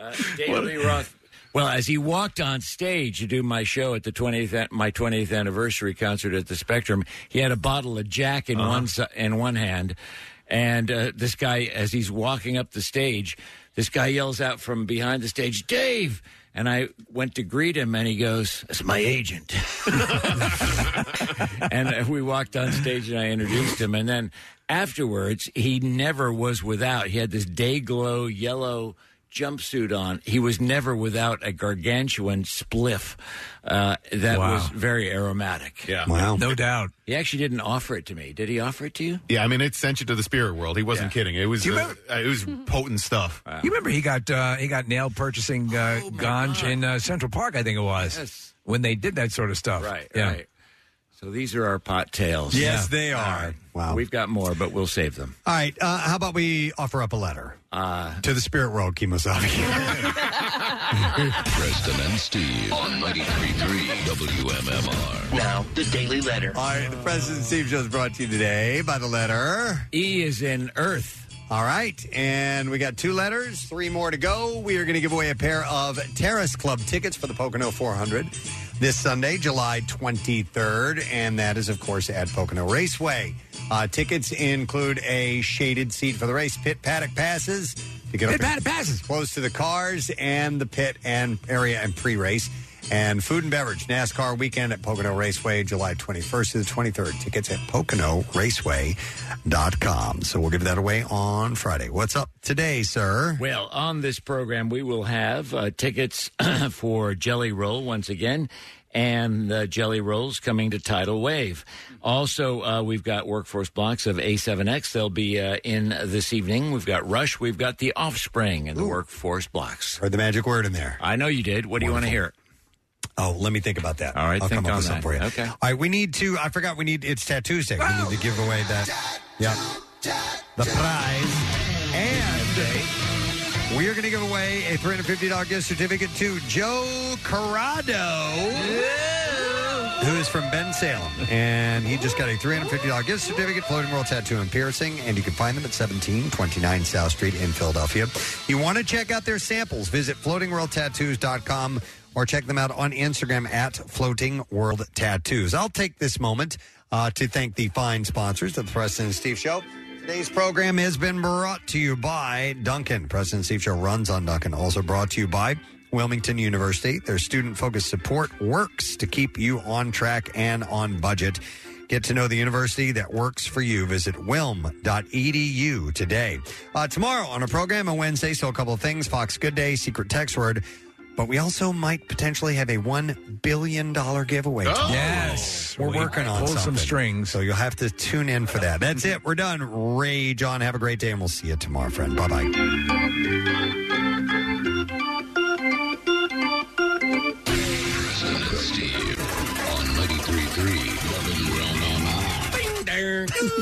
U: uh, David Lee Roth. Well, as he walked on stage to do my show at the twentieth, my twentieth anniversary concert at the Spectrum, he had a bottle of Jack in
B: Uh-huh.
U: one si- in one hand, and uh, this guy, as he's walking up the stage, this guy yells out from behind the stage, "Dave!" And I went to greet him, and he goes, "That's my agent." and uh, we walked on stage and I introduced him. And then afterwards, he never was without. He had this day glow yellow jumpsuit on. He was never without a gargantuan spliff uh, that
E: Wow.
U: was very aromatic.
K: Yeah.
E: No doubt.
U: He actually didn't offer it to me. Did he offer it to you?
K: Yeah, I mean, it sent you to the spirit world. He wasn't kidding. It was
E: Do you
K: uh, uh, it was potent stuff.
E: You remember he got uh, he got nailed purchasing uh, ganj in uh, Central Park, I think it was,
U: Oh, Yes.
E: when they did that sort of stuff.
U: Right,
E: Yeah.
U: right. So these are our pot tales.
F: Yes,
U: Yeah.
F: they are. Wow.
U: We've got more, but we'll save them.
F: All right. Uh, how about we offer up a letter
U: uh,
F: to the spirit world, Kimosabe?
C: Preston and Steve on 93.3 WMMR. Now, the Daily Letter.
F: All right, the President Steve Show is brought to you today by the letter
U: E is in Earth.
F: All right, and we got two letters, three more to go. We are going to give away a pair of Terrace Club tickets for the Pocono 400 this Sunday, July 23rd, and that is, of course, at Pocono Raceway. Uh, tickets include a shaded seat for the race, pit paddock passes. You get
E: Pit paddock passes
F: close to the cars and the pit and area and pre-race. And food and beverage, NASCAR weekend at Pocono Raceway, July 21st to the 23rd. Tickets at PoconoRaceway.com. So we'll give that away on Friday. What's up today, sir?
U: Well, on this program, we will have uh, tickets for Jelly Roll once again. And the Jelly Rolls coming to Tidal Wave. Also, uh, we've got workforce blocks of A7X. They'll be uh, in this evening. We've got Rush. We've got The Offspring and the workforce blocks.
F: Heard the magic word in there.
U: I know you did. What do you want to hear?
F: Oh, let me think about that.
U: All right,
F: I'll
U: think
F: come up
U: on
F: with
U: that.
F: something for you.
U: Okay.
F: All right, we need to. I forgot we need. It's Tattoos Day. We need to give away that. Yeah. The prize. And we are going to give away a $350 gift certificate to Joe Corrado, who is from Ben Salem. And he just got a $350 gift certificate, Floating World Tattoo and Piercing. And you can find them at 1729 South Street in Philadelphia. You want to check out their samples? Visit floatingworldtattoos.com or check them out on Instagram at Floating World Tattoos. I'll take this moment uh, to thank the fine sponsors of the Preston and Steve Show. Today's program has been brought to you by Duncan. President and Steve Show runs on Duncan. Also brought to you by Wilmington University. Their student focused support works to keep you on track and on budget. Get to know the university that works for you. Visit wilm.edu today. Uh, tomorrow on our program on Wednesday, so a couple of things Fox Good Day, Secret Text Word, but we also might potentially have a $1 billion giveaway.
E: Oh.
F: tomorrow.
E: Yes.
F: We're
E: We
F: working on
E: pulled some
F: something.
E: strings.
F: So you'll have to tune in for that. That's it. We're done. Rage on. Have a great day, and we'll see you tomorrow, friend. Bye bye.
R: Preston and Steve on 93.3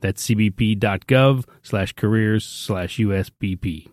Y: That's cbp.gov slash careers slash USBP.